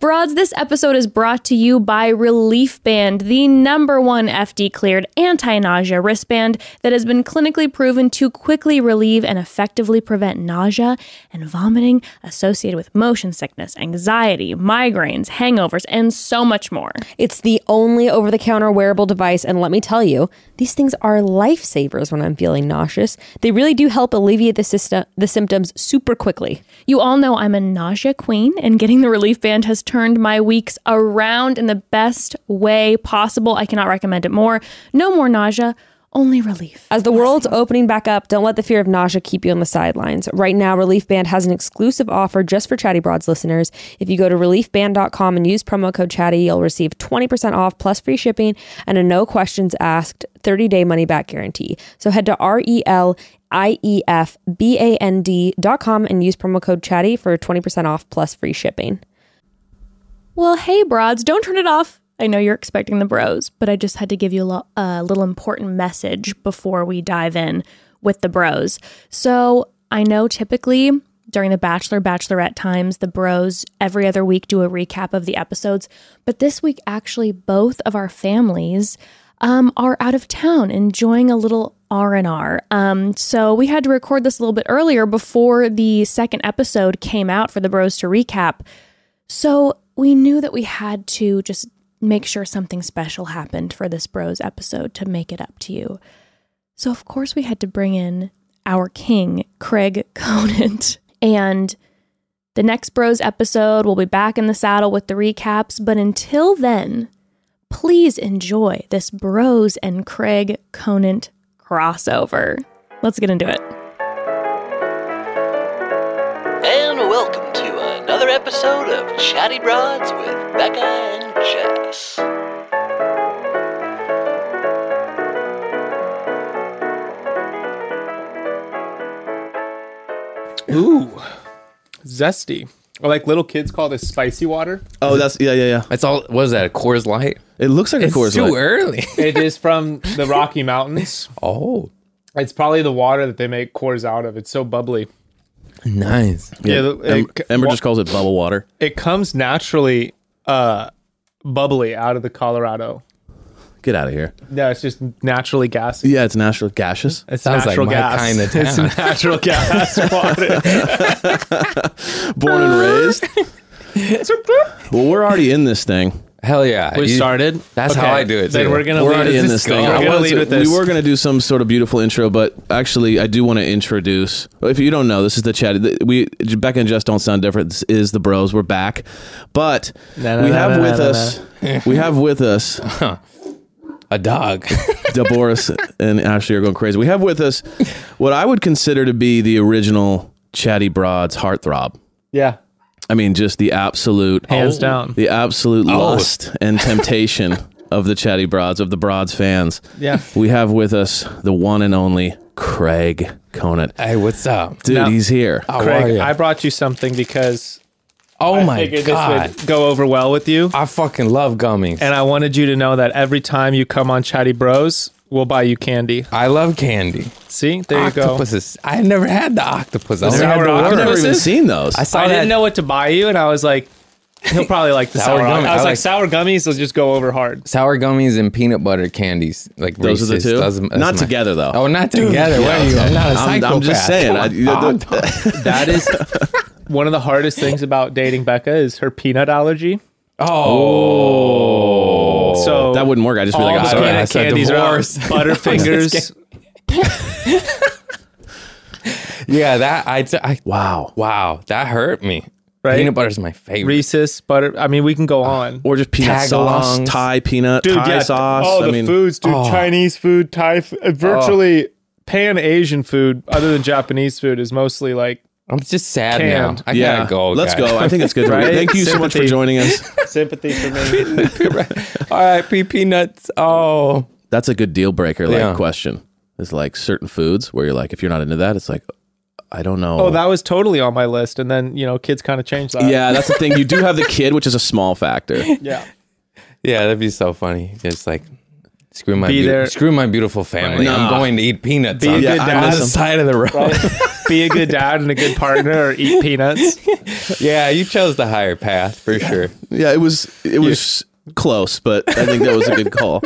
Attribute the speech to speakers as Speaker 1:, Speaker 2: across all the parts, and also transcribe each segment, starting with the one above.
Speaker 1: Broads, this episode is brought to you by Relief Band, the number one FD cleared anti nausea wristband that has been clinically proven to quickly relieve and effectively prevent nausea and vomiting associated with motion sickness, anxiety, migraines, hangovers, and so much more.
Speaker 2: It's the only over the counter wearable device, and let me tell you, these things are lifesavers when I'm feeling nauseous. They really do help alleviate the, system, the symptoms super quickly.
Speaker 1: You all know I'm a nausea queen, and getting the Relief Band has turned my weeks around in the best way possible. I cannot recommend it more. No more nausea, only relief.
Speaker 2: As the world's opening back up, don't let the fear of nausea keep you on the sidelines. Right now, Relief Band has an exclusive offer just for Chatty Broads listeners. If you go to reliefband.com and use promo code Chatty, you'll receive 20% off plus free shipping and a no questions asked 30 day money back guarantee. So head to R E L I E F B A N D.com and use promo code Chatty for 20% off plus free shipping.
Speaker 1: Well, hey, broads, don't turn it off. I know you're expecting the bros, but I just had to give you a, lo- a little important message before we dive in with the bros. So I know typically during the Bachelor Bachelorette times, the bros every other week do a recap of the episodes, but this week, actually, both of our families um, are out of town enjoying a little r&r um, so we had to record this a little bit earlier before the second episode came out for the bros to recap so we knew that we had to just make sure something special happened for this bros episode to make it up to you. So of course we had to bring in our king, Craig Conant. And the next bros episode we'll be back in the saddle with the recaps, but until then, please enjoy this bros and Craig Conant crossover. Let's get into it.
Speaker 3: And welcome to another episode of Chatty Broads with Becca and Jess.
Speaker 4: Ooh, zesty. Or like little kids call this spicy water.
Speaker 5: Oh, that's yeah, yeah, yeah.
Speaker 6: That's all. What is that? A Coors Light?
Speaker 5: It looks like a Coors
Speaker 6: too
Speaker 5: Light.
Speaker 6: early.
Speaker 4: It is from the Rocky Mountains.
Speaker 6: Oh,
Speaker 4: It's probably the water that they make Coors out of. It's so bubbly.
Speaker 6: nice.
Speaker 4: Yeah,
Speaker 5: Em-
Speaker 4: the-
Speaker 5: Ember,
Speaker 4: it, wa-
Speaker 5: just calls it bubble water.
Speaker 4: it comes naturally uh, bubbly out of the Colorado.
Speaker 5: Get out of here.
Speaker 4: No, it's just naturally gassy.
Speaker 5: Yeah, it's natural gaseous.
Speaker 4: It's
Speaker 6: Sounds like
Speaker 4: natural
Speaker 6: my
Speaker 4: gas.
Speaker 6: kind of
Speaker 4: it's
Speaker 6: town.
Speaker 4: natural gas water.
Speaker 5: Born and raised. well, we're already in this thing.
Speaker 6: Hell yeah.
Speaker 4: We
Speaker 6: You-
Speaker 4: started.
Speaker 6: That's how I do it.
Speaker 4: Then
Speaker 6: too.
Speaker 4: we're gonna
Speaker 5: We're
Speaker 4: lead
Speaker 5: already
Speaker 4: it-
Speaker 5: in
Speaker 6: this
Speaker 5: this thing.
Speaker 4: We're
Speaker 6: go.
Speaker 5: I
Speaker 6: We're
Speaker 4: gonna
Speaker 5: wanted
Speaker 4: lead
Speaker 5: to-
Speaker 4: with this.
Speaker 5: We were going to do some sort of beautiful intro, but actually, I do want to introduce. If you don't know, this is the chat. the- We Becca and Jess don't sound different. This is the Bros. We're back, but
Speaker 4: Na, na,
Speaker 5: we
Speaker 4: na,
Speaker 5: have
Speaker 4: na,
Speaker 5: with
Speaker 4: na,
Speaker 5: us. we have with us
Speaker 6: a dog.
Speaker 5: Boris and Ashley are going crazy. We have with us what I would consider to be the original Chatty Broads heartthrob.
Speaker 4: Yeah,
Speaker 5: I mean, just the absolute Oh.
Speaker 4: Hands down.
Speaker 5: the absolute
Speaker 6: Oh.
Speaker 5: lust and temptation of the Chatty Broads of the Broads fans.
Speaker 4: yeah.
Speaker 5: We have with us the one and only Craig Conant.
Speaker 6: hey, what's up?
Speaker 5: Dude,
Speaker 4: Now-
Speaker 5: he's here.
Speaker 6: How are
Speaker 4: Craig,
Speaker 6: ya?
Speaker 4: I brought you something because
Speaker 6: oh
Speaker 4: I
Speaker 6: my
Speaker 4: figured
Speaker 6: god.
Speaker 4: this would go over well with you.
Speaker 6: I fucking love gummies.
Speaker 4: and I wanted you to know that every time you come on Chatty Bros, we'll buy you candy.
Speaker 6: I love candy.
Speaker 4: See, there you go.
Speaker 6: octopuses. I never had the octopus. I only
Speaker 4: sour
Speaker 6: had the
Speaker 4: octopus?
Speaker 5: I've never
Speaker 6: worm.
Speaker 5: even
Speaker 4: Octopuses?
Speaker 5: seen those.
Speaker 6: I saw
Speaker 4: I
Speaker 6: that.
Speaker 4: didn't know what to buy you, and I was like, he'll probably like the sour,
Speaker 6: Sour
Speaker 4: gummies.
Speaker 6: gummy.
Speaker 4: I was like,
Speaker 6: I like-
Speaker 4: sour gummies will just go over hard.
Speaker 6: Sour gummies and peanut butter candies, like
Speaker 5: Those are the
Speaker 6: Reese's.
Speaker 5: two?
Speaker 6: Those- that's
Speaker 5: Not
Speaker 6: my-
Speaker 5: together, though.
Speaker 6: Oh, not together. What are you? I'm not a
Speaker 5: I'm-
Speaker 6: psychopath.
Speaker 5: I'm just saying, I-
Speaker 6: Come on,
Speaker 5: the-
Speaker 6: dog.
Speaker 4: That is one of the hardest things about dating Becca is her peanut allergy.
Speaker 6: oh,
Speaker 4: So
Speaker 5: that wouldn't work. I just be
Speaker 4: All
Speaker 5: like,
Speaker 4: the
Speaker 5: I'm sorry.
Speaker 6: I
Speaker 4: peanut
Speaker 6: said
Speaker 4: candies are out.
Speaker 6: divorce.
Speaker 4: Butterfingers.
Speaker 6: yeah. That I, t- I
Speaker 5: Wow.
Speaker 6: Wow, that hurt me.
Speaker 4: Right?
Speaker 6: Peanut butter's my favorite.
Speaker 4: Reese's butter. I mean, we can go on.
Speaker 5: Or just peanut sauce,
Speaker 6: Tagalongs.
Speaker 5: Thai peanut,
Speaker 4: Dude,
Speaker 5: Thai
Speaker 4: yeah.
Speaker 5: sauce.
Speaker 4: All
Speaker 5: I
Speaker 4: the
Speaker 5: mean,
Speaker 4: foods, dude. Chinese food, Thai, f- uh, virtually pan Asian food, other than Japanese food, is mostly like
Speaker 6: I'm just sad
Speaker 4: Canned.
Speaker 6: now. I
Speaker 5: yeah.
Speaker 6: gotta go.
Speaker 5: Let's
Speaker 6: guys.
Speaker 5: go. I think it's good.
Speaker 4: Right?
Speaker 5: Thank you so much for
Speaker 4: Sympathy.
Speaker 5: joining us.
Speaker 4: sympathy for me.
Speaker 6: All right, pea peanuts. Oh,
Speaker 5: that's a good deal breaker like
Speaker 6: Yeah.
Speaker 5: question is like certain foods where you're like if you're not into that it's like i don't know
Speaker 4: Oh, that was totally on my list, and then you know, kids kind of changed that.
Speaker 5: yeah that's the thing you do have the kid which is a small factor
Speaker 4: yeah.
Speaker 6: yeah, that'd be so funny. Just like Screw my
Speaker 4: Be
Speaker 6: beau-
Speaker 4: there.
Speaker 6: screw my beautiful family.
Speaker 5: Nah.
Speaker 6: I'm going to eat peanuts
Speaker 4: Be a
Speaker 6: on,
Speaker 4: good
Speaker 6: on
Speaker 4: dad.
Speaker 6: the side of the road.
Speaker 4: Be a good dad and a good partner, or eat peanuts.
Speaker 6: yeah, you chose the higher path for sure.
Speaker 5: Yeah, it was it was close, but I think that was a good call.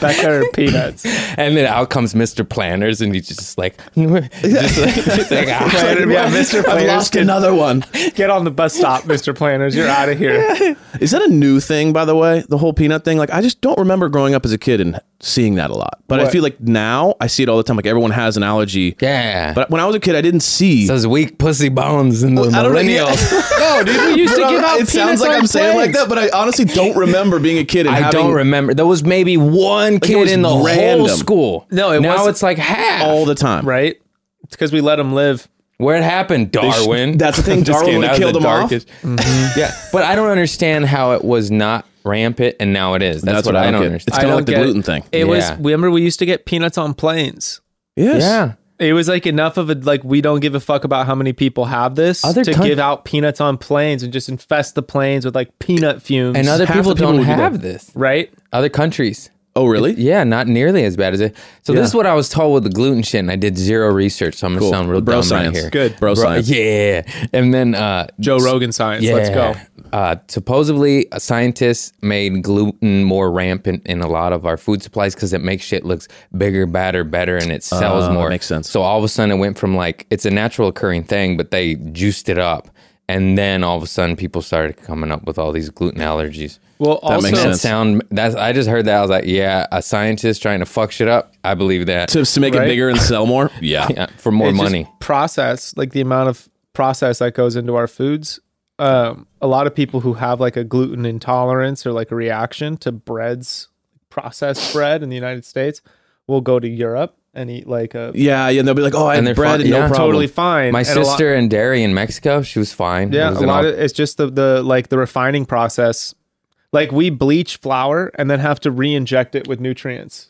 Speaker 4: Becca or peanuts.
Speaker 6: And then out comes Mr. Planners, and he's just like, just like, just like, ah.
Speaker 4: Planner, yeah, Mr.
Speaker 5: I
Speaker 4: Planners.
Speaker 5: lost
Speaker 4: Get,
Speaker 5: another one.
Speaker 4: get on the bus stop, Mr. Planners. You're out of here.
Speaker 5: Is that a new thing, by the way? The whole peanut thing. Like, I just don't remember growing up as a kid and seeing that a lot. But I
Speaker 4: What?
Speaker 5: feel like now I see it all the time. Like everyone has an allergy.
Speaker 6: yeah.
Speaker 5: But when I was a kid, I didn't see.
Speaker 6: those weak pussy bones and the
Speaker 5: I don't know,
Speaker 6: millennials.
Speaker 5: no, dude, we
Speaker 1: used to give out
Speaker 5: It sounds
Speaker 1: peanuts
Speaker 5: like
Speaker 1: on
Speaker 5: I'm saying like
Speaker 1: planes.
Speaker 5: that, but I honestly don't remember being a kid. And
Speaker 6: I
Speaker 5: having
Speaker 6: don't remember. There was maybe one kid
Speaker 5: was
Speaker 6: in the whole
Speaker 5: random.
Speaker 6: school.
Speaker 4: No, it
Speaker 6: now
Speaker 4: wasn't-
Speaker 6: it's like half.
Speaker 5: all the time.
Speaker 4: Right? It's because we let them live.
Speaker 6: Where it happened,
Speaker 5: sh-
Speaker 6: Darwin.
Speaker 5: that's the thing,
Speaker 6: Just
Speaker 5: Darwin
Speaker 6: kidding,
Speaker 5: would've
Speaker 6: that was
Speaker 5: killed
Speaker 6: the
Speaker 5: them off. Mm-hmm.
Speaker 6: darkest- yeah, but I don't understand how it was not rampant and now it is. That's, what, I don't
Speaker 5: get.
Speaker 6: understand.
Speaker 5: It's kind of like the
Speaker 4: get it.
Speaker 5: gluten thing.
Speaker 4: It was,
Speaker 6: Yeah.
Speaker 4: remember, we used to get peanuts on planes.
Speaker 5: Yes.
Speaker 6: yeah,
Speaker 4: It was like enough of a like we don't give a fuck about how many people have this
Speaker 6: Other
Speaker 4: to
Speaker 6: coun-
Speaker 4: give out peanuts on planes and just infest the planes with like peanut fumes.
Speaker 6: and other
Speaker 5: half
Speaker 6: people,
Speaker 5: the people
Speaker 6: don't
Speaker 5: would do that.
Speaker 6: have this.
Speaker 4: right?
Speaker 6: Other countries.
Speaker 5: Oh, really?
Speaker 6: Yeah, not nearly as bad as it. So
Speaker 5: Yeah.
Speaker 6: this is what I was told with the gluten shit, and I did zero research, so I'm gonna
Speaker 5: Cool.
Speaker 6: sound real
Speaker 5: Bro
Speaker 6: dumb
Speaker 5: science.
Speaker 6: right here.
Speaker 4: Good.
Speaker 5: Bro,
Speaker 6: Bro-
Speaker 5: science.
Speaker 6: yeah. And then uh,
Speaker 4: Joe Rogan science.
Speaker 6: yeah.
Speaker 4: Let's go.
Speaker 6: Uh, supposedly, a scientist made gluten more rampant in a lot of our food supplies because it makes shit looks bigger, badder, better, and it sells
Speaker 5: Uh,
Speaker 6: more.
Speaker 5: makes sense.
Speaker 6: So all of a sudden, it went from like it's a natural occurring thing, but they juiced it up, and then all of a sudden, people started coming up with all these gluten allergies.
Speaker 4: Well, also
Speaker 5: makes
Speaker 6: That
Speaker 5: sense.
Speaker 6: sound that's I just heard that I was like, yeah, a scientist trying to fuck shit up. I believe that
Speaker 5: To, to make it
Speaker 4: Right?
Speaker 5: bigger and sell more. Yeah.
Speaker 6: Yeah, for more
Speaker 4: it's just
Speaker 6: money.
Speaker 4: process like the amount of process that goes into our foods. Um, a lot of people who have like a gluten intolerance or like a reaction to breads, processed bread in the United States, will go to Europe and eat like a
Speaker 5: Yeah. Yeah. They'll be like, oh, I had
Speaker 6: And they're
Speaker 5: bread
Speaker 6: fine.
Speaker 5: and no
Speaker 6: Yeah.
Speaker 5: problem.
Speaker 4: totally fine.
Speaker 6: My
Speaker 4: And a lot-
Speaker 6: sister in Derry in Mexico, she was fine. It
Speaker 4: Yeah,
Speaker 6: was
Speaker 4: a
Speaker 6: an
Speaker 4: lot
Speaker 6: all-
Speaker 4: of it's just the the like the refining process. Like we bleach flour and then have to re-inject it with nutrients,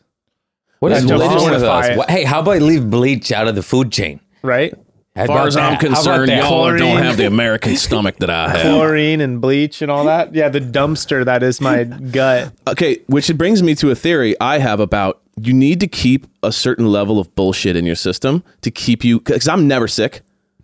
Speaker 6: What is
Speaker 4: Like, don't
Speaker 6: wrong with
Speaker 4: quantify
Speaker 6: us?
Speaker 4: it.
Speaker 6: What- hey, how about leave bleach out of the food chain?
Speaker 4: right?
Speaker 6: How
Speaker 5: As far
Speaker 6: about
Speaker 5: as I'm
Speaker 6: that? How about
Speaker 5: concerned,
Speaker 6: that?
Speaker 5: y'all don't
Speaker 4: Chlorine.
Speaker 5: have the American stomach that I have.
Speaker 4: Chlorine and bleach and all that. Yeah, the dumpster that is my gut.
Speaker 5: Okay, which it brings me to a theory I have about you need to keep a certain level of bullshit in your system to keep you because I'm never sick,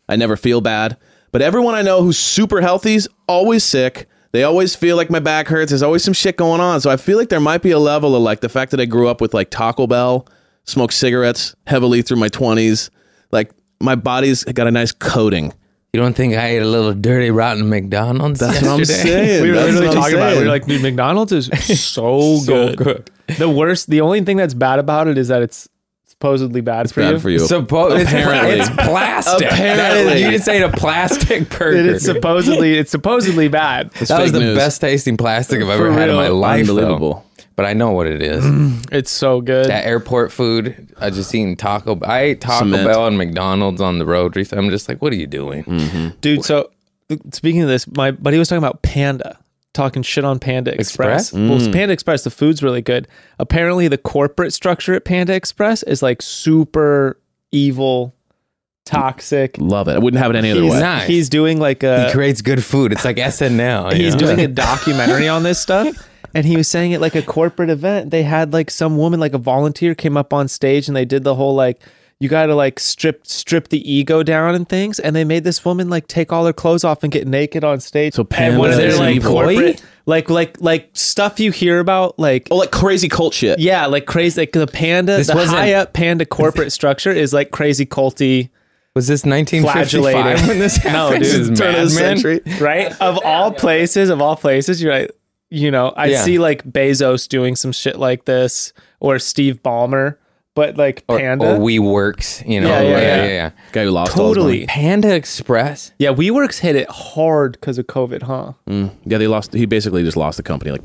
Speaker 5: I never feel bad, but everyone I know who's super healthy's always sick. They always feel like my back hurts. There's always some shit going on. So I feel like there might be a level of like the fact that I grew up with like Taco Bell, smoked cigarettes heavily through my 20s. Like my body's got a nice coating.
Speaker 6: You don't think I ate a little dirty rotten McDonald's
Speaker 5: That's what I'm
Speaker 6: yesterday?
Speaker 5: saying.
Speaker 4: We were
Speaker 5: That's
Speaker 4: literally
Speaker 5: what I'm
Speaker 4: talking about. It. We
Speaker 5: saying.
Speaker 4: were like, dude, McDonald's is so, good.
Speaker 6: good.
Speaker 4: The worst. The only thing that's bad about it is that it's supposedly bad for you.
Speaker 5: bad for you.
Speaker 6: Suppo- it's pla-
Speaker 5: Apparently.
Speaker 6: it's, plastic.
Speaker 5: Apparently.
Speaker 6: That is- you just ate a plastic burger.
Speaker 4: It is supposedly it's supposedly bad.
Speaker 6: that was
Speaker 5: fake
Speaker 6: the
Speaker 5: news.
Speaker 6: best tasting plastic I've
Speaker 4: For
Speaker 6: ever had in my
Speaker 4: real.
Speaker 6: life. though.
Speaker 5: Unbelievable.
Speaker 6: But I know what it is.
Speaker 4: It's so good.
Speaker 6: that airport food. I just eaten Taco. I ate Taco
Speaker 5: Cement.
Speaker 6: Bell and McDonald's on the road recently. I'm just like, what are you doing?
Speaker 4: dude. So th- speaking of this, my buddy was talking about Panda, talking shit on Panda Express.
Speaker 6: Express?
Speaker 5: Mm.
Speaker 4: Well, Panda Express, the food's really good. Apparently, the corporate structure at Panda Express is like super evil, toxic.
Speaker 5: Love it. I wouldn't have it any other
Speaker 4: He's,
Speaker 5: way.
Speaker 6: Nice.
Speaker 4: he's doing like
Speaker 6: He
Speaker 4: a
Speaker 6: creates good food. It's like SNL. you
Speaker 4: he's
Speaker 6: know?
Speaker 4: doing a documentary on this stuff. And he was saying at like a corporate event, they had like some woman, like a volunteer, came up on stage and they did the whole like, you got to like strip strip the ego down and things. And they made this woman like take all her clothes off and get naked on stage.
Speaker 5: So
Speaker 4: and one of
Speaker 5: Panda
Speaker 4: their
Speaker 5: is
Speaker 4: like
Speaker 5: evil.
Speaker 4: corporate, like like like stuff you hear about, like
Speaker 5: Oh, like crazy cult shit.
Speaker 4: yeah, like crazy, like the panda,
Speaker 6: This
Speaker 4: the
Speaker 6: wasn't-
Speaker 4: high up panda corporate structure is like crazy culty.
Speaker 6: Was this 1955
Speaker 4: Flagellated.
Speaker 6: when this
Speaker 4: No,
Speaker 6: happened?
Speaker 4: Oh, dude,
Speaker 6: This is
Speaker 5: turn of
Speaker 6: Mad
Speaker 5: the
Speaker 6: Men?
Speaker 5: century.
Speaker 4: right? Of all places, of all places, you're like, you know, I
Speaker 6: Yeah.
Speaker 4: see like Bezos doing some shit like this or Steve Ballmer, but like
Speaker 6: Or,
Speaker 4: Panda.
Speaker 6: or WeWorks, you know?
Speaker 4: Yeah, yeah, yeah.
Speaker 5: Guy who lost all his money.
Speaker 4: totally.
Speaker 6: Panda Express.
Speaker 4: Yeah, WeWorks hit it hard because of COVID, huh?
Speaker 5: Yeah, they lost. He basically just lost the company like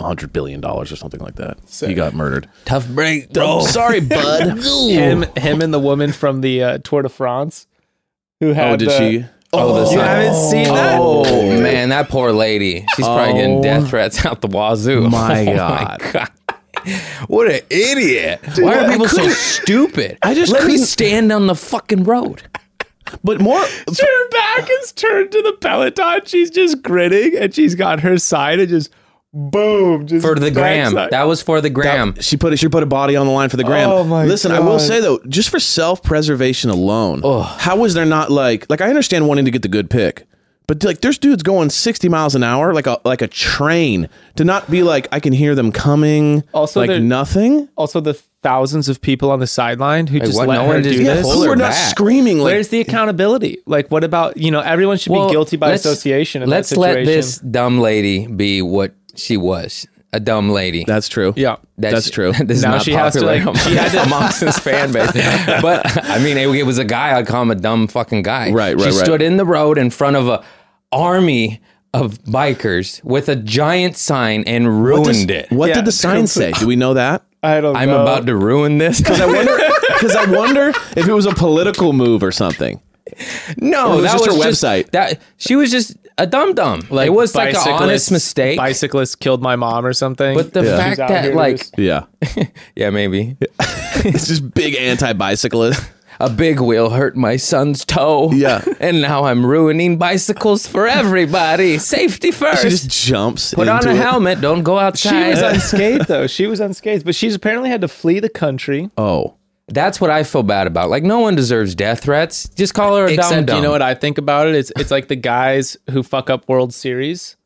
Speaker 5: hundred billion dollars or something like that. He got murdered.
Speaker 6: Tough break, bro.
Speaker 5: sorry, bud.
Speaker 4: Him, him, and the woman from the uh, Tour de France, who had. uh,
Speaker 5: oh, did
Speaker 4: the-
Speaker 5: she?
Speaker 6: Oh,
Speaker 4: You
Speaker 6: this
Speaker 4: haven't seen that?
Speaker 6: Oh man, that poor lady. She's probably getting death threats out the wazoo.
Speaker 5: My
Speaker 6: Oh,
Speaker 5: God.
Speaker 6: God. What an idiot. Why are
Speaker 5: I
Speaker 6: people so
Speaker 5: couldn't-
Speaker 6: stupid?
Speaker 5: I just
Speaker 6: let me
Speaker 5: couldn't-
Speaker 6: stand on the fucking road.
Speaker 5: But more.
Speaker 4: Her back is turned to the Peloton. She's just grinning and she's got her side and just. boom. Just
Speaker 6: for the gram.
Speaker 4: backside.
Speaker 6: That was for the gram.
Speaker 5: She put it. She put a body on the line for the gram.
Speaker 4: Oh, my
Speaker 5: Listen, I will
Speaker 4: God.
Speaker 5: say though, just for self preservation alone, how was there not like like I understand wanting to get the good pick, but like there's dudes going sixty miles an hour like a like a train to not be like I can hear them coming.
Speaker 4: Also,
Speaker 5: like
Speaker 4: there-
Speaker 5: nothing.
Speaker 4: also the thousands of people on the sideline who just
Speaker 6: what?
Speaker 4: let
Speaker 6: No
Speaker 4: her
Speaker 6: one
Speaker 4: do
Speaker 6: just
Speaker 4: this.
Speaker 6: pulled
Speaker 5: who
Speaker 6: her
Speaker 5: are not
Speaker 6: back.
Speaker 5: screaming like
Speaker 4: Where's the accountability? Like, what about you know? Everyone should
Speaker 6: Well,
Speaker 4: be guilty by
Speaker 6: let's-
Speaker 4: association. In
Speaker 6: let's
Speaker 4: that
Speaker 6: let
Speaker 4: situation.
Speaker 6: this dumb lady be what she was. A dumb lady.
Speaker 5: that's true.
Speaker 4: Yeah.
Speaker 5: that's, true.
Speaker 6: This is
Speaker 4: Now
Speaker 6: not
Speaker 4: she has to,
Speaker 6: popular
Speaker 4: like- she had to-
Speaker 6: amongst his fan base. But I mean, it, it was a guy. I'd call him a dumb fucking guy.
Speaker 5: Right, right,
Speaker 6: She
Speaker 5: right.
Speaker 6: stood in the road in front of a army of bikers with a giant sign and ruined it.
Speaker 5: What
Speaker 4: Yeah.
Speaker 5: did the sign say? Do we know that?
Speaker 4: I don't.
Speaker 6: I'm
Speaker 4: know.
Speaker 6: about to ruin this.
Speaker 5: I wonder because I wonder if it was a political move or something.
Speaker 6: No,
Speaker 5: It was
Speaker 6: that
Speaker 5: just
Speaker 6: was
Speaker 5: her
Speaker 6: just-
Speaker 5: website.
Speaker 6: that she was just a dum dum. Like, it was like an honest
Speaker 4: bicyclists-
Speaker 6: mistake.
Speaker 4: Bicyclist killed my mom or something.
Speaker 6: But the
Speaker 5: Yeah.
Speaker 6: fact
Speaker 4: She's out here
Speaker 6: that
Speaker 4: to
Speaker 6: like
Speaker 4: just-
Speaker 5: Yeah,
Speaker 6: yeah maybe
Speaker 5: it's just big anti bicyclist.
Speaker 6: a big wheel hurt my son's toe.
Speaker 5: Yeah.
Speaker 6: and now I'm ruining bicycles for everybody. Safety first.
Speaker 5: She just jumps.
Speaker 6: Put on
Speaker 5: into
Speaker 6: a
Speaker 5: it.
Speaker 6: helmet. Don't go
Speaker 4: she
Speaker 6: outside.
Speaker 4: was unscathed though. She was unscathed, but she's apparently had to flee the country.
Speaker 5: Oh.
Speaker 6: That's what I feel bad about. Like no one deserves death threats. Just call her a dumb
Speaker 4: Except,
Speaker 6: dumb.
Speaker 4: you know what I think about it? It's it's like the guys who fuck up World Series.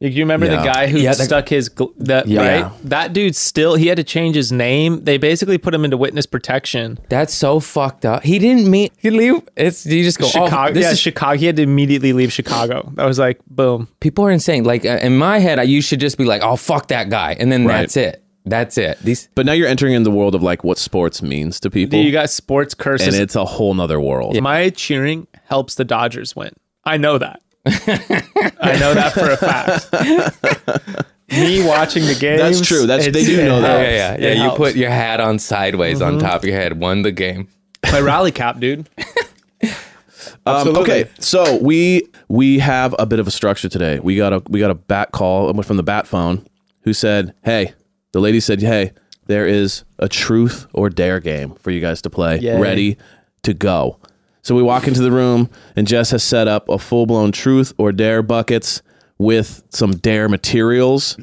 Speaker 4: You you remember
Speaker 5: Yeah.
Speaker 4: the guy who
Speaker 6: Yeah, the-
Speaker 4: stuck his gl- that
Speaker 6: Yeah.
Speaker 4: right? That dude still he had to change his name. They basically put him into witness protection.
Speaker 6: That's so fucked up. He didn't mean he leave. It's you just go.
Speaker 4: Chicago,
Speaker 6: Oh, this
Speaker 4: yeah,
Speaker 6: is
Speaker 4: Chicago. He had to immediately leave Chicago. That was like boom.
Speaker 6: people are insane. Like uh, in my head, I you should just be like, "Oh fuck that guy," and then
Speaker 5: Right.
Speaker 6: that's it. That's it. These
Speaker 5: But now you're entering in the world of like what sports means to people.
Speaker 4: Dude, you got sports curses.
Speaker 5: and it's a whole nother world.
Speaker 4: My cheering helps the Dodgers win. I know that. I know that for a fact. Me watching the game.
Speaker 5: That's true. That's- they do know Oh, that.
Speaker 6: yeah yeah yeah.
Speaker 4: It
Speaker 6: you
Speaker 4: helps.
Speaker 6: put your hat on sideways on
Speaker 5: Mm-hmm.
Speaker 6: top of your head. Won the game.
Speaker 4: My rally cap, dude.
Speaker 5: Um,
Speaker 4: Absolutely.
Speaker 5: okay, so we we have a bit of a structure today. We got a we got a bat call from the bat phone who said, "Hey, the lady said, hey, there is a truth or dare game for you guys to play.
Speaker 4: Yay.
Speaker 5: Ready to go." So we walk into the room and Jess has set up a full blown truth or dare buckets with some dare materials.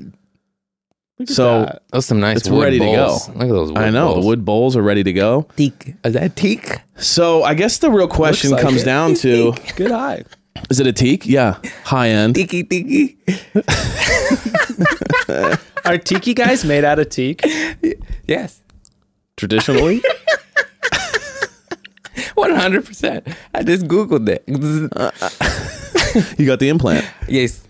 Speaker 5: So
Speaker 4: that.
Speaker 6: Those some nice.
Speaker 5: It's
Speaker 6: wood
Speaker 5: ready to
Speaker 6: bowls.
Speaker 5: go.
Speaker 6: Look at those. Wood
Speaker 5: I know
Speaker 6: bowls.
Speaker 5: the wood bowls are ready to go.
Speaker 6: teak. Is that teak?
Speaker 5: So I guess the real question
Speaker 4: like
Speaker 5: comes
Speaker 4: it.
Speaker 5: down to
Speaker 4: Good eye.
Speaker 5: is it a teak? Yeah, high end.
Speaker 6: Tiki tiki.
Speaker 4: Are tiki guys made out of teak?
Speaker 6: Yes.
Speaker 5: traditionally.
Speaker 6: One hundred percent. I just googled it.
Speaker 5: you got the implant.
Speaker 6: Yes.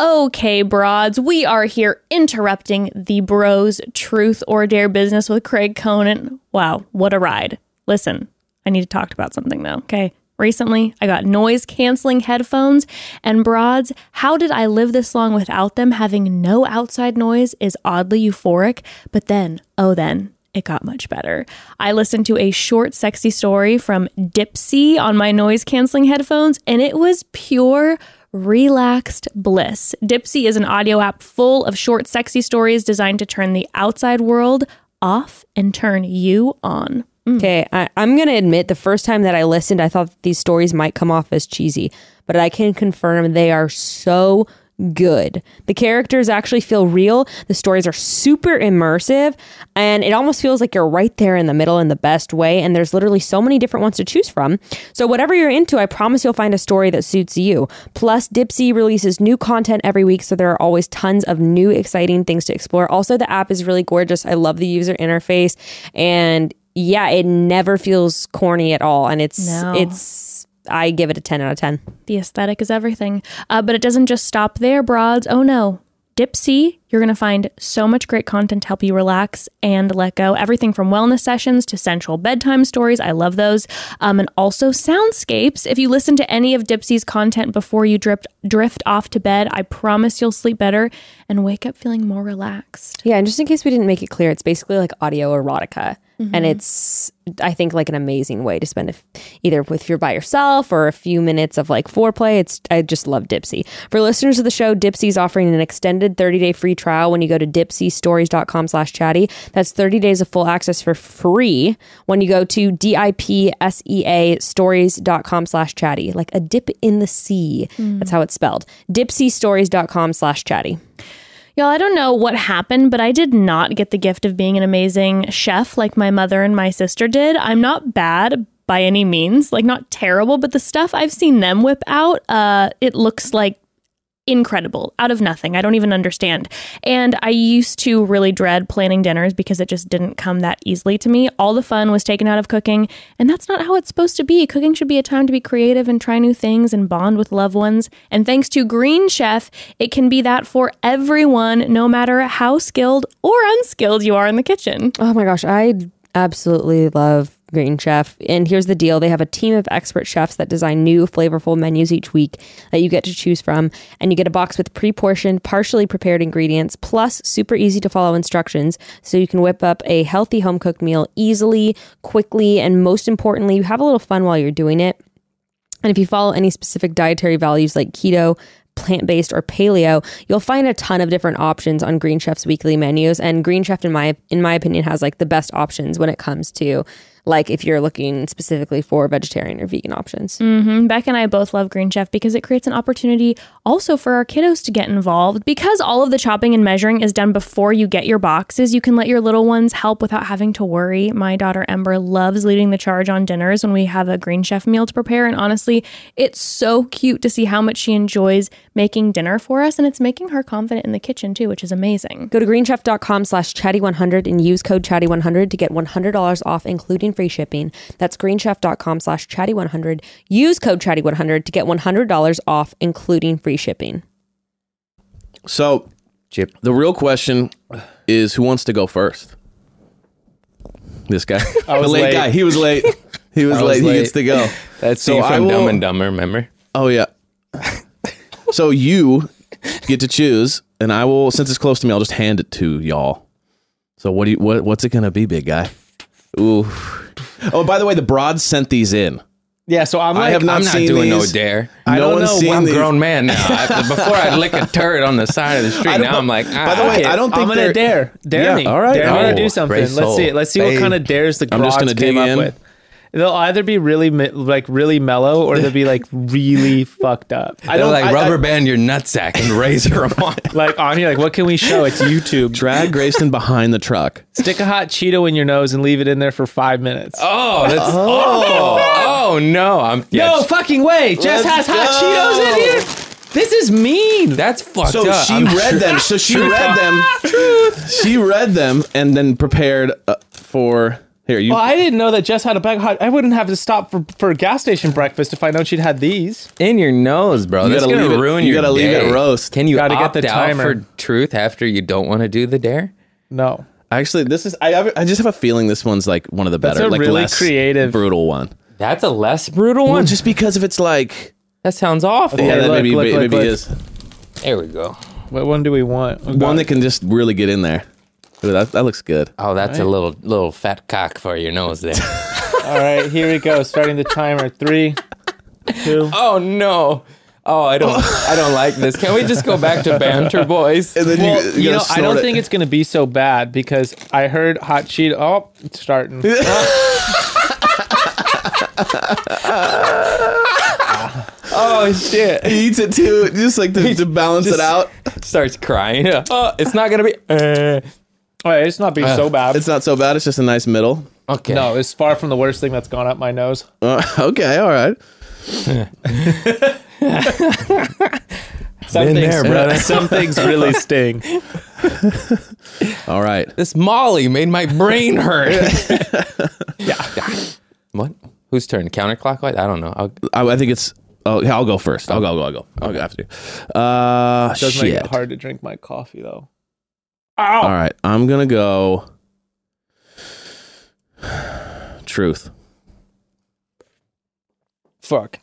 Speaker 1: Okay, broads, we are here interrupting the bros truth or dare business with Craig Conan. Wow, what a ride. Listen, I need to talk about something though, okay? Recently, I got noise canceling headphones and broads. How did I live this long without them? Having no outside noise is oddly euphoric, but then, oh, then, it got much better. I listened to a short, sexy story from Dipsy on my noise canceling headphones, and it was pure relaxed bliss. Dipsy is an audio app full of short, sexy stories designed to turn the outside world off and turn you on.
Speaker 2: Okay, I, I'm going to admit the first time that I listened, I thought these stories might come off as cheesy, but I can confirm they are so good. The characters actually feel real, the stories are super immersive, and it almost feels like you're right there in the middle in the best way. And there's literally so many different ones to choose from. So, whatever you're into, I promise you'll find a story that suits you. Plus, Dipsy releases new content every week, so there are always tons of new, exciting things to explore. Also, the app is really gorgeous. I love the user interface and yeah, it never feels corny at all, and it's
Speaker 1: No.
Speaker 2: it's. I give it a ten out of ten.
Speaker 1: The aesthetic is everything. Uh, but it doesn't just stop there, broads. Oh no. Dipsy, you're going to find so much great content to help you relax and let go. Everything from wellness sessions to sensual bedtime stories. I love those. Um, and also soundscapes. If you listen to any of Dipsy's content before you drift, drift off to bed, I promise you'll sleep better and wake up feeling more relaxed.
Speaker 2: Yeah, and just in case we didn't make it clear, it's basically like audio erotica, and it's I think like an amazing way to spend if, either if you're by yourself or a few minutes of like foreplay. It's I just love Dipsy. For listeners of the show, Dipsy's offering an extended 30 day free trial when you go to dipsystories.com/chatty. That's 30 days of full access for free when you go to dipsea stories.com slash chatty like a dip in the sea that's how it's spelled dipsystories.com slash chatty
Speaker 1: Y'all, I don't know what happened, but I did not get the gift of being an amazing chef like my mother and my sister did. I'm not bad by any means, like not terrible, but the stuff I've seen them whip out, uh, it looks like incredible out of nothing. I don't even understand. And I used to really dread planning dinners because it just didn't come that easily to me. All the fun was taken out of cooking, and that's not how it's supposed to be. Cooking should be a time to be creative and try new things and bond with loved ones. And thanks to Green Chef, it can be that for everyone, no matter how skilled or unskilled you are in the kitchen.
Speaker 2: Oh my gosh, I absolutely love Green Chef. And here's the deal they have a team of expert chefs that design new flavorful menus each week that you get to choose from. And you get a box with pre portioned, partially prepared ingredients, plus super easy to follow instructions. So you can whip up a healthy home cooked meal easily, quickly, and most importantly, you have a little fun while you're doing it. And if you follow any specific dietary values like keto, plant based, or paleo, you'll find a ton of different options on Green Chef's weekly menus. And Green Chef, in my in my opinion, has like the best options when it comes to like if you're looking specifically for vegetarian or vegan options.
Speaker 1: Mhm. Beck and I both love Green Chef because it creates an opportunity also for our kiddos to get involved. Because all of the chopping and measuring is done before you get your boxes, you can let your little ones help without having to worry. My daughter Ember loves leading the charge on dinners when we have a Green Chef meal to prepare. And honestly, it's so cute to see how much she enjoys making dinner for us. And it's making her confident in the kitchen too, which is amazing.
Speaker 2: Go to greenchef.com slash chatty100 and use code chatty100 to get $100 off, including free shipping. That's greenchef.com slash chatty100. Use code chatty100 to get $100 off, including free shipping.
Speaker 5: So
Speaker 6: Chip.
Speaker 5: the real question is who wants to go first? This guy.
Speaker 4: I was
Speaker 5: the late,
Speaker 4: late.
Speaker 5: guy. He was late. He was,
Speaker 6: I
Speaker 5: late.
Speaker 6: was
Speaker 5: He gets
Speaker 6: late.
Speaker 5: to go.
Speaker 6: That's
Speaker 5: So
Speaker 6: so
Speaker 5: I
Speaker 6: from
Speaker 5: will-
Speaker 6: Dumb and Dumber, remember?
Speaker 5: Oh yeah. so you get to choose, and I will since it's close to me, I'll just hand it to y'all. So what do you what what's it gonna be, big guy? Ooh. Oh, by the way, the broads sent these in.
Speaker 4: Yeah, so I'm like,
Speaker 5: have not
Speaker 6: I'm not
Speaker 5: seen
Speaker 6: doing
Speaker 5: these.
Speaker 6: no dare.
Speaker 5: No
Speaker 6: I don't
Speaker 5: one's
Speaker 6: know.
Speaker 5: seen
Speaker 6: I'm a
Speaker 5: these.
Speaker 6: grown man now. I, before I lick a turd on the side of the street,
Speaker 5: don't-
Speaker 6: now I'm like, ah,
Speaker 5: By the way, I don't think
Speaker 4: I'm gonna
Speaker 5: they're-
Speaker 4: dare, dare
Speaker 5: Yeah,
Speaker 4: me.
Speaker 5: all right.
Speaker 4: dare me
Speaker 6: Oh,
Speaker 4: to do something.
Speaker 6: brave
Speaker 4: Let's see
Speaker 6: soul.
Speaker 4: it. Let's see
Speaker 6: Babe.
Speaker 4: what kind of dares the
Speaker 5: I'm
Speaker 4: Grogs
Speaker 5: just gonna dig
Speaker 4: came up
Speaker 5: in.
Speaker 4: with. They'll either be really me- like really mellow, or they'll be like really fucked up. I
Speaker 6: they're
Speaker 4: don't
Speaker 6: like
Speaker 4: I- I-
Speaker 6: rubber band your nutsack and razor 'em on.
Speaker 4: like on here. Like, what can we show? It's YouTube.
Speaker 5: Drag Grayson behind the truck.
Speaker 4: Stick a hot Cheeto in your nose and leave it in there for five minutes.
Speaker 6: Oh, that's oh, oh no, I'm yeah,
Speaker 4: no fucking way! Jess has
Speaker 5: Let's
Speaker 4: hot
Speaker 5: go.
Speaker 4: Cheetos in here. This is mean.
Speaker 6: that's fucked
Speaker 5: So
Speaker 6: up.
Speaker 5: she
Speaker 6: I'm
Speaker 5: read
Speaker 6: sure-
Speaker 5: them. So she
Speaker 6: Truth.
Speaker 5: read them. Truth. She read them and then prepared uh, for here. You
Speaker 4: well, I didn't know that Jess had a bag of hot. I wouldn't have to stop for, for a gas station breakfast if I known she'd had these.
Speaker 6: in your nose, bro.
Speaker 5: You
Speaker 6: that's
Speaker 5: gotta
Speaker 6: gonna
Speaker 5: leave it-
Speaker 6: ruin
Speaker 5: you
Speaker 6: your
Speaker 5: gotta leave it
Speaker 6: day.
Speaker 5: roast.
Speaker 6: Can you
Speaker 4: Gotta get
Speaker 6: opt
Speaker 4: the
Speaker 6: out
Speaker 4: timer.
Speaker 6: for truth after you don't want to do the dare?
Speaker 4: No.
Speaker 5: actually this is I have- I just have a feeling this one's like one of the better,
Speaker 4: a
Speaker 5: like
Speaker 4: really
Speaker 5: less
Speaker 4: creative-
Speaker 5: brutal one.
Speaker 6: That's a less brutal
Speaker 5: Well,
Speaker 6: one.
Speaker 5: just because if it's like
Speaker 6: that sounds awful.
Speaker 5: yeah,
Speaker 4: Okay,
Speaker 5: that
Speaker 4: look,
Speaker 5: maybe
Speaker 4: look,
Speaker 5: maybe,
Speaker 4: look, look.
Speaker 5: is
Speaker 6: There we go.
Speaker 4: What one do we want? We
Speaker 5: one
Speaker 4: got-
Speaker 5: that can just really get in there. Ooh, that, that looks good.
Speaker 6: Oh, that's a little little fat cock for your nose there.
Speaker 4: All right, here we go. Starting the timer. Three, two.
Speaker 6: oh no. Oh, I don't I don't like this. Can we just go back to banter, boys?
Speaker 5: And then
Speaker 4: Well, you, know, I don't think it's going to be so bad because I heard hot Cheeto. Oh, it's starting.
Speaker 6: Oh shit.
Speaker 5: he eats it too, just like to, to balance it out.
Speaker 6: Starts crying. Oh, it's not gonna be uh,
Speaker 4: All right, Oh, Uh, it's not being so bad.
Speaker 5: It's not so bad. It's just a nice middle.
Speaker 6: Okay.
Speaker 4: no, it's far from the worst thing that's gone up my nose.
Speaker 5: Uh, okay, all right.
Speaker 4: Some
Speaker 6: Been
Speaker 4: things,
Speaker 6: there, brother.
Speaker 4: some things really sting.
Speaker 5: All right.
Speaker 6: This Molly made my brain hurt. yeah. What? Whose turn? Counterclockwise? I don't know. I'll,
Speaker 5: I, I think it's. Oh, yeah, I'll go first. I'll go. I'll go. I'll go. I'll go after you. Uh,
Speaker 4: Does
Speaker 5: shit.
Speaker 4: make it hard to drink my coffee though.
Speaker 5: All right, I'm gonna go. Truth.
Speaker 4: Fuck.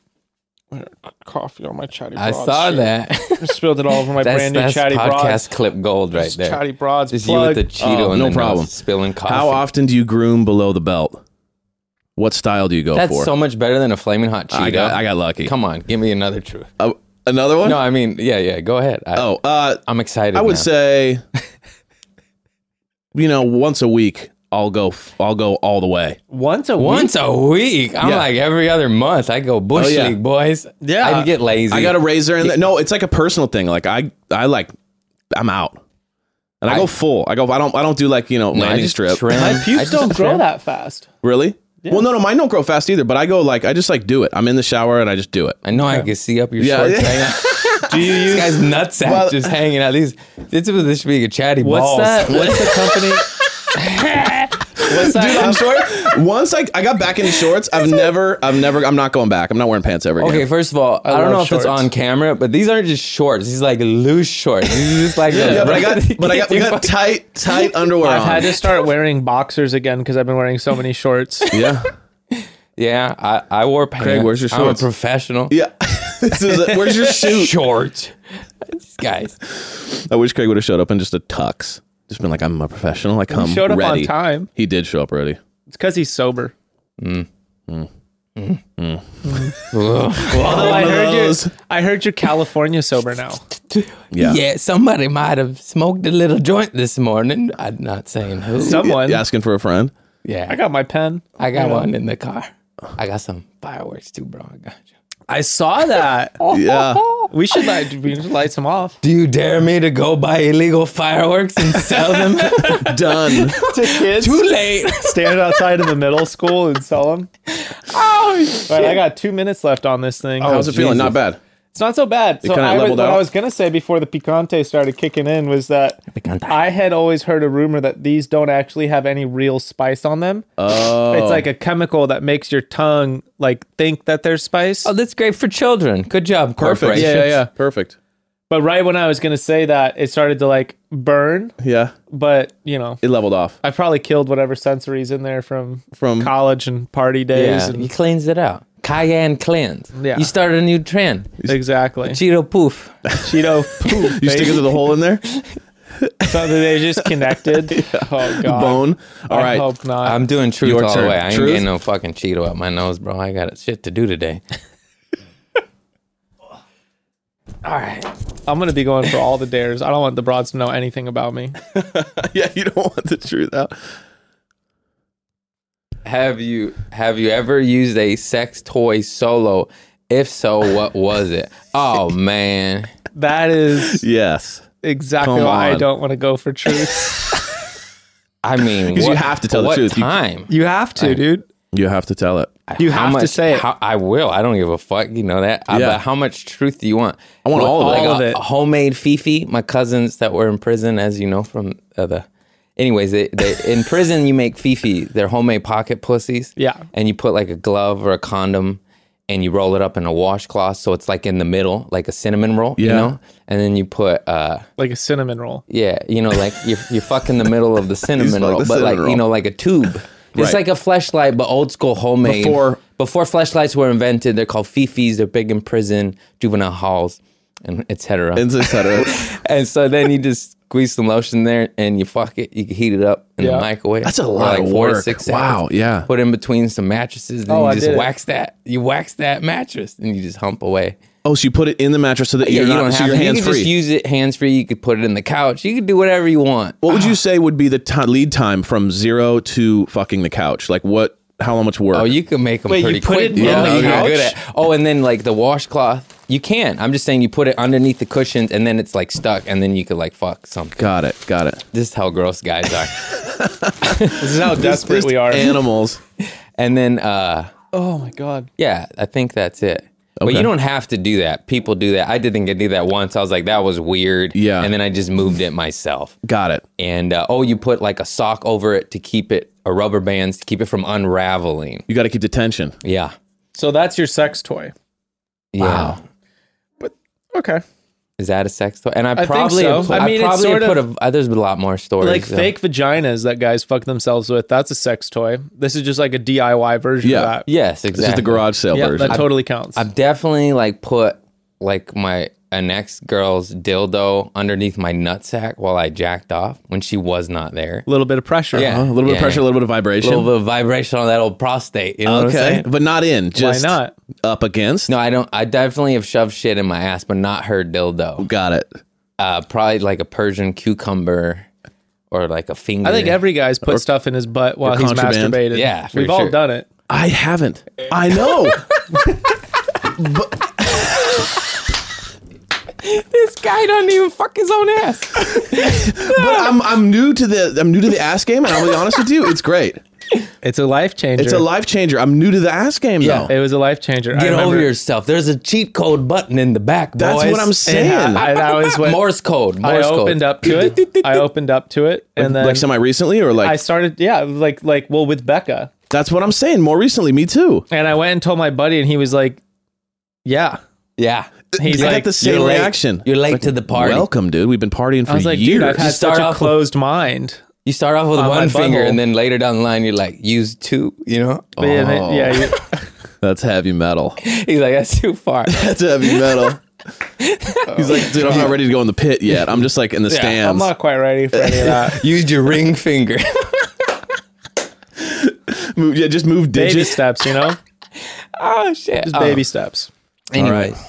Speaker 4: Coffee on my chatty.
Speaker 6: I
Speaker 4: Broads
Speaker 6: saw
Speaker 4: shirt.
Speaker 6: that.
Speaker 4: Spilled it all over my
Speaker 6: that's
Speaker 4: brand new
Speaker 6: that's
Speaker 4: chatty
Speaker 6: podcast
Speaker 4: broads.
Speaker 6: clip gold right there.
Speaker 4: Chatty broads.
Speaker 6: Just you
Speaker 4: plug.
Speaker 6: with the Cheeto
Speaker 5: Oh,
Speaker 6: and
Speaker 5: no
Speaker 6: the nose
Speaker 5: problem.
Speaker 6: spilling coffee.
Speaker 5: How often do you groom below the belt? What style do you go
Speaker 6: That's
Speaker 5: for? Ah,
Speaker 6: so much better than a flaming hot Cheeto.
Speaker 5: I got. I got lucky.
Speaker 6: Come on, give me another truth.
Speaker 5: Uh, another one.
Speaker 6: No, I mean, yeah, yeah. Go ahead. I,
Speaker 5: Oh, uh,
Speaker 6: I'm excited.
Speaker 5: I would
Speaker 6: now.
Speaker 5: say, you know, once a week, I'll go. f- I'll go all the way.
Speaker 4: once a week.
Speaker 6: once a week. I'm
Speaker 5: Yeah.
Speaker 6: like every other month. I go bush
Speaker 5: Oh, yeah.
Speaker 6: league, boys.
Speaker 5: Yeah.
Speaker 6: I get lazy.
Speaker 5: I got a razor in there. No, it's like a personal thing. Like I, I like. I'm out. and I, go full. I go. I don't. I don't do like you know
Speaker 6: No, I
Speaker 5: landing
Speaker 6: just
Speaker 5: strip.
Speaker 6: trim.
Speaker 4: My
Speaker 6: I
Speaker 4: pubes
Speaker 6: just
Speaker 4: don't grow
Speaker 6: trim.
Speaker 4: that fast.
Speaker 5: Really? Well, no, no, mine don't grow fast either. But I go like I just like do it. I'm in the shower and I just do it.
Speaker 6: I know I can see up your
Speaker 5: Yeah.
Speaker 6: shorts. hanging out. Do you this guy's nutsack
Speaker 5: Well-
Speaker 6: just hanging out? These this is this should be a chatty
Speaker 4: What's
Speaker 6: balls.
Speaker 4: that? What's the company? What's that?
Speaker 5: Dude, I'm sorry. Once I, I got back into shorts, I've never, I've never, I'm not going back. I'm not wearing pants ever again.
Speaker 6: Okay, first of all, I,
Speaker 4: love
Speaker 6: don't know if it's
Speaker 4: shorts.
Speaker 6: on camera, but these aren't just shorts. These like loose shorts. These are just like
Speaker 5: Yeah, but I got, but I got, we got tight, tight underwear
Speaker 4: I've
Speaker 5: on.
Speaker 4: had to start wearing boxers again because I've been wearing so many shorts.
Speaker 5: yeah,
Speaker 6: Yeah, I, I wore pants.
Speaker 5: where's your
Speaker 6: I'm a
Speaker 5: shorts?
Speaker 6: professional.
Speaker 5: yeah. this is a, where's your shoe?
Speaker 6: Short. These guys.
Speaker 5: I wish Craig would have showed up in just a tux. Just been like, I'm a professional. I come
Speaker 4: showed up on
Speaker 5: ready.
Speaker 4: time.
Speaker 5: He did show up ready.
Speaker 4: It's because he's sober.
Speaker 6: Ugh.
Speaker 4: Although I
Speaker 5: One of
Speaker 4: heard
Speaker 5: those.
Speaker 4: you, I heard you're California sober now.
Speaker 5: Yeah.
Speaker 6: Yeah, somebody might have smoked a little joint this morning. I'm not saying who.
Speaker 4: Someone.
Speaker 5: You asking for a friend.
Speaker 6: yeah,
Speaker 4: I got my pen.
Speaker 6: I got one in the car. I got some fireworks too, bro. I got you.
Speaker 4: I saw that.
Speaker 5: Yeah.
Speaker 4: we should light, we should light some off.
Speaker 6: Do you dare me to go buy illegal fireworks and sell them?
Speaker 5: Done.
Speaker 4: To kids,
Speaker 6: Too late.
Speaker 4: stand outside of the middle school and sell them. All right, I got two minutes left on this thing.
Speaker 5: How's it feeling? Not bad.
Speaker 4: It's not so bad. so
Speaker 5: kinda
Speaker 4: I was-
Speaker 5: leveled
Speaker 4: what
Speaker 5: out?
Speaker 4: I was gonna say before the picante started kicking in was that I had always heard a rumor that these don't actually have any real spice on them.
Speaker 5: Oh.
Speaker 4: It's like a chemical that makes your tongue like think that there's spice.
Speaker 6: Oh, that's great for children. Good job,
Speaker 5: Perfect.
Speaker 6: corporation.
Speaker 4: Yeah, yeah, yeah.
Speaker 5: Perfect.
Speaker 4: But right when I was gonna say that, it started to like burn.
Speaker 5: Yeah.
Speaker 4: But you know,
Speaker 5: It leveled off
Speaker 4: I probably killed whatever sensories in there from
Speaker 5: from.
Speaker 4: college and party days.
Speaker 6: Yeah, he
Speaker 4: And,
Speaker 6: cleans it out. Cayenne cleanse.
Speaker 4: Yeah.
Speaker 6: You started a new trend.
Speaker 4: exactly.
Speaker 6: Cheeto poof.
Speaker 4: Cheeto poop.
Speaker 5: You stick it to the hole in there.
Speaker 4: so they just connected. Oh god.
Speaker 5: Bone. All
Speaker 4: I
Speaker 5: right.
Speaker 4: hope not.
Speaker 6: I'm doing truth
Speaker 5: Your
Speaker 6: all
Speaker 5: turn.
Speaker 6: the way. I ain't
Speaker 5: Truth?
Speaker 6: getting no fucking Cheeto up my nose, bro. I got shit to do today. all right.
Speaker 4: I'm gonna be going for all the dares. I don't want the broads to know anything about me.
Speaker 5: yeah, you don't want the truth out.
Speaker 6: Have you have you ever used a sex toy solo? If so, what was it? Oh man.
Speaker 4: That is
Speaker 5: Yes.
Speaker 4: exactly
Speaker 5: Come
Speaker 4: why I
Speaker 5: on.
Speaker 4: don't want to go for truth.
Speaker 6: I mean,
Speaker 5: 'Cause you
Speaker 6: what-
Speaker 5: have to tell the
Speaker 6: what
Speaker 5: truth. You-
Speaker 6: Time?
Speaker 4: You have to, dude.
Speaker 5: You have to tell it.
Speaker 4: You have to say it.
Speaker 6: How, I will. I don't give a fuck. You know that. I-
Speaker 5: Yeah.
Speaker 6: but how much truth do you want?
Speaker 5: I want all of it.
Speaker 6: Like
Speaker 5: All
Speaker 6: a-
Speaker 4: of it.
Speaker 6: a homemade Fifi, my cousins that were in prison, as you know from uh, the. Anyways, they, they, in prison you make Fifi. They're homemade pocket pussies.
Speaker 4: Yeah.
Speaker 6: And you put like a glove or a condom, and you roll it up in a washcloth, so it's like in the middle, like a cinnamon roll. You
Speaker 5: Yeah.
Speaker 6: know. And then you put. uh
Speaker 4: Like a cinnamon roll.
Speaker 6: yeah, you know, like you're, you're fucking the middle of the cinnamon
Speaker 5: like
Speaker 6: roll,
Speaker 5: the
Speaker 6: but like
Speaker 5: cinnamon
Speaker 6: you
Speaker 5: roll.
Speaker 6: know, like a tube. It's
Speaker 5: Right.
Speaker 6: like a flashlight, but old school homemade.
Speaker 5: Before-
Speaker 6: before flashlights were invented, they're called fifis. They're big in prison, juvenile halls, and etc.
Speaker 5: And
Speaker 6: And,
Speaker 5: et cetera.
Speaker 6: so then you just squeeze some lotion there, and you fuck it. You can heat it up in
Speaker 4: Yeah.
Speaker 6: the microwave.
Speaker 5: That's a
Speaker 6: for
Speaker 5: lot of
Speaker 6: four to
Speaker 5: work.
Speaker 6: six
Speaker 5: Wow,
Speaker 6: hours.
Speaker 5: yeah.
Speaker 6: Put in between some mattresses, then
Speaker 4: Oh, I
Speaker 6: you just
Speaker 4: did it.
Speaker 6: wax that. You wax that mattress, and you just hump away.
Speaker 5: Oh, so you put it in the mattress so that you're not,
Speaker 6: yeah, you don't
Speaker 5: so
Speaker 6: have.
Speaker 5: your
Speaker 6: to.
Speaker 5: hands
Speaker 6: you could
Speaker 5: free.
Speaker 6: just use it hands free. You could put it in the couch. You could do whatever you want.
Speaker 5: what would you say would be the ti lead time from zero to fucking the couch? Like what? How much work?
Speaker 6: Oh, you can make them
Speaker 4: Wait, you
Speaker 6: pretty
Speaker 4: put
Speaker 6: quick.
Speaker 4: it in
Speaker 6: bro.
Speaker 4: the
Speaker 6: You're
Speaker 4: couch?
Speaker 6: good at- Oh, and then like the washcloth, you can. I'm just saying you put it underneath the cushions, and then it's like stuck, and then you could like fuck something.
Speaker 5: got it. Got it.
Speaker 6: This is how gross guys are.
Speaker 4: This is how desperate
Speaker 5: Just
Speaker 4: we are.
Speaker 5: Animals.
Speaker 6: and then, uh
Speaker 4: oh my god.
Speaker 6: yeah, I think that's it. But
Speaker 5: Okay.
Speaker 6: you don't have to do that. People do that. I did think I did that once. I was like, that was weird.
Speaker 5: Yeah.
Speaker 6: And then I just moved it myself.
Speaker 5: Got it.
Speaker 6: And uh, oh, you put like a sock over it to keep it, a rubber bands to keep it from unraveling.
Speaker 5: You got to keep the tension.
Speaker 6: Yeah.
Speaker 4: So that's your sex toy.
Speaker 6: Yeah.
Speaker 5: Wow.
Speaker 4: Okay.
Speaker 6: Is that a sex toy? And I,
Speaker 4: think
Speaker 6: probably,
Speaker 4: so.
Speaker 6: have put-
Speaker 4: I
Speaker 6: I,
Speaker 4: mean, it's
Speaker 6: probably
Speaker 4: sort
Speaker 6: have put
Speaker 4: of-
Speaker 6: a, uh, there's been a lot more stories.
Speaker 4: Like
Speaker 6: so-
Speaker 4: fake vaginas that guys fuck themselves with. That's a sex toy. This is just like a DIY version
Speaker 5: Yeah.
Speaker 4: of that.
Speaker 6: Yes, exactly.
Speaker 5: This is the garage sale
Speaker 4: Yeah,
Speaker 5: version.
Speaker 4: that totally counts.
Speaker 6: I've definitely like put like my an ex girl's dildo underneath my nutsack while I jacked off when she was not there.
Speaker 4: a little bit of pressure.
Speaker 6: Yeah.
Speaker 5: Uh, a little bit
Speaker 6: Yeah.
Speaker 5: of pressure, a little bit of
Speaker 6: A
Speaker 5: vibration.
Speaker 6: little bit of vibration on that old prostate. You know what I'm
Speaker 5: okay,
Speaker 6: saying?
Speaker 5: but not in. Just
Speaker 4: not?
Speaker 5: Up against.
Speaker 6: No, I don't. I definitely have shoved shit in my ass, but not her dildo.
Speaker 5: Got it.
Speaker 6: Uh, probably like a Persian cucumber or like a finger.
Speaker 4: I think every guy's put stuff in his butt while he's
Speaker 5: contraband.
Speaker 4: masturbated.
Speaker 6: Yeah, for
Speaker 4: We've all
Speaker 6: sure.
Speaker 4: done it.
Speaker 5: I haven't. I know.
Speaker 6: this guy doesn't even fuck his own ass.
Speaker 5: But I'm I'm new to the I'm new to the ass game, and I'll be honest with you, it's great.
Speaker 4: It's a life changer.
Speaker 5: It's a life changer. I'm new to the ass game though.
Speaker 4: It was a life changer. I
Speaker 6: Get over
Speaker 4: remember-
Speaker 6: yourself. There's a cheat code button in the back, boys.
Speaker 5: That's what I'm
Speaker 4: And
Speaker 5: saying.
Speaker 4: I, I always went.
Speaker 6: Morse code.
Speaker 4: I
Speaker 6: Morse
Speaker 4: opened
Speaker 6: code.
Speaker 4: up to it. I opened up to it, and then
Speaker 5: like semi recently, or like
Speaker 4: I started. Yeah, like like well with Becca,
Speaker 5: that's what I'm saying. More recently, me too.
Speaker 4: and I went and told my buddy, and he was like, "Yeah."
Speaker 6: Yeah.
Speaker 4: He's
Speaker 5: I
Speaker 4: like,
Speaker 5: got the same
Speaker 6: You're late.
Speaker 5: reaction.
Speaker 6: You're late to the party.
Speaker 5: Welcome, dude. We've been partying for
Speaker 4: I was like,
Speaker 5: years.
Speaker 4: dude, I've had
Speaker 6: Just start
Speaker 4: such a
Speaker 6: off with-
Speaker 4: closed mind.
Speaker 6: You start off with
Speaker 4: On my
Speaker 6: one finger,
Speaker 4: butthole.
Speaker 6: and then later down the line, you're like, use two. You know?
Speaker 4: But Oh. yeah, they-
Speaker 5: Oh,
Speaker 4: yeah, you-
Speaker 5: That's heavy metal.
Speaker 6: He's like, that's too far.
Speaker 5: That's heavy metal. He's like, dude, I'm not ready to go in the pit yet. I'm just like in the stands.
Speaker 4: I'm not quite ready for any of that.
Speaker 6: use your ring finger.
Speaker 5: Move- yeah, just Uh. move
Speaker 4: Baby
Speaker 5: digits.
Speaker 4: steps, you know,
Speaker 6: oh shit. Oh.
Speaker 4: just baby steps.
Speaker 6: Anyways.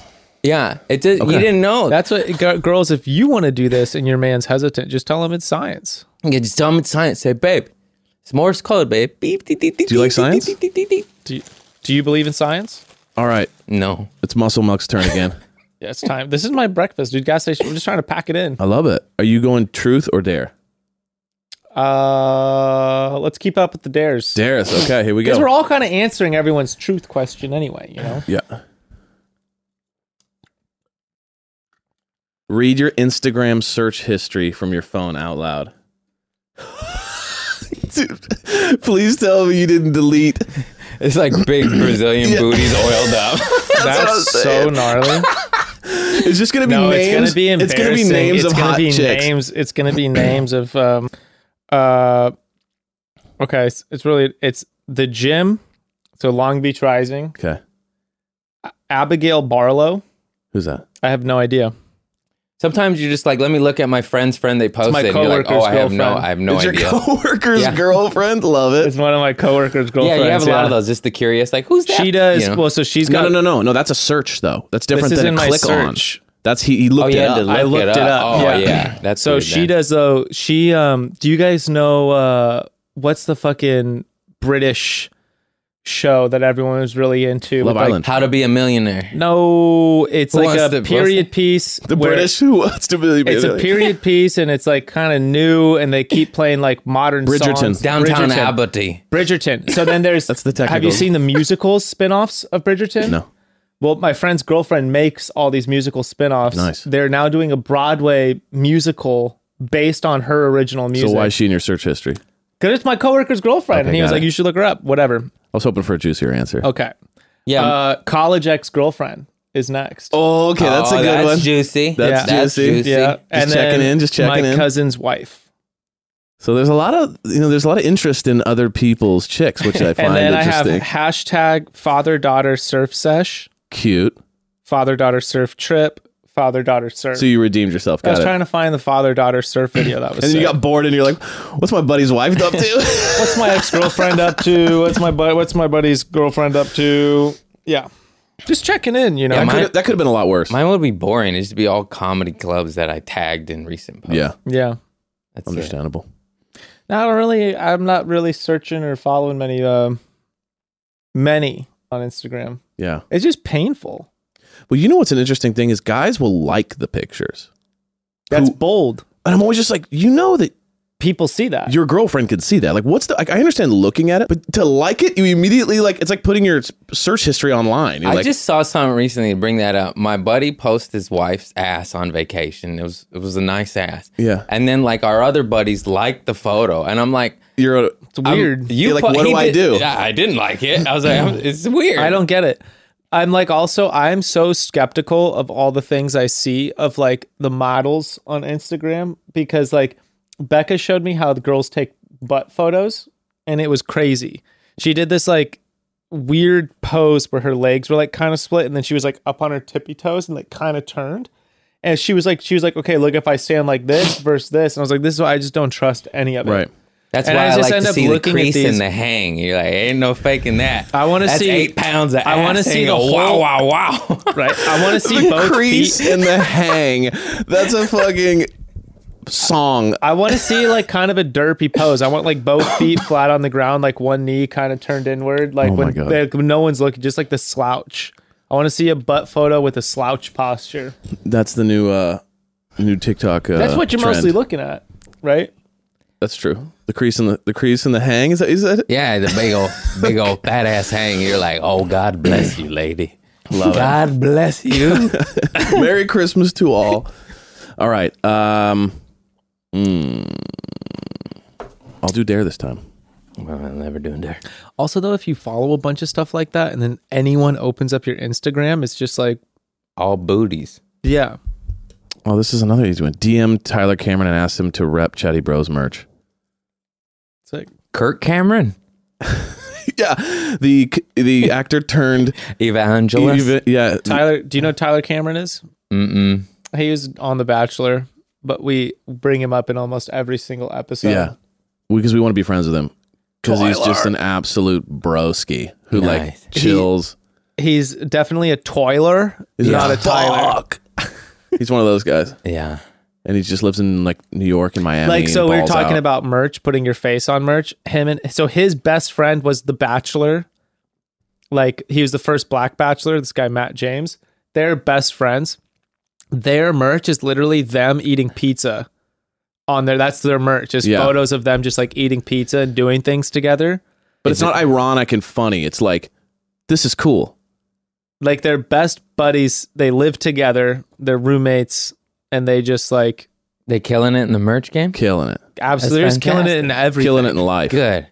Speaker 6: Yeah. It did, You didn't know.
Speaker 4: That's what g- girls. If you want to do this and your man's hesitant, just tell him it's science.
Speaker 6: Yeah, just tell him it's science. Say, babe, it's Morse code, babe. Beep, dee, dee, dee,
Speaker 5: Do you like
Speaker 6: dee, dee, dee,
Speaker 5: science?
Speaker 6: dee, dee, dee, dee.
Speaker 4: Do you, do you believe in science?
Speaker 5: All right,
Speaker 6: No.
Speaker 5: it's Muscle Muck's turn again.
Speaker 4: Yeah, it's time. This is my breakfast, dude. Gas station. We're just trying to pack it in.
Speaker 5: I love it. Are you going truth or dare?
Speaker 4: Uh, let's keep up with the dares.
Speaker 5: Dare us. Okay, here we
Speaker 4: Because we're
Speaker 5: go.
Speaker 4: all kind of answering everyone's truth question anyway, you know?
Speaker 5: Yeah. Read your Instagram search history from your phone out loud. Dude, please tell me you didn't delete.
Speaker 6: It's like big Brazilian booties oiled up.
Speaker 5: what I'm
Speaker 4: That's so
Speaker 5: saying.
Speaker 4: gnarly.
Speaker 5: It's just gonna be
Speaker 4: no,
Speaker 5: names.
Speaker 4: it's gonna be
Speaker 5: it's
Speaker 4: embarrassing.
Speaker 5: gonna be names
Speaker 4: It's
Speaker 5: of
Speaker 4: gonna
Speaker 5: hot
Speaker 4: be
Speaker 5: chicks.
Speaker 4: Names, it's gonna be names of um uh okay, it's, it's really it's the gym. So Long Beach Rising.
Speaker 5: Okay,
Speaker 4: Abigail Barlow.
Speaker 5: who's that?
Speaker 4: I have no idea.
Speaker 6: Sometimes you're just like, let me look at my friend's friend they posted.
Speaker 4: my
Speaker 6: and you're like, oh,
Speaker 4: coworker's
Speaker 6: I have no,
Speaker 4: girlfriend.
Speaker 6: I have no
Speaker 5: it's
Speaker 6: idea.
Speaker 5: your coworker's
Speaker 6: Yeah.
Speaker 5: girlfriend. Love it.
Speaker 4: It's one of my coworkers'
Speaker 6: yeah,
Speaker 4: girlfriends.
Speaker 6: you have a lot of those. Just the curious, like, who's that?
Speaker 4: She does
Speaker 6: You know?
Speaker 4: well, so she's
Speaker 5: No,
Speaker 4: got
Speaker 5: no, no, no, no. That's a search though. That's different
Speaker 4: This is
Speaker 5: than
Speaker 4: in
Speaker 5: a
Speaker 4: my
Speaker 5: click
Speaker 4: search.
Speaker 5: on. That's he. He looked
Speaker 6: Oh, you
Speaker 5: it
Speaker 6: had to
Speaker 5: up.
Speaker 6: look
Speaker 4: I looked
Speaker 6: it up.
Speaker 4: it up.
Speaker 6: Oh, yeah.
Speaker 4: Yeah.
Speaker 6: That's
Speaker 4: So
Speaker 6: weird
Speaker 4: she
Speaker 6: then.
Speaker 4: does though. She um. Do you guys know uh what's the fucking British show that everyone was really into? With,
Speaker 5: Love
Speaker 4: like-
Speaker 5: Island.
Speaker 6: How to be a millionaire.
Speaker 4: no, it's
Speaker 6: Who
Speaker 4: like
Speaker 6: Wants
Speaker 4: a
Speaker 6: to- what's
Speaker 4: period piece.
Speaker 5: the
Speaker 4: where
Speaker 5: British who wants to be
Speaker 4: It's a period piece and it's like kind of new and they keep playing like modern
Speaker 5: Bridgerton.
Speaker 4: songs.
Speaker 6: Downtown
Speaker 4: Bridgerton.
Speaker 6: Abbotty.
Speaker 4: Bridgerton. So then there's
Speaker 5: That's the technical-
Speaker 4: Have you seen the musical spin-offs of Bridgerton?
Speaker 5: No.
Speaker 4: Well, my friend's girlfriend makes all these musical spin-offs.
Speaker 5: Nice.
Speaker 4: They're now doing a Broadway musical based on her original music.
Speaker 5: So why is she in your search history? I
Speaker 4: Because it's my coworker's girlfriend, and he
Speaker 5: got
Speaker 4: was like,
Speaker 5: it.
Speaker 4: "You should look her up." Whatever.
Speaker 5: was hoping for a juicier answer.
Speaker 4: Okay.
Speaker 6: Yeah.
Speaker 4: Uh, college ex girlfriend is next.
Speaker 5: Um, Oh, okay, that's
Speaker 6: oh,
Speaker 5: a good
Speaker 6: that's
Speaker 5: one.
Speaker 6: Juicy.
Speaker 5: That's juicy.
Speaker 4: yeah.
Speaker 5: Just checking in, just checking
Speaker 4: my
Speaker 5: in.
Speaker 4: cousin's wife.
Speaker 5: so there's a lot of you know there's a lot of interest in other people's chicks, which I
Speaker 4: And
Speaker 5: find
Speaker 4: then I have
Speaker 5: interesting.
Speaker 4: hashtag father daughter surf sesh,
Speaker 5: Cute.
Speaker 4: father daughter surf trip, father daughter surf.
Speaker 5: So you redeemed yourself.
Speaker 4: I
Speaker 5: Got
Speaker 4: was
Speaker 5: it.
Speaker 4: trying to find the father daughter surf video that was.
Speaker 5: and then you
Speaker 4: sick.
Speaker 5: got bored, and you're like, "What's my buddy's wife up to?"
Speaker 4: what's my ex girlfriend up to? What's my bu- what's my buddy's girlfriend up to? Yeah, just checking in. You know,
Speaker 6: Yeah, my-
Speaker 5: Coulda- that could have been a lot worse.
Speaker 6: Mine would be boring. It'd just be all comedy clubs that I tagged in recent posts.
Speaker 5: yeah,
Speaker 4: yeah.
Speaker 6: That's it.
Speaker 5: understandable.
Speaker 4: Not really. I'm not really searching or following many, um, many on Instagram.
Speaker 5: Yeah.
Speaker 4: It's just painful.
Speaker 5: Well, you know what's an interesting thing is guys will like the pictures,
Speaker 4: That's
Speaker 5: Who-
Speaker 4: bold.
Speaker 5: and I'm always just like, you know that
Speaker 4: People see that.
Speaker 5: your girlfriend could see that. Like, what's the? Like, I understand looking at it, but to like it, you immediately like it's like putting your s- search history online. You're
Speaker 6: I
Speaker 5: like,
Speaker 6: just saw something recently to bring that up. My buddy posted his wife's ass on vacation. It was it was a nice ass.
Speaker 5: Yeah.
Speaker 6: And then like our other buddies liked the photo, and I'm like,
Speaker 5: you're a,
Speaker 4: it's weird.
Speaker 5: You're like, what
Speaker 6: he
Speaker 5: do I
Speaker 6: did-
Speaker 5: do?
Speaker 6: Yeah, I didn't like it. I was like, I'm- it's weird.
Speaker 4: I don't get it. I'm like also I'm so skeptical of all the things I see of like the models on Instagram because like Becca showed me how the girls take butt photos and it was crazy. She did this like weird pose where her legs were like kind of split and then she was like up on her tippy toes and like kind of turned. And she was like she was like okay look if I stand like this versus this and I was like this is why I just don't trust any of it.
Speaker 5: Right.
Speaker 6: That's
Speaker 4: and
Speaker 6: why
Speaker 4: I
Speaker 6: I,
Speaker 4: just
Speaker 6: like
Speaker 4: end
Speaker 6: to
Speaker 4: up
Speaker 6: see the
Speaker 4: looking at
Speaker 6: crease
Speaker 4: these-
Speaker 6: and the hang. You're like, ain't no faking that.
Speaker 4: I wanna
Speaker 6: That's
Speaker 4: see-
Speaker 6: eight pounds. Of
Speaker 4: I wanna
Speaker 6: ass
Speaker 4: see
Speaker 6: hanging.
Speaker 4: the
Speaker 6: wow,
Speaker 4: whole-
Speaker 6: wow, wow.
Speaker 4: Right? I want to see
Speaker 5: the
Speaker 4: both feet.
Speaker 5: crease and the hang. That's a fucking song.
Speaker 4: I want to see like kind of a derpy pose. I want like both feet flat on the ground, like one knee kind of turned inward, like
Speaker 5: Oh my
Speaker 4: when
Speaker 5: God.
Speaker 4: like, when no one's looking, just like the slouch. I want to see a butt photo with a slouch posture.
Speaker 5: That's the new uh new TikTok. Uh,
Speaker 4: That's what you're
Speaker 5: trend.
Speaker 4: mostly looking at, right?
Speaker 5: That's true. The crease in the the crease in the hang is that is that it?
Speaker 6: Yeah, the big old, big old fat ass hang. You're like, oh, God bless you, lady. God bless you.
Speaker 5: Merry Christmas to all. All right. Um, mm, I'll do dare this time.
Speaker 6: well, I'm never doing there.
Speaker 4: Also, though, if you follow a bunch of stuff like that and then anyone opens up your Instagram, it's just like,
Speaker 6: All booties.
Speaker 4: yeah.
Speaker 5: Oh, this is another easy one. DM Tyler Cameron and ask him to rep Chatty Bros merch.
Speaker 4: It's like,
Speaker 6: Kirk Cameron,
Speaker 5: yeah, the the actor turned
Speaker 6: Evangelist.
Speaker 5: even- yeah
Speaker 4: Tyler, do you know who Tyler Cameron is?
Speaker 6: Mm-mm.
Speaker 4: He was on The Bachelor, but we bring him up in almost every single episode.
Speaker 5: yeah because uh, we want to be friends with him because he's just an absolute broski who
Speaker 6: Nice.
Speaker 5: like chills.
Speaker 4: He's definitely a toiler,
Speaker 5: He's
Speaker 4: not a
Speaker 5: like,
Speaker 4: Tyler.
Speaker 5: "Fuck." he's one of those guys,
Speaker 6: Yeah.
Speaker 5: and he just lives in like New York and Miami.
Speaker 4: like
Speaker 5: and
Speaker 4: so we were
Speaker 5: balls
Speaker 4: talking
Speaker 5: out.
Speaker 4: about merch putting your face on merch him and so his best friend was the bachelor like he was the first black bachelor this guy matt james they're best friends their merch is literally them eating pizza on there that's their merch is
Speaker 5: Yeah.
Speaker 4: photos of them just like eating pizza and doing things together
Speaker 5: but it's not ironic and funny. It's like this is cool.
Speaker 4: like they're best buddies they live together they're roommates and they just like
Speaker 6: They killing it in the merch game?
Speaker 5: killing it,
Speaker 4: absolutely they're just killing it in everything
Speaker 5: killing it in life.
Speaker 6: Good.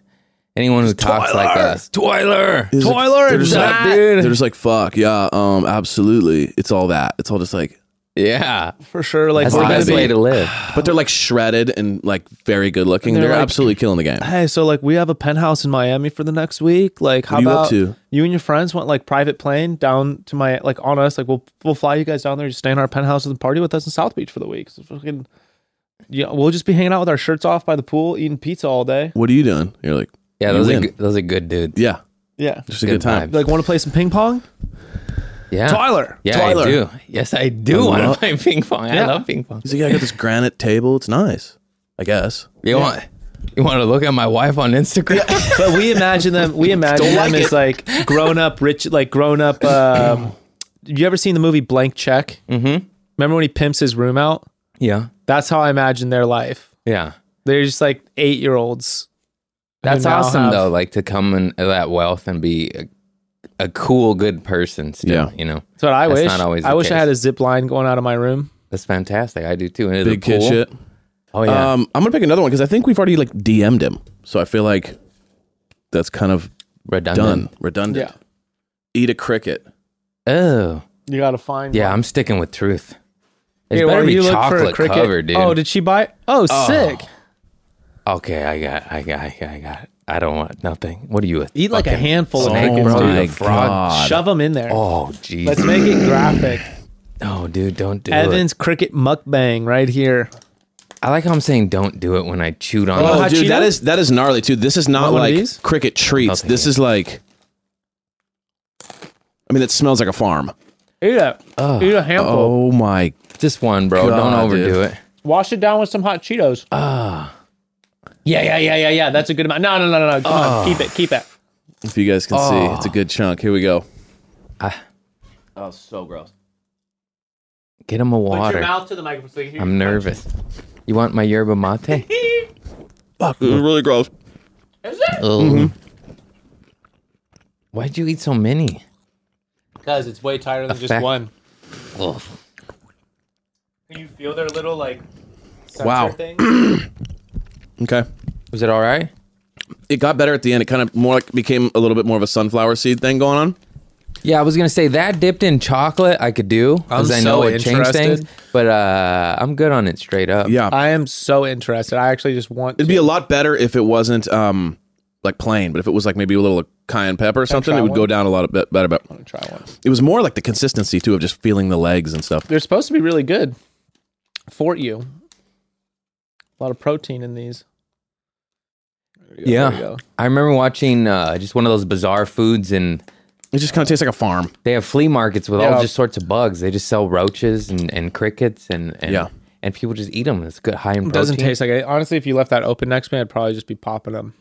Speaker 6: Anyone who talks like us. Twiler.
Speaker 5: It's like-
Speaker 4: Toiler
Speaker 5: they're
Speaker 4: and
Speaker 5: just like,
Speaker 4: that,
Speaker 5: they're
Speaker 4: dude.
Speaker 5: just like fuck yeah, um, absolutely. It's all that. It's all just like,
Speaker 6: Yeah.
Speaker 4: for sure like
Speaker 6: That's
Speaker 4: we're
Speaker 6: the
Speaker 5: Vibe.
Speaker 4: gonna
Speaker 6: best way
Speaker 4: be
Speaker 6: to live.
Speaker 5: but they're like shredded and like very good looking.
Speaker 4: They're
Speaker 5: They're,
Speaker 4: like-
Speaker 5: absolutely killing the game.
Speaker 4: hey, so like we have a penthouse in Miami for the next week. Like, how
Speaker 5: What are you up
Speaker 4: about
Speaker 5: to?
Speaker 4: you and your friends want like private plane down to my like on us? Like, we'll we'll fly you guys down there, just stay in our penthouse and party with us in South Beach for the week. So fucking, yeah, we'll just be hanging out with our shirts off by the pool, eating pizza all day.
Speaker 5: What are you doing? You're like,
Speaker 6: Yeah,
Speaker 5: You
Speaker 6: those are,
Speaker 5: win.
Speaker 6: good, those are good dudes.
Speaker 5: yeah,
Speaker 4: Yeah,
Speaker 5: just a good, time.
Speaker 6: vibes.
Speaker 4: like want to play some ping pong,
Speaker 6: Yeah.
Speaker 4: Tyler?
Speaker 6: Yeah,
Speaker 5: Twiler.
Speaker 6: I do. Yes, I do
Speaker 5: I
Speaker 6: want to
Speaker 5: love-
Speaker 6: play ping pong. I
Speaker 4: Yeah.
Speaker 6: love ping pong.
Speaker 5: He's like, yeah, I got this granite table. It's nice, I guess.
Speaker 6: You want you want to look at my wife on Instagram?
Speaker 4: But we imagine them. We imagine them as like grown up rich, like grown up. Um, you ever seen the movie Blank Check? Mm-hmm. Remember when he pimps his room out?
Speaker 6: Yeah.
Speaker 4: That's how I imagine their life.
Speaker 6: Yeah.
Speaker 4: They're just like eight year olds.
Speaker 6: That's
Speaker 4: now
Speaker 6: awesome
Speaker 4: have-
Speaker 6: though, like to come in uh, that wealth and be a, a cool, good person still,
Speaker 5: Yeah.
Speaker 6: you know.
Speaker 4: That's what I
Speaker 6: That's
Speaker 4: wish.
Speaker 6: not always
Speaker 4: I
Speaker 6: the
Speaker 4: wish I had
Speaker 6: case.
Speaker 4: a zip line going out of my room.
Speaker 6: That's fantastic. I do too. And the
Speaker 5: Big kid
Speaker 6: pool.
Speaker 5: shit.
Speaker 6: Oh yeah.
Speaker 5: Um, I'm gonna pick another one because I think we've already like DM'd him, so I feel like that's kind of done,
Speaker 6: Redundant.
Speaker 5: redundant. Eat a cricket.
Speaker 6: Oh.
Speaker 4: you gotta find.
Speaker 6: Yeah,
Speaker 4: one.
Speaker 6: I'm sticking with truth. It's
Speaker 4: Hey,
Speaker 6: better
Speaker 4: what,
Speaker 6: be
Speaker 4: you look for a
Speaker 6: chocolate
Speaker 4: cricket?
Speaker 6: covered, dude.
Speaker 4: Oh, did she buy? Oh, sick.
Speaker 6: okay, I got, I got, I got, I got. I don't want nothing. What are you? A
Speaker 4: Eat like a
Speaker 6: fucking
Speaker 4: handful of
Speaker 6: snake,
Speaker 4: crickets,
Speaker 6: bro?
Speaker 4: dude.
Speaker 6: You a
Speaker 5: My
Speaker 6: frog?
Speaker 5: God.
Speaker 4: Shove them in there.
Speaker 6: Oh,
Speaker 4: Let's
Speaker 6: jeez.
Speaker 4: make it graphic.
Speaker 6: No, dude, don't do
Speaker 4: Evan's cricket mukbang right here.
Speaker 6: it. I like how I'm saying don't do it when I chewed on.
Speaker 4: Oh,
Speaker 5: Oh,
Speaker 6: it.
Speaker 4: hot
Speaker 5: dude, that
Speaker 4: Cheeto?
Speaker 5: is that is gnarly too. This is not
Speaker 4: Want one of
Speaker 5: like
Speaker 4: these?
Speaker 5: cricket treats.
Speaker 6: thank
Speaker 5: this is like, I mean, it smells like a farm.
Speaker 4: Eat it. Eat a handful.
Speaker 5: Oh my!
Speaker 6: Just one, bro.
Speaker 5: God,
Speaker 6: don't overdo
Speaker 5: dude.
Speaker 6: it.
Speaker 4: Wash it down with some hot Cheetos. Ah. yeah, yeah, yeah, yeah, yeah. That's a good amount. No, no, no, no, no. Come
Speaker 6: Ah.
Speaker 4: on, keep it, keep it.
Speaker 5: If you guys can see, it's a good chunk. Here we go.
Speaker 6: Ah.
Speaker 5: oh, so gross.
Speaker 6: Get him a
Speaker 4: Put your
Speaker 6: water.
Speaker 4: mouth to the microphone. So you can hear
Speaker 6: I'm
Speaker 4: your punch.
Speaker 6: nervous. You want my yerba mate?
Speaker 5: Fuck, it was Mm, really gross.
Speaker 6: Oh. Why'd you eat so many?
Speaker 4: Because it's way tighter than just
Speaker 6: Effect.
Speaker 4: one.
Speaker 6: Ugh.
Speaker 4: Can you feel their little like sensor
Speaker 5: Wow.
Speaker 4: thing?
Speaker 5: Okay,
Speaker 6: Was it all right?
Speaker 5: it got better at the end. It kind of more like became a little bit more of a sunflower seed thing going on.
Speaker 6: Yeah, I was gonna say that dipped in chocolate I could do because
Speaker 4: I'm
Speaker 6: I know
Speaker 4: so
Speaker 6: it changed things,
Speaker 4: interested.
Speaker 6: but uh, I'm good on it straight up.
Speaker 5: Yeah,
Speaker 4: I am so interested. I actually just want
Speaker 5: It'd be a lot better if it wasn't um like plain, but if it was like maybe a little cayenne pepper or something,
Speaker 4: try
Speaker 5: it would go
Speaker 4: one?
Speaker 5: down a lot bit better. But
Speaker 4: to try one.
Speaker 5: it was more like the consistency too of just feeling the legs and stuff.
Speaker 4: They're supposed to be really good for you. A lot of protein in these.
Speaker 6: yeah.
Speaker 4: There you go.
Speaker 6: I remember watching uh, just one of those bizarre foods, and
Speaker 5: It just kind of tastes like a farm.
Speaker 6: they have flea markets with
Speaker 4: Yeah.
Speaker 6: all just sorts of bugs. They just sell roaches and, and crickets, and, and
Speaker 5: Yeah.
Speaker 6: and people just eat them. It's good, high in protein.
Speaker 4: It doesn't taste like it. Honestly, if you left that open next to me, I'd probably just be popping them.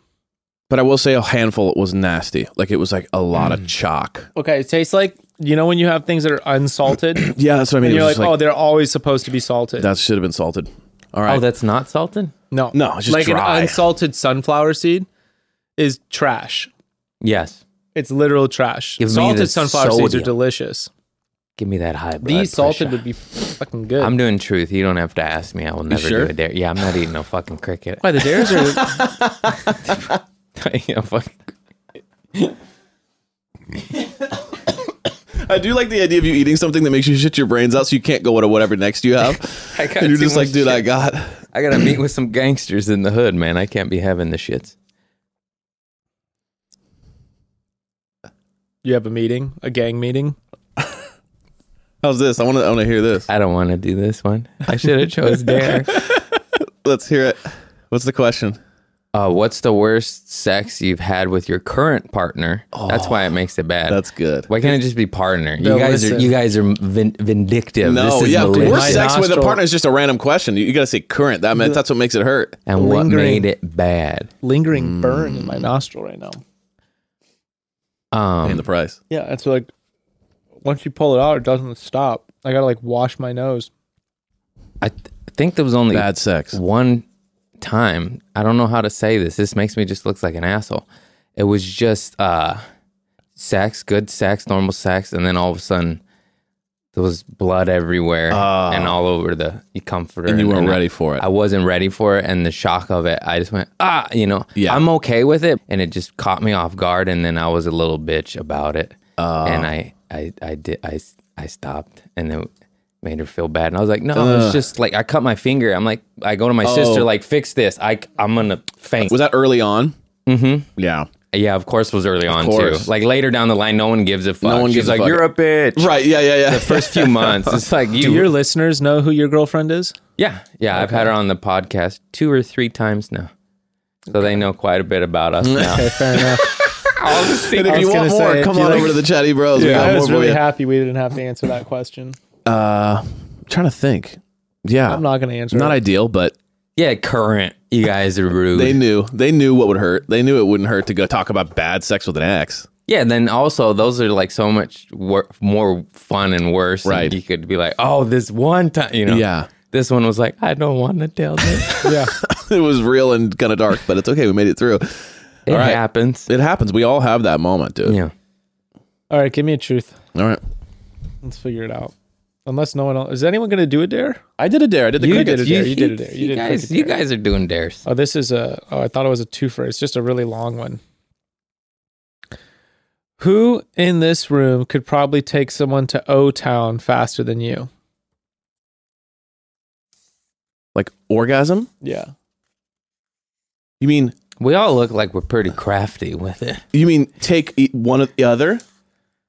Speaker 5: But I will say a handful was nasty. Like it was like a lot of chalk.
Speaker 4: Okay, it tastes like you know when you have things that are unsalted, and
Speaker 5: Yeah, that's what I mean. It
Speaker 4: you're
Speaker 5: was
Speaker 4: like,
Speaker 5: just
Speaker 4: oh, they're always supposed to be salted.
Speaker 5: that should have been salted. All right.
Speaker 6: Oh, that's not salted?
Speaker 4: no,
Speaker 5: No, it's just
Speaker 4: like
Speaker 5: dry.
Speaker 4: an unsalted sunflower seed is trash.
Speaker 6: Yes.
Speaker 4: It's literal trash.
Speaker 6: Give me the
Speaker 4: salted sunflower seeds are
Speaker 6: sodium.
Speaker 4: delicious.
Speaker 6: Give me that high blood
Speaker 4: These salted
Speaker 6: pressure.
Speaker 4: would be fucking good.
Speaker 6: I'm doing truth. You don't have to ask me. I will never
Speaker 5: sure?
Speaker 6: do a dare. Yeah, I'm not eating no fucking cricket.
Speaker 4: Why the dares are?
Speaker 6: Yeah, fuck.
Speaker 5: I do like the idea of you eating something that makes you shit your brains out so you can't go to whatever next you have.
Speaker 6: I got
Speaker 5: and you're
Speaker 6: too
Speaker 5: just like,
Speaker 6: much
Speaker 5: dude, I
Speaker 6: shit.
Speaker 5: got.
Speaker 6: I gotta meet with some gangsters in the hood, man. I can't be having the shits.
Speaker 4: you have a meeting, a gang meeting.
Speaker 5: How's this? I want to I want to hear this.
Speaker 6: I don't want to do this one. I should have chose dare.
Speaker 5: Let's hear it. What's the question?
Speaker 6: Uh, what's the worst sex you've had with your current partner? that's why it makes it bad.
Speaker 5: That's good.
Speaker 6: Why can't it just be partner?
Speaker 4: No,
Speaker 6: You guys
Speaker 4: listen.
Speaker 6: are you guys are vin- vindictive.
Speaker 5: No,
Speaker 6: this is
Speaker 5: yeah,
Speaker 6: malicious.
Speaker 5: worst sex with a
Speaker 4: Nostril.
Speaker 5: partner is just a random question. You, you got to say current. That man, that's what makes it hurt.
Speaker 6: and what
Speaker 4: lingering.
Speaker 6: made it bad?
Speaker 4: Lingering burn in my nostril right now.
Speaker 5: Paying
Speaker 6: Um,
Speaker 5: the price.
Speaker 4: Yeah, it's like once you pull it out, it doesn't stop. I gotta like wash my nose.
Speaker 6: I th- think there was only
Speaker 5: Bad sex.
Speaker 2: One
Speaker 6: time. I don't know how to say this. This makes me just look like an asshole. It was just uh sex, good sex, normal sex, and then all of a sudden there was blood everywhere and all over the comforter.
Speaker 5: Ah. And you weren't
Speaker 6: I-
Speaker 5: ready for it.
Speaker 6: I wasn't ready for it, and the shock of it, I just went ah, you know.
Speaker 5: Yeah.
Speaker 6: I'm okay with it, and it just caught me off guard, and then I was a little bitch about it,
Speaker 5: Uh.
Speaker 6: and I, I, I did, I, s- I stopped, and it made her feel bad, and I was like, no, it's just like I cut my finger. I'm like, I go to my sister, like, fix this. I, I'm gonna faint.
Speaker 5: Oh. Was that early on? Mm-hmm. Yeah.
Speaker 6: yeah, of course, was early on too.
Speaker 5: course.
Speaker 6: Like later down the line, no one gives a fuck.
Speaker 5: one
Speaker 6: She's
Speaker 5: gives a
Speaker 6: like,
Speaker 5: fuck.
Speaker 6: you're a bitch.
Speaker 5: Right. Yeah. Yeah. Yeah. The
Speaker 6: First few months, it's like you.
Speaker 4: Do your listeners know who your girlfriend is?
Speaker 6: Yeah, yeah, I've had her on the podcast two or three times now, so they know quite a bit about us now.
Speaker 4: Okay, fair enough.
Speaker 5: and if
Speaker 4: was
Speaker 5: you
Speaker 4: gonna
Speaker 5: want more,
Speaker 4: say, if
Speaker 5: come
Speaker 4: you
Speaker 5: on
Speaker 4: like-
Speaker 5: over to the Chatty Bros. We got
Speaker 4: I
Speaker 5: more
Speaker 4: was
Speaker 5: for
Speaker 4: really
Speaker 5: you.
Speaker 4: happy we didn't have to answer that question.
Speaker 5: Uh, I'm trying to think. Yeah.
Speaker 4: I'm not gonna answer.
Speaker 5: Not
Speaker 4: it.
Speaker 5: ideal, but
Speaker 6: yeah, current. You guys are rude.
Speaker 5: they knew. They knew what would hurt. They knew it wouldn't hurt to go talk about bad sex with an ex.
Speaker 6: yeah, then also those are like so much wor- more fun and worse. and
Speaker 5: Right.
Speaker 6: you could be like, oh, this one time, you know.
Speaker 5: Yeah.
Speaker 6: This one was like, I don't want to tell this.
Speaker 4: yeah.
Speaker 5: it was real and kind of dark, but it's okay. We made it through.
Speaker 6: it
Speaker 5: All right.
Speaker 6: happens.
Speaker 5: It happens. We all have that moment,
Speaker 4: Uh,
Speaker 5: dude.
Speaker 6: yeah.
Speaker 4: All right, give me a truth.
Speaker 5: All right.
Speaker 4: Let's figure it out. Unless no one else is anyone gonna do a dare?
Speaker 5: I did a dare. I did the
Speaker 4: You
Speaker 5: crickets.
Speaker 4: did a dare. You did a dare. You
Speaker 6: You,
Speaker 4: did a
Speaker 6: guys,
Speaker 4: cricket
Speaker 6: you
Speaker 4: dare.
Speaker 6: guys are doing dares.
Speaker 4: Oh, this is a. Oh, I thought it was a twofer. It's just a really long one. Who in this room could probably take someone to O Town faster than you?
Speaker 5: Like orgasm?
Speaker 4: Yeah.
Speaker 5: You mean
Speaker 6: We all look like we're pretty crafty with it.
Speaker 5: you mean take e- one of the other?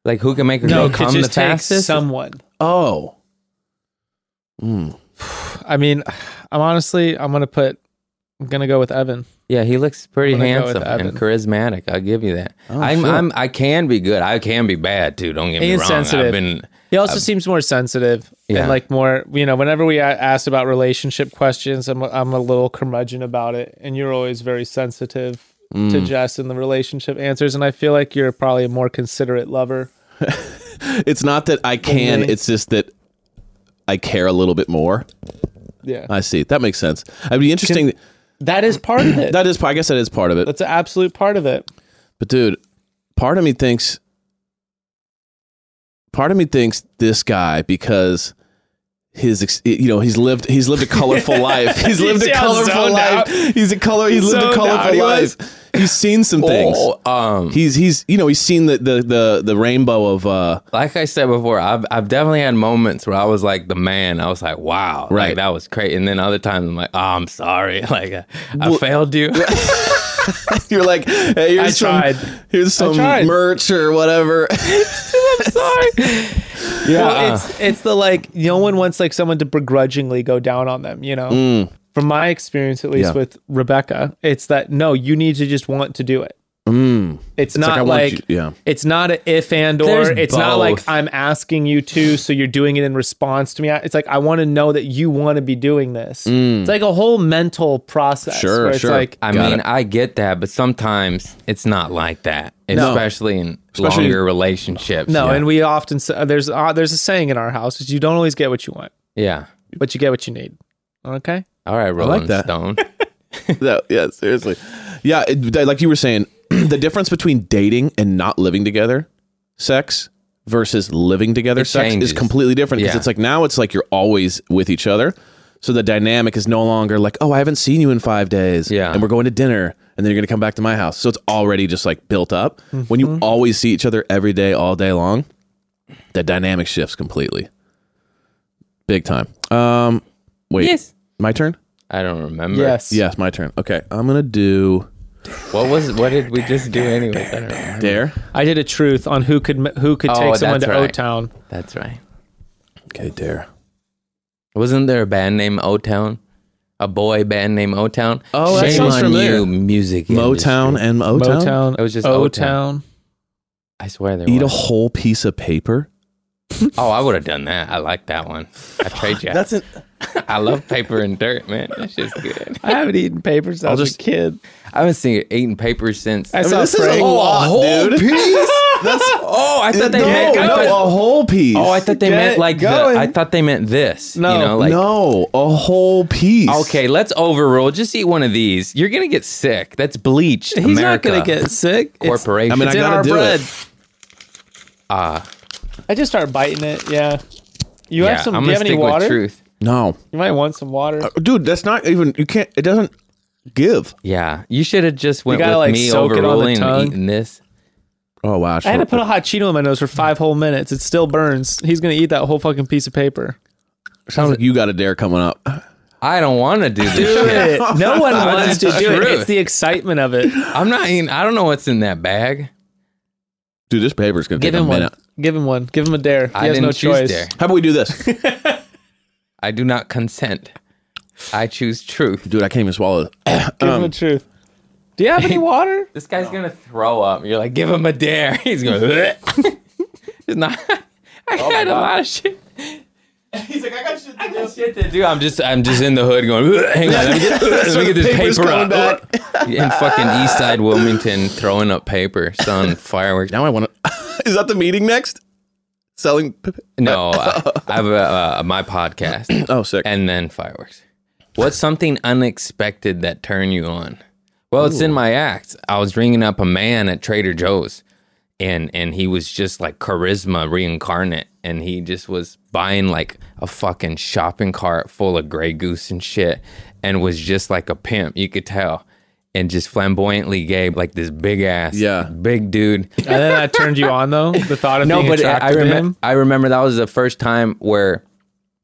Speaker 6: Like who can make her
Speaker 4: No,
Speaker 6: no,
Speaker 4: it could
Speaker 6: come the
Speaker 4: just take
Speaker 6: fastest?
Speaker 4: someone.
Speaker 5: Oh. Mm.
Speaker 4: I mean, I'm honestly, I'm gonna put, I'm gonna go with Evan.
Speaker 6: Yeah, he looks pretty
Speaker 4: I'm gonna go with
Speaker 6: handsome and
Speaker 4: Evan.
Speaker 6: charismatic. I'll give you that.
Speaker 5: Oh,
Speaker 6: I'm,
Speaker 5: shit.
Speaker 6: I'm, I can be good. I can be bad too. Don't get me wrong.
Speaker 4: Insensitive.
Speaker 6: I've been
Speaker 4: He also seems more sensitive
Speaker 6: Yeah.
Speaker 4: and like more, you know. Whenever we a- asked about relationship questions, I'm I'm a little curmudgeon about it, and you're always very sensitive to
Speaker 6: Mm.
Speaker 4: Jess in the relationship answers, and I feel like you're probably a more considerate lover.
Speaker 5: It's not that I can,
Speaker 4: Only-
Speaker 5: it's just that I care a little bit more.
Speaker 4: Yeah,
Speaker 5: I see. That makes sense. I'd be interesting.
Speaker 4: that is part of it.
Speaker 5: that is I guess that is part of it.
Speaker 4: That's an absolute part of it.
Speaker 5: But dude, part of me thinks part of me thinks this guy because his ex- you know he's lived he's lived a colorful life he's lived
Speaker 4: see
Speaker 5: a
Speaker 4: how
Speaker 5: colorful
Speaker 4: zoned
Speaker 5: life
Speaker 4: out?
Speaker 5: he's a color he's lived a
Speaker 4: Zoned out
Speaker 5: colorful
Speaker 4: he
Speaker 5: life
Speaker 4: was.
Speaker 5: he's seen some things
Speaker 6: Oh, um,
Speaker 5: he's he's you know he's seen the the the, the rainbow of uh
Speaker 6: like I said before, I've I've definitely had moments where I was like the man. I was like, wow, like,
Speaker 5: Right.
Speaker 6: that was crazy. And then other times I'm like, oh, I'm sorry, like I, I failed you.
Speaker 5: you're like hey here's
Speaker 4: I
Speaker 5: some
Speaker 4: tried.
Speaker 5: here's some
Speaker 4: tried.
Speaker 5: merch or whatever
Speaker 6: sorry.
Speaker 5: uh,
Speaker 6: Yeah,
Speaker 4: Well, it's it's the like no one wants like someone to begrudgingly go down on them, you know. From my experience, at least
Speaker 5: Mm. Yeah.
Speaker 4: with Rebecca, it's that no, you need to just want to do it. It's,
Speaker 5: Mm. like
Speaker 4: not
Speaker 5: I want
Speaker 4: like,
Speaker 5: you- yeah.
Speaker 4: it's not a if and or.
Speaker 6: There's
Speaker 4: it's not like
Speaker 6: both.
Speaker 4: I'm asking you to, so you're doing it in response to me. I- It's like I want to know that you want to be doing this. It's like a whole mental process.
Speaker 5: Mm. Sure,
Speaker 4: where it's
Speaker 5: sure.
Speaker 4: Like
Speaker 6: I
Speaker 5: Got
Speaker 6: mean,
Speaker 5: it.
Speaker 6: I get that, but sometimes it's not like that, especially in
Speaker 5: Especially-
Speaker 6: longer relationships.
Speaker 4: no,
Speaker 6: yeah.
Speaker 4: and we often s- there's uh, there's a saying in our house is you don't always get what you want,
Speaker 6: yeah.
Speaker 4: but you get what you need. Okay.
Speaker 6: All right, Rolling
Speaker 5: that.
Speaker 6: Stone.
Speaker 5: No, yeah, seriously. Yeah, it, th- like you were saying, the difference between dating and not living together, sex versus living together,
Speaker 6: It
Speaker 5: sex
Speaker 6: changes.
Speaker 5: is completely different because
Speaker 6: Yeah.
Speaker 5: it's like now it's like you're always with each other. So the dynamic is no longer like, oh, I haven't seen you in five days.
Speaker 6: Yeah.
Speaker 5: And we're going to dinner and then you're going to come back to my house. So it's already just like built up. When you always see each other every day, all day long, the dynamic shifts completely. Big time. Um, wait.
Speaker 6: Yes.
Speaker 5: My turn?
Speaker 6: I don't remember.
Speaker 4: Yes.
Speaker 5: Yes, my turn. Okay. I'm going to do.
Speaker 6: What was? What did we just do anyway? I don't remember.
Speaker 5: Dare.
Speaker 4: I did a truth on who could m- who could
Speaker 6: Oh,
Speaker 4: take someone
Speaker 6: that's
Speaker 4: to O
Speaker 6: right.
Speaker 4: Town.
Speaker 6: That's right.
Speaker 5: Okay, Dare.
Speaker 6: Wasn't there a band named O Town? A boy band named O Town.
Speaker 5: Oh, that
Speaker 6: Shame
Speaker 5: sounds
Speaker 6: on
Speaker 5: familiar.
Speaker 6: you, music.
Speaker 5: Motown
Speaker 6: industry.
Speaker 5: and Motown.
Speaker 4: Motown.
Speaker 6: It was just
Speaker 4: O
Speaker 6: O-Town.
Speaker 4: Town.
Speaker 6: I swear there
Speaker 5: Eat a
Speaker 6: was.
Speaker 5: whole piece of paper.
Speaker 6: Oh, I would have done that. I like that one. I trade you.
Speaker 5: an.
Speaker 6: I love paper and dirt, man. That's just good.
Speaker 4: I haven't eaten paper since I was
Speaker 5: just-
Speaker 4: a kid.
Speaker 6: I haven't seen eating paper since.
Speaker 4: I saw Frank.
Speaker 6: Oh, a whole
Speaker 5: Piece? That's
Speaker 6: oh, I thought they meant. I thought-
Speaker 5: a whole piece.
Speaker 6: oh, I thought they
Speaker 4: Get
Speaker 6: meant like. The,
Speaker 4: going.
Speaker 6: I thought they meant this.
Speaker 4: No,
Speaker 6: you know, like
Speaker 5: no, a whole piece.
Speaker 6: Okay, let's overrule. Just eat one of these. You're gonna get sick. That's bleach.
Speaker 4: He's not
Speaker 6: America.
Speaker 4: gonna get sick. It's-
Speaker 6: corporation. Ah.
Speaker 5: I mean,
Speaker 4: It's
Speaker 5: I
Speaker 4: in
Speaker 5: gotta
Speaker 4: our
Speaker 5: do
Speaker 4: bread.
Speaker 5: it.
Speaker 4: I just started biting it. Yeah. You
Speaker 6: yeah,
Speaker 4: have some?
Speaker 6: I'm
Speaker 4: Do you
Speaker 6: gonna
Speaker 4: have any
Speaker 6: stick
Speaker 4: water?
Speaker 6: with truth. Uh,
Speaker 5: No,
Speaker 4: You might want some water.
Speaker 5: dude, that's not even. You can't. It doesn't give.
Speaker 6: Yeah, you should have just went
Speaker 4: gotta,
Speaker 6: with
Speaker 4: like,
Speaker 6: me
Speaker 4: soak it on the
Speaker 6: overruling
Speaker 4: tongue.
Speaker 6: and eating this.
Speaker 5: Oh wow.
Speaker 4: I had to put a hot Cheeto in my nose for five whole minutes. It still burns. He's gonna eat that whole fucking piece of paper.
Speaker 5: sounds like you got a dare coming up.
Speaker 6: I don't want to do this. shit.
Speaker 4: no one wants to do it.
Speaker 6: True.
Speaker 4: It's the excitement of it.
Speaker 6: I'm not eating. I don't know what's in that bag.
Speaker 5: Dude, this paper's gonna
Speaker 4: Give
Speaker 5: take
Speaker 4: him
Speaker 5: a
Speaker 4: one.
Speaker 5: minute.
Speaker 4: Give him one. Give him a dare. He
Speaker 6: I
Speaker 4: has
Speaker 6: didn't
Speaker 4: no
Speaker 6: choose
Speaker 4: choice.
Speaker 6: dare.
Speaker 5: How about we do this,
Speaker 6: I do not consent. I choose truth.
Speaker 5: dude? I can't even swallow. it.
Speaker 4: Give him the truth. Do you have any water?
Speaker 6: This guy's gonna throw up. You're like, give him a dare. He's gonna. Oh it's not. I got a lot of shit.
Speaker 5: He's like, I got shit to do.
Speaker 6: Shit to do. I'm just I'm just in the hood going. Hang on, let me get, let me get this
Speaker 5: paper's
Speaker 6: paper
Speaker 5: coming
Speaker 6: out.
Speaker 5: back.
Speaker 6: in fucking East Side Wilmington throwing up paper, selling fireworks.
Speaker 5: Now I want to. Is that the meeting next? Selling. p- p-
Speaker 6: No, I, I have a, uh, my podcast
Speaker 5: Oh, sick.
Speaker 6: and then fireworks. What's something unexpected that turned you on? Well, it's in my act. I was ringing up a man at Trader Joe's, and and he was just like charisma reincarnate, and he just was buying like a fucking shopping cart full of Grey Goose and shit, and was just like a pimp. You could tell. And just flamboyantly gay, like this big ass,
Speaker 5: Yeah.
Speaker 6: big dude.
Speaker 4: And then that turned you on though. The thought of
Speaker 6: No,
Speaker 4: being
Speaker 6: but I-
Speaker 4: attracted
Speaker 6: I
Speaker 4: to
Speaker 6: remember.
Speaker 4: him.
Speaker 6: I remember that was the first time where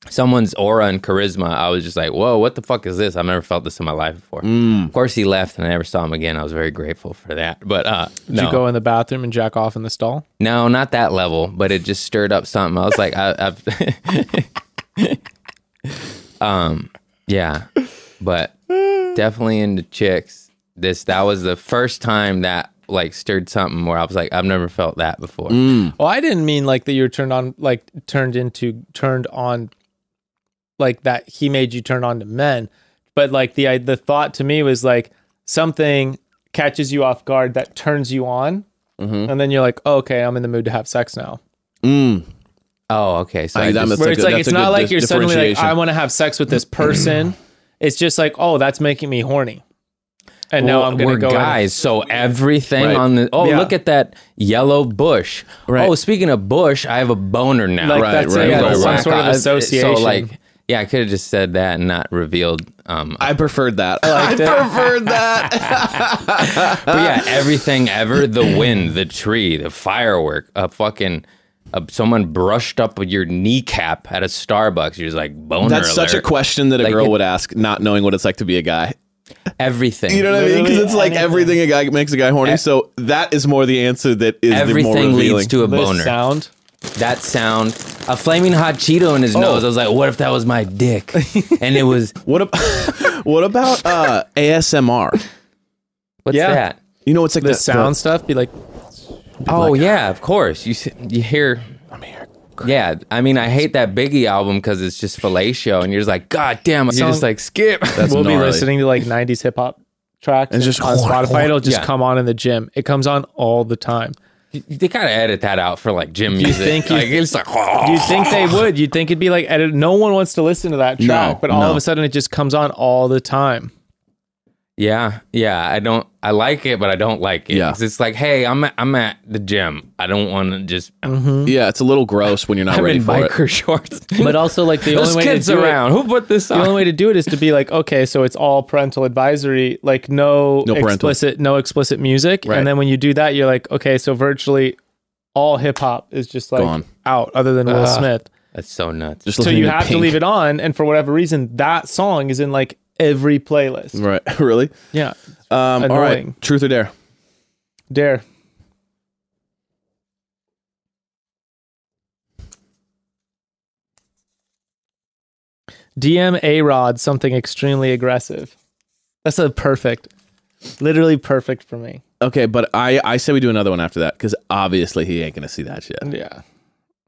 Speaker 6: someone's aura and charisma. I was just like, "Whoa, what the fuck is this? I've never felt this in my life before."
Speaker 4: Mm.
Speaker 6: Of course, he left, and I never saw him again. I was very grateful for that. But uh,
Speaker 4: Did
Speaker 6: no,
Speaker 4: you go in the bathroom and jack off in the stall?
Speaker 6: no, not that level. But it just stirred up something. I was like, I, "I've." um. Yeah, but definitely into chicks. This that was the first time that like stirred something where I was like, I've never felt that before.
Speaker 4: Well, I didn't mean like that you were turned on, like turned into, turned on, like that he made you turn on to men. But like the I, the thought to me was like something catches you off guard that turns you on, and then you're like, oh, okay, I'm in the mood to have sex now.
Speaker 5: Mm.
Speaker 6: Oh, okay. So
Speaker 5: I- that
Speaker 6: I, just-
Speaker 5: must- That's
Speaker 4: Where
Speaker 5: a
Speaker 4: it's
Speaker 5: good-
Speaker 4: like
Speaker 5: that's
Speaker 4: it's
Speaker 5: a
Speaker 4: not
Speaker 5: good
Speaker 4: like
Speaker 5: dis-
Speaker 4: you're suddenly like
Speaker 5: differentiation.
Speaker 4: I want to have sex with this person. it's just like oh, that's making me horny, and now
Speaker 6: Well,
Speaker 4: I'm gonna
Speaker 6: we're
Speaker 4: go in.
Speaker 6: guys, so everything
Speaker 5: Right.
Speaker 6: on the oh
Speaker 4: Yeah.
Speaker 6: look at that yellow bush.
Speaker 5: Right.
Speaker 6: Oh, speaking of bush, I have a boner now.
Speaker 4: Like
Speaker 5: Right,
Speaker 4: that's
Speaker 5: right,
Speaker 4: it,
Speaker 5: right,
Speaker 4: that's some
Speaker 5: right.
Speaker 4: sort of
Speaker 6: I-
Speaker 4: association.
Speaker 6: Uh, So like, yeah, I could have just said that and not revealed. Um,
Speaker 5: I preferred that. I, preferred that.
Speaker 6: but
Speaker 4: Uh.
Speaker 6: yeah, everything ever the wind, the tree, the firework, a fucking. Uh, someone brushed up with your kneecap at a Starbucks. You're just like boner.
Speaker 5: That's such a
Speaker 6: alert."
Speaker 5: question that a
Speaker 6: Like
Speaker 5: girl
Speaker 6: it-
Speaker 5: would ask, not knowing what it's like to be a guy.
Speaker 6: Everything.
Speaker 5: You know what I mean? Because
Speaker 4: Literally
Speaker 5: it's like everything a guy makes a guy horny. So that is more the answer that is the more
Speaker 6: everything
Speaker 5: revealing.
Speaker 6: leads to a
Speaker 4: This
Speaker 6: boner.
Speaker 4: sound.
Speaker 6: that sound, a flaming hot Cheeto
Speaker 4: Oh.
Speaker 6: in his nose. I was like, what if that was my dick? and it was,
Speaker 5: what, ab- what about uh, ASMR?
Speaker 6: what's
Speaker 4: Yeah.
Speaker 6: that?
Speaker 5: You know, it's like
Speaker 4: the
Speaker 5: that-
Speaker 4: sound stuff be like
Speaker 6: Oh yeah,
Speaker 4: "Ah."
Speaker 6: of course. You s- you hear. I'm here. Yeah, I mean, I hate that Biggie album because it's just fellatio, and you're just like, God damn it! You're just
Speaker 4: Song-
Speaker 6: like, skip.
Speaker 5: That's
Speaker 4: we'll be
Speaker 5: gnarly.
Speaker 4: listening to like 90s hip hop tracks
Speaker 5: And just-
Speaker 4: on Spotify it'll just
Speaker 6: Yeah.
Speaker 4: come on in the gym it comes on all the time
Speaker 6: they kind of edit that out for like gym music.
Speaker 4: think you-
Speaker 6: like, it's like,
Speaker 4: you'd think they would you'd think it'd be like edit- no one wants to listen to that
Speaker 5: Ah. No,
Speaker 4: track but all
Speaker 5: no.
Speaker 4: of a sudden it just comes on all the time
Speaker 6: yeah, yeah. I don't. I like it, but I don't like it.
Speaker 5: Yeah.
Speaker 6: 'Cause It's like, hey, I'm at, I'm at the gym. I don't want to just.
Speaker 5: Yeah, it's a little gross when you're not
Speaker 6: I'm
Speaker 5: ready
Speaker 6: in
Speaker 5: for it.
Speaker 6: biker shorts.
Speaker 4: but also like the
Speaker 6: There's
Speaker 4: only way
Speaker 6: kids
Speaker 4: to do it,
Speaker 6: around. Who put this
Speaker 4: the only
Speaker 6: on?
Speaker 4: way to do it is to be like okay so it's all parental advisory like no,
Speaker 5: No parental.
Speaker 4: explicit no explicit music
Speaker 5: Right.
Speaker 4: and then when you do that you're like okay so virtually all hip hop is just like
Speaker 5: Gone.
Speaker 4: out other than Will Smith
Speaker 6: That's so nuts.
Speaker 5: Just
Speaker 4: so
Speaker 5: listening
Speaker 4: you have to
Speaker 5: Pink.
Speaker 4: leave it on and for whatever reason that song is in like every playlist
Speaker 5: Right. really?
Speaker 4: yeah
Speaker 5: Um, all
Speaker 4: Annoying.
Speaker 5: right. Truth or dare?
Speaker 4: dare dm a rod something extremely aggressive that's a perfect literally perfect for me
Speaker 5: Okay, but I I say we do another one after that because obviously he ain't gonna see that shit.
Speaker 4: yeah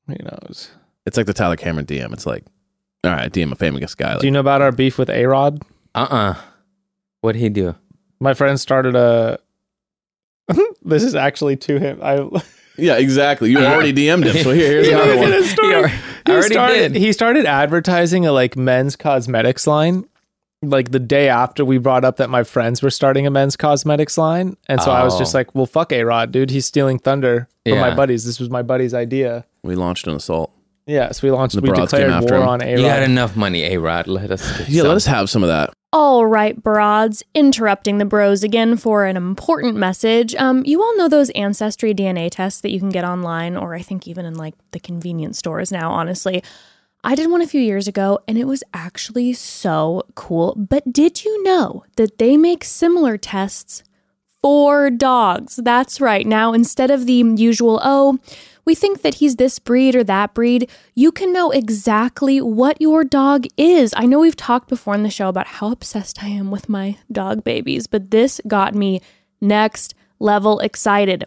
Speaker 4: he knows
Speaker 5: It's like the Tyler Cameron DM. It's like, all right, DM a famous guy. Like,
Speaker 4: do you know about our beef with a rod
Speaker 6: Uh uh-uh. uh. What'd he do?
Speaker 4: my friend started a this is actually to him i
Speaker 5: yeah, exactly. You already DM'd him, so here, here's another one.
Speaker 6: He alre- I
Speaker 4: he
Speaker 6: already
Speaker 4: started,
Speaker 6: did.
Speaker 4: He started advertising a like men's cosmetics line. Like the day after we brought up that my friends were starting a men's cosmetics line. And so I was just
Speaker 6: Oh.
Speaker 4: like, well, fuck A Rod, dude. He's stealing thunder from
Speaker 6: Yeah.
Speaker 4: my buddies. This was my buddy's idea.
Speaker 5: We launched an assault.
Speaker 4: Yeah. So we launched,
Speaker 5: The
Speaker 4: we
Speaker 5: broads came
Speaker 4: declared
Speaker 5: after
Speaker 4: war
Speaker 5: him.
Speaker 4: on A
Speaker 6: You got
Speaker 4: Rod.
Speaker 6: enough money, A Rod. Let us. get
Speaker 5: Yeah,
Speaker 6: some.
Speaker 5: let us have some of that.
Speaker 1: All right, broads, interrupting the bros again for an important message. Um, you all know those ancestry DNA tests that you can get online, or I think even in like the convenience stores now, honestly. I did one a few years ago and it was actually so cool. But did you know that they make similar tests for dogs. That's right. Now, instead of the usual, oh, we think that he's this breed or that breed, you can know exactly what your dog is. I know we've talked before in the show about how obsessed I am with my dog babies, but this got me next level excited.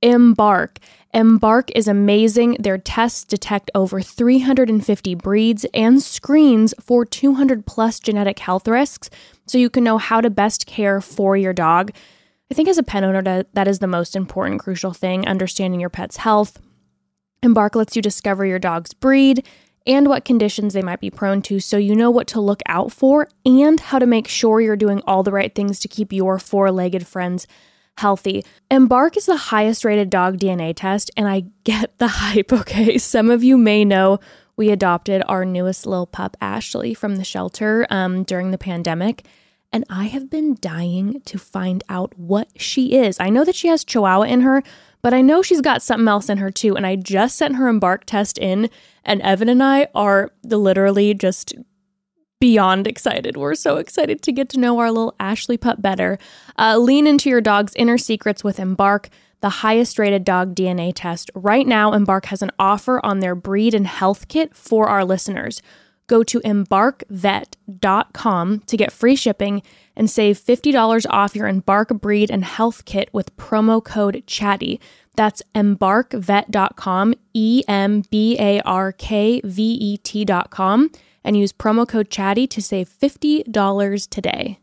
Speaker 1: Embark. Embark is amazing. Their tests detect over 350 breeds and screens for 200 plus genetic health risks, so you can know how to best care for your dog. I think as a pet owner, that, that is the most important, crucial thing understanding your pet's health. Embark lets you discover your dog's breed and what conditions they might be prone to so you know what to look out for and how to make sure you're doing all the right things to keep your four legged friends healthy. Embark is the highest rated dog DNA test, and I get the hype, okay? Some of you may know we adopted our newest little pup, Ashley, from the shelter um, during the pandemic. And I have been dying to find out what she is. I know that she has Chihuahua in her, but I know she's got something else in her too. And I just sent her embark test in, and Evan and I are literally just beyond excited. We're so excited to get to know our little Ashley pup better. Uh, lean into your dog's inner secrets with Embark, the highest rated dog DNA test. Right now, Embark has an offer on their breed and health kit for our listeners. Go to embarkvet.com to get free shipping and save $50 off your Embark breed and health kit with promo code chatty. That's embarkvet.com, E M B A R K V E T.com, and use promo code chatty to save $50 today.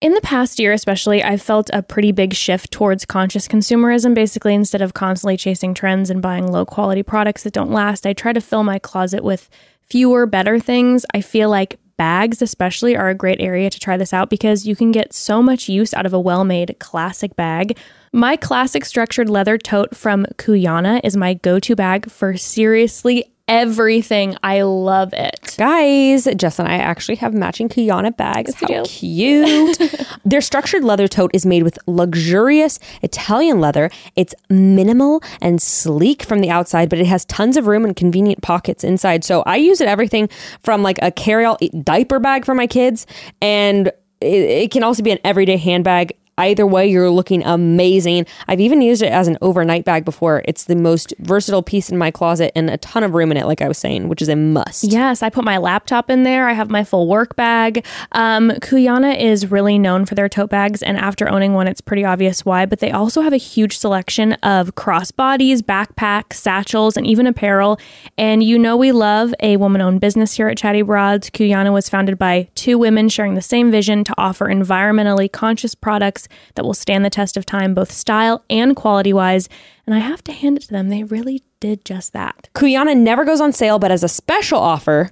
Speaker 1: In the past year, especially, I've felt a pretty big shift towards conscious consumerism. Basically, instead of constantly chasing trends and buying low quality products that don't last, I try to fill my closet with fewer, better things. I feel like bags, especially, are a great area to try this out because you can get so much use out of a well made classic bag. My classic structured leather tote from Kuyana is my go to bag for seriously everything. I love it.
Speaker 2: Guys, Jess and I actually have matching Kiana bags.
Speaker 1: Yes, we
Speaker 2: How cute. Their structured leather tote is made with luxurious Italian leather. It's minimal and sleek from the outside, but it has tons of room and convenient pockets inside. So I use it everything from like a e, carry-all diaper bag for my kids and it, it can also be an everyday handbag. Either way, you're looking amazing. I've even used it as an overnight bag before. It's the most versatile piece in my closet and a ton of room in it, like I was saying, which is a must.
Speaker 1: Yes, I put my laptop in there. I have my full work bag. Um, Kuyana is really known for their tote bags, and after owning one, it's pretty obvious why. But they also have a huge selection of crossbodies, backpacks, satchels, and even apparel. And you know, we love a woman owned business here at Chatty Broads. Kuyana was founded by two women sharing the same vision to offer environmentally conscious products that will stand the test of time, both style and quality wise. And I have to hand it to them, they really did just that.
Speaker 2: Kuyana never goes on sale, but as a special offer,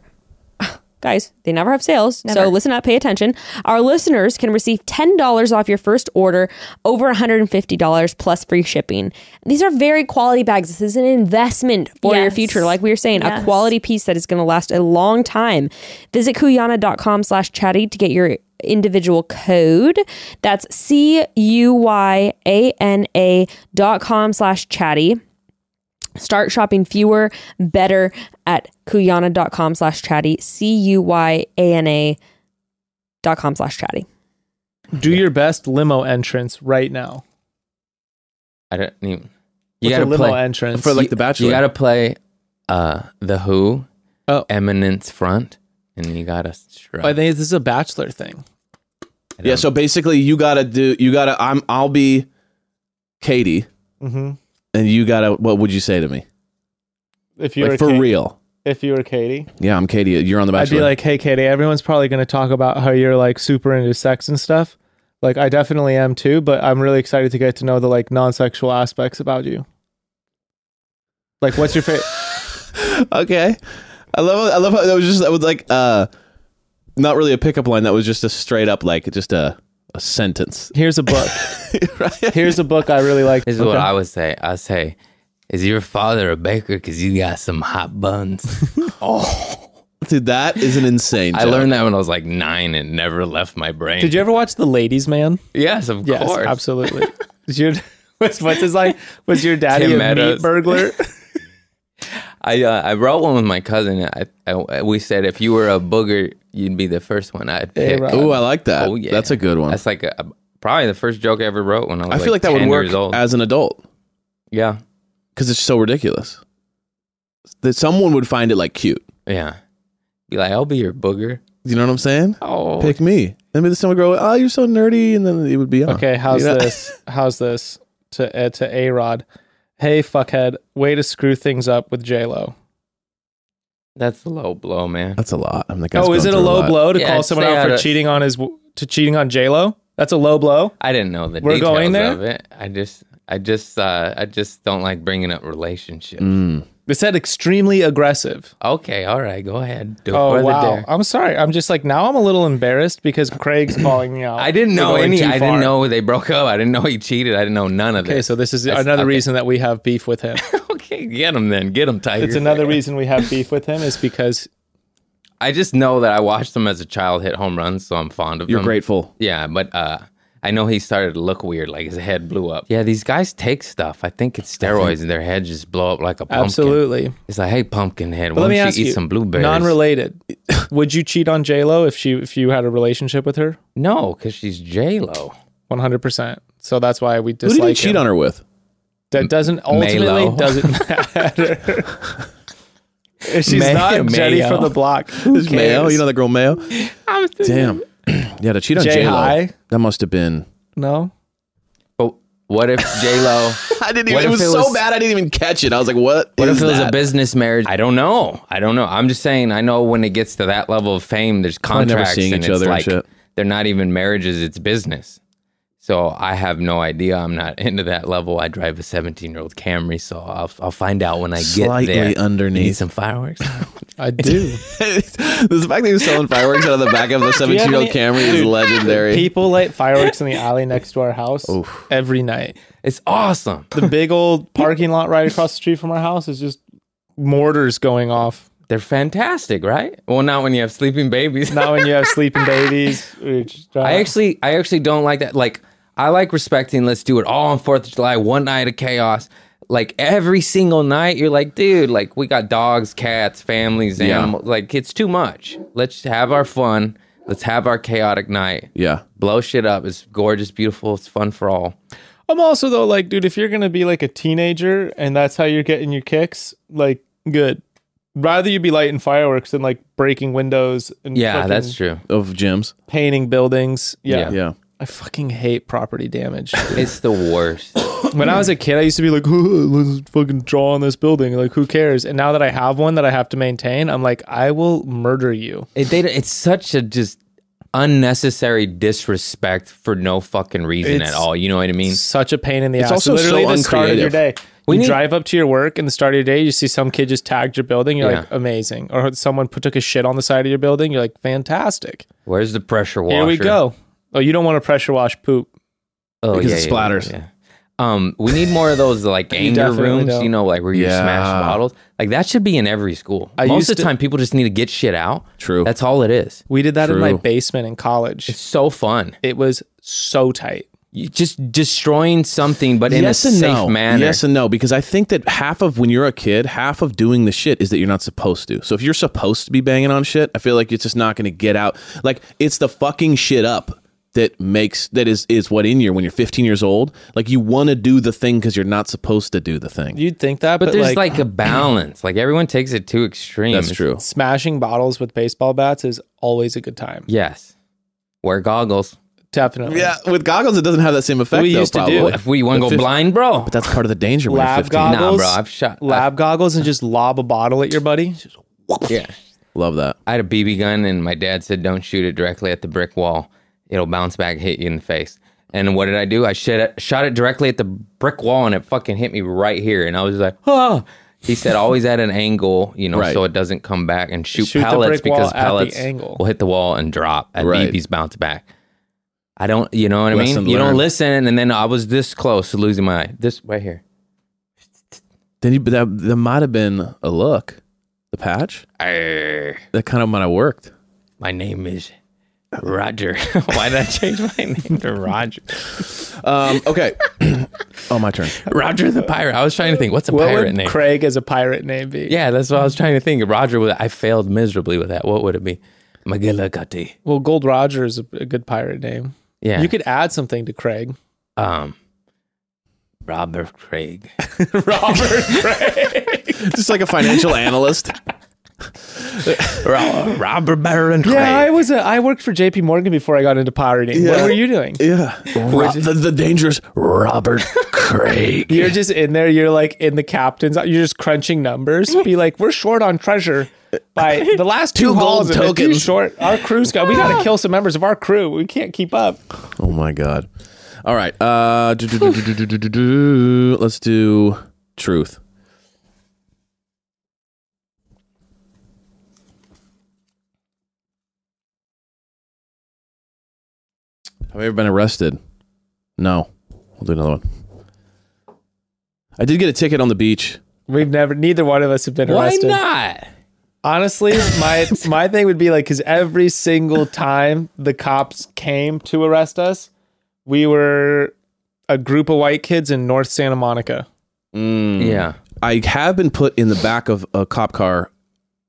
Speaker 2: guys, they never have sales. So listen up, pay attention. Our listeners can receive $10 off your first order over $150 plus free shipping. These are very quality bags. This is an investment for your
Speaker 1: Yes.
Speaker 2: future. Like we were saying,
Speaker 1: Yes.
Speaker 2: a quality piece that is going to last a long time. Visit kuyana.com slash chatty to get your individual code. That's C-U-Y-A-N-A dot com slash chatty start shopping fewer better at kuyana.com slash chatty c-u-y-a-n-a dot com slash chatty
Speaker 4: Do your best limo entrance right now.
Speaker 6: I don't even.
Speaker 4: What's
Speaker 6: You gotta
Speaker 4: a limo
Speaker 6: play
Speaker 4: entrance
Speaker 5: For, like,
Speaker 6: you-
Speaker 5: The Bachelor.
Speaker 6: You gotta play uh, the Who,
Speaker 4: Oh.
Speaker 6: Eminence front, and you gotta strut.
Speaker 4: I think this is a bachelor thing.
Speaker 5: Yeah. So basically, you gotta do. You gotta. I'm. I'll be Katie,
Speaker 4: Mm-hmm.
Speaker 5: and you gotta. What would you say to me?
Speaker 4: If you were
Speaker 5: like for
Speaker 4: Ka-
Speaker 5: real?
Speaker 4: if you were Katie,
Speaker 5: Yeah, I'm Katie. You're on the
Speaker 4: I'd
Speaker 5: Bachelor.
Speaker 4: be like, "Hey, Katie, everyone's probably going to talk about how you're like super into sex and stuff. Like, I definitely am too, but I'm really excited to get to know the like non-sexual aspects about you. Like, what's your favorite?
Speaker 5: okay. I love. I love how that was just. That was like. Uh, not really a pickup line. That was just a straight up like just a a sentence.
Speaker 4: Here's a book.
Speaker 5: right?
Speaker 4: Here's a book I really like.
Speaker 6: This is what
Speaker 4: Okay.
Speaker 6: I would say. I would say, "Is your father a baker? Because you got some hot buns."
Speaker 5: Dude, that is an insane.
Speaker 6: I
Speaker 5: joke.
Speaker 6: learned that when I was like nine, and never left my brain.
Speaker 4: Did you ever watch The Ladies Man?
Speaker 6: Yes, of
Speaker 4: Yes,
Speaker 6: course.
Speaker 4: absolutely. Is your what's, what's his like? Was your daddy
Speaker 6: Tim
Speaker 4: a
Speaker 6: Meadows.
Speaker 4: meat burglar?
Speaker 6: I uh, I wrote one with my cousin. I, I we said if you were a booger, you'd be the first one I'd pick.
Speaker 4: right.
Speaker 5: Ooh, I like that.
Speaker 6: Oh, yeah.
Speaker 5: That's a good one.
Speaker 6: That's like a, probably the first joke I ever wrote when I was.
Speaker 5: I feel like that would
Speaker 6: 10
Speaker 5: work
Speaker 6: years old.
Speaker 5: as an adult
Speaker 6: yeah,
Speaker 5: because it's so ridiculous. That someone would find it like cute.
Speaker 6: yeah. Be like, I'll be your booger.
Speaker 5: You know what I'm saying?
Speaker 6: Oh,
Speaker 5: Pick me. And maybe someone would grow. Oh, you're so nerdy, and then it would be on.
Speaker 4: Okay, how's
Speaker 5: You know?
Speaker 4: this? How's this to uh, to A Rod? Hey, fuckhead, way to screw things up with J Lo.
Speaker 6: that's a low blow, man.
Speaker 5: That's a lot. I'm like,
Speaker 4: Oh, is it a low blow to
Speaker 6: Yeah,
Speaker 4: call
Speaker 6: I'd
Speaker 4: someone
Speaker 6: say
Speaker 4: out for
Speaker 6: I'd-
Speaker 4: cheating on his w- to cheating on J Lo? That's a low blow.
Speaker 6: I didn't know the
Speaker 4: We're
Speaker 6: details
Speaker 4: going there?
Speaker 6: of it. I just, I just, uh, I just don't like bringing up relationships.
Speaker 4: Mm. It said extremely aggressive.
Speaker 6: Okay, all right, go ahead. Do it
Speaker 4: Oh
Speaker 6: for the
Speaker 4: wow!
Speaker 6: dare.
Speaker 4: I'm sorry. I'm just like now. I'm a little embarrassed because Craig's calling me out.
Speaker 6: I didn't
Speaker 4: for
Speaker 6: know
Speaker 4: going
Speaker 6: any.
Speaker 4: too
Speaker 6: I
Speaker 4: far.
Speaker 6: didn't know they broke up. I didn't know he cheated. I didn't know none of
Speaker 4: Okay,
Speaker 6: this.
Speaker 4: so this is
Speaker 6: That's-
Speaker 4: another
Speaker 6: okay.
Speaker 4: reason that we have beef with him.
Speaker 6: okay, get him then. Get him, Tiger.
Speaker 4: It's another reason we have beef with him is because
Speaker 6: I just know that I watched him as a child hit home runs, so I'm fond of
Speaker 5: You're
Speaker 6: him.
Speaker 5: grateful.
Speaker 6: Yeah, but uh, I know he started to look weird, like his head blew up. Yeah, these guys take stuff. I think it's steroids, and their head just blow up like a pumpkin.
Speaker 4: absolutely.
Speaker 6: It's like, hey, pumpkin head,
Speaker 4: But
Speaker 6: why
Speaker 4: let
Speaker 6: don't
Speaker 4: me
Speaker 6: you
Speaker 4: ask
Speaker 6: eat
Speaker 4: you,
Speaker 6: some blueberries?
Speaker 4: non-related. would you cheat on J Lo if she if you had a relationship with her?
Speaker 6: No, because she's J Lo.
Speaker 4: One hundred percent. So that's why we
Speaker 5: Who
Speaker 4: dislike
Speaker 5: did you cheat
Speaker 4: him.
Speaker 5: on her with?
Speaker 4: That doesn't ultimately
Speaker 6: Mayo.
Speaker 4: doesn't matter. If she's
Speaker 6: May-
Speaker 4: not Jenny
Speaker 6: Mayo.
Speaker 4: from the block.
Speaker 5: Is Mayo? You know that girl Mayo? Damn. yeah, to cheat on
Speaker 4: Jay
Speaker 5: J Lo.
Speaker 4: High?
Speaker 5: That must have been.
Speaker 4: No.
Speaker 6: But what if J Lo?
Speaker 5: I didn't even.
Speaker 6: What
Speaker 5: It
Speaker 6: if
Speaker 5: was
Speaker 6: it
Speaker 5: so
Speaker 6: was-
Speaker 5: bad. I didn't even catch it. I was like, what?
Speaker 6: What if
Speaker 5: is
Speaker 6: it was a
Speaker 5: that?
Speaker 6: business marriage? I don't know. I don't know. I'm just saying. I know when it gets to that level of fame, there's
Speaker 5: never
Speaker 6: contracts
Speaker 5: seeing
Speaker 6: and
Speaker 5: each
Speaker 6: it's
Speaker 5: other and
Speaker 6: like
Speaker 5: shit.
Speaker 6: they're not even marriages; it's business. So I have no idea. I'm not into that level. I drive a 17 year old Camry, so I'll I'll find out when I
Speaker 5: Slightly
Speaker 6: get there.
Speaker 5: underneath.
Speaker 6: Need some fireworks.
Speaker 4: I do.
Speaker 5: the fact that he was selling fireworks out of the back of
Speaker 4: you
Speaker 5: a
Speaker 4: have
Speaker 5: 17 year old
Speaker 4: any-
Speaker 5: Camry is legendary.
Speaker 4: People light fireworks in the alley next to our house every night.
Speaker 6: it's awesome.
Speaker 4: The big old parking lot right across the street from our house is just mortars going off.
Speaker 6: They're fantastic, right? Well, not when you have sleeping babies.
Speaker 4: Not when you have sleeping babies. We're just- uh,
Speaker 6: I actually, I actually don't like that. Like, I like respecting. Let's do it all on Fourth of July, one night of chaos. Like every single night, you're like, dude, like we got dogs, cats, families,
Speaker 5: Yeah.
Speaker 6: animals. Like it's too much. Let's have our fun. Let's have our chaotic night.
Speaker 5: Yeah.
Speaker 6: Blow shit up. It's gorgeous, beautiful. It's fun for all.
Speaker 4: I'm also though like, dude, if you're gonna be like a teenager and that's how you're getting your kicks, like, good. Rather you be lighting fireworks than like breaking windows and
Speaker 6: Yeah,
Speaker 4: fucking
Speaker 6: that's true.
Speaker 5: Of gyms.
Speaker 4: painting buildings. Yeah.
Speaker 6: Yeah.
Speaker 5: Yeah.
Speaker 4: I fucking hate property damage.
Speaker 6: It's the worst.
Speaker 4: when I was a kid, I used to be like, let's fucking draw on this building. Like, who cares? And now that I have one that I have to maintain, I'm like, I will murder you.
Speaker 6: It, they, it's such a just unnecessary disrespect for no fucking reason
Speaker 4: It's-
Speaker 6: at all. You know what I mean?
Speaker 4: Such a pain in the
Speaker 5: It's
Speaker 4: ass.
Speaker 5: also
Speaker 4: literally
Speaker 5: so
Speaker 4: the start of your
Speaker 5: uncreative.
Speaker 4: day.
Speaker 6: We
Speaker 4: you
Speaker 6: need-
Speaker 4: drive up to your work and the start of your day, you see some kid just tagged your building. You're like,
Speaker 6: Yeah.
Speaker 4: amazing. Or someone put, took a shit on the side of your building. You're like, fantastic.
Speaker 6: Where's the pressure washer?
Speaker 4: Here we go. Oh, you don't want to pressure wash poop.
Speaker 6: Oh,
Speaker 5: Because it splatters.
Speaker 6: yeah. Um, we need more of those like anger
Speaker 4: definitely
Speaker 6: rooms,
Speaker 4: don't.
Speaker 6: you know, like where you
Speaker 5: Yeah.
Speaker 6: smash bottles. Like that should be in every school.
Speaker 4: I
Speaker 6: Most
Speaker 4: used
Speaker 6: of the
Speaker 4: to-
Speaker 6: time, people just need to get shit out.
Speaker 5: True.
Speaker 6: That's all it is.
Speaker 4: We did that in my
Speaker 5: True.
Speaker 4: basement in college.
Speaker 6: It's so fun.
Speaker 4: it was so tight.
Speaker 6: You just destroying something, but in
Speaker 5: yes
Speaker 6: a
Speaker 5: and
Speaker 6: safe
Speaker 5: no.
Speaker 6: manner.
Speaker 5: Yes and no, because I think that half of when you're a kid, half of doing the shit is that you're not supposed to. So if you're supposed to be banging on shit, I feel like it's just not going to get out. Like it's the fucking shit up that makes that is is what in you when you're 15 years old. Like you want to do the thing because you're not supposed to do the thing.
Speaker 4: You'd think that,
Speaker 6: but,
Speaker 4: but,
Speaker 6: there's like, a balance. like everyone takes it too extreme.
Speaker 5: That's
Speaker 6: It's-
Speaker 5: true.
Speaker 4: smashing bottles with baseball bats is always a good time.
Speaker 6: Yes. Wear goggles.
Speaker 4: Definitely.
Speaker 5: Yeah, with goggles it doesn't have that same effect.
Speaker 4: We
Speaker 5: though,
Speaker 4: used to do
Speaker 5: probably.
Speaker 4: it.
Speaker 6: If we want to go
Speaker 5: fif-
Speaker 6: blind, bro.
Speaker 5: But that's part of the danger when you're
Speaker 4: Lab
Speaker 5: 15.
Speaker 4: goggles.
Speaker 6: Nah, bro. I've shot.
Speaker 4: Lab goggles and just lob a bottle at your buddy. Just-
Speaker 6: I, yeah.
Speaker 5: Love that.
Speaker 6: I had a BB gun, and my dad said, "Don't shoot it directly at the brick wall; it'll bounce back, and hit you in the face." And what did I do? I shot it, shot it directly at the brick wall, and it fucking hit me right here. And I was like, "Oh!" He said, "Always at an angle, you know,
Speaker 5: Right.
Speaker 6: so it doesn't come back and shoot,
Speaker 4: Shoot the
Speaker 6: pellets
Speaker 4: brick wall
Speaker 6: because
Speaker 4: at the
Speaker 6: pellets
Speaker 4: angle."
Speaker 6: will hit the wall and drop, and
Speaker 5: Right.
Speaker 6: BBs bounce back." I don't, you know what I
Speaker 5: Lesson
Speaker 6: mean? You don't
Speaker 5: learned.
Speaker 6: listen, and then I was this close to losing my eye. this right here.
Speaker 5: Then you, but that, that might have been a look. The patch?
Speaker 6: Arr,
Speaker 5: That kind of might have worked.
Speaker 6: my name is Roger. Why did I change my name to Roger?
Speaker 5: Um, okay. oh, my turn.
Speaker 6: Roger the pirate. I was trying to think, what's a
Speaker 4: What
Speaker 6: pirate
Speaker 4: would
Speaker 6: name?
Speaker 4: Craig as a pirate name be?
Speaker 6: yeah, that's what I was trying to think. Roger, with I failed miserably with that. What would it be? McGillicuddy.
Speaker 4: Well, Gold Roger is a, a good pirate name.
Speaker 6: Yeah.
Speaker 4: You could add something to Craig.
Speaker 6: um, Robert Craig.
Speaker 5: Just like a financial analyst.
Speaker 6: Ro- Robert Baron Craig.
Speaker 4: Yeah, I was. A, I worked for J.P. Morgan before I got into pirating. What
Speaker 5: Yeah.
Speaker 4: were you doing?
Speaker 5: Yeah. the, the dangerous Robert Craig.
Speaker 4: You're just in there. You're like in the captain's. You're just crunching numbers. Be like, we're short on treasure. By the last two,
Speaker 5: Two gold
Speaker 4: hauls, have been too
Speaker 5: tokens. Ah.
Speaker 4: short. Our crew's got. We got to kill some members of our crew. We can't keep up.
Speaker 5: Oh my god. All right. Uh do, do, do, do, do, do, do, do. let's do truth. Have I ever been arrested? No. We'll do another one. I did get a ticket on the beach.
Speaker 4: We've never. Neither one of us have been
Speaker 6: Why
Speaker 4: arrested.
Speaker 6: not?
Speaker 4: Honestly, my my thing would be like because every single time the cops came to arrest us, we were a group of white kids in North Santa Monica.
Speaker 5: Hmm.
Speaker 6: Yeah.
Speaker 5: I have been put in the back of a cop car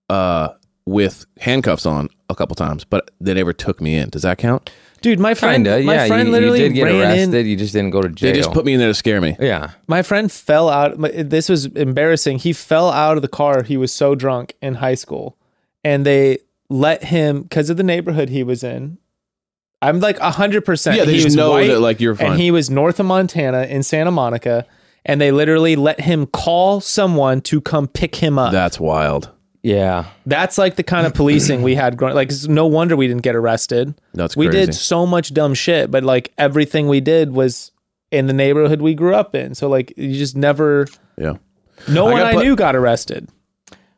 Speaker 5: uh, with handcuffs on a couple times, but they never took me in. Does that count?
Speaker 4: Dude, my friend,
Speaker 6: Kinda.
Speaker 4: my
Speaker 6: yeah.
Speaker 4: friend
Speaker 6: you,
Speaker 4: literally
Speaker 6: you did get
Speaker 4: ran
Speaker 6: arrested.
Speaker 4: in.
Speaker 6: You just didn't go to jail.
Speaker 5: They just put me in there to scare me.
Speaker 6: yeah.
Speaker 4: My friend fell out. my- This was embarrassing. He fell out of the car. He was so drunk in high school, and they let him because of the neighborhood he was in. I'm like hundred percent.
Speaker 5: Yeah, they
Speaker 4: he
Speaker 5: just
Speaker 4: was
Speaker 5: know
Speaker 4: white,
Speaker 5: that, like, you're fine.
Speaker 4: And he was north of Montana in Santa Monica, and they literally let him call someone to come pick him up.
Speaker 5: That's wild.
Speaker 6: Yeah.
Speaker 4: That's like the kind of policing we had growing. Like, it's no wonder we didn't get arrested.
Speaker 5: That's
Speaker 4: we
Speaker 5: crazy.
Speaker 4: did so much dumb shit, but like everything we did was in the neighborhood we grew up in. So like, you just never.
Speaker 5: Yeah.
Speaker 4: No
Speaker 5: I
Speaker 4: one
Speaker 5: got
Speaker 4: I
Speaker 5: put-
Speaker 4: knew got arrested.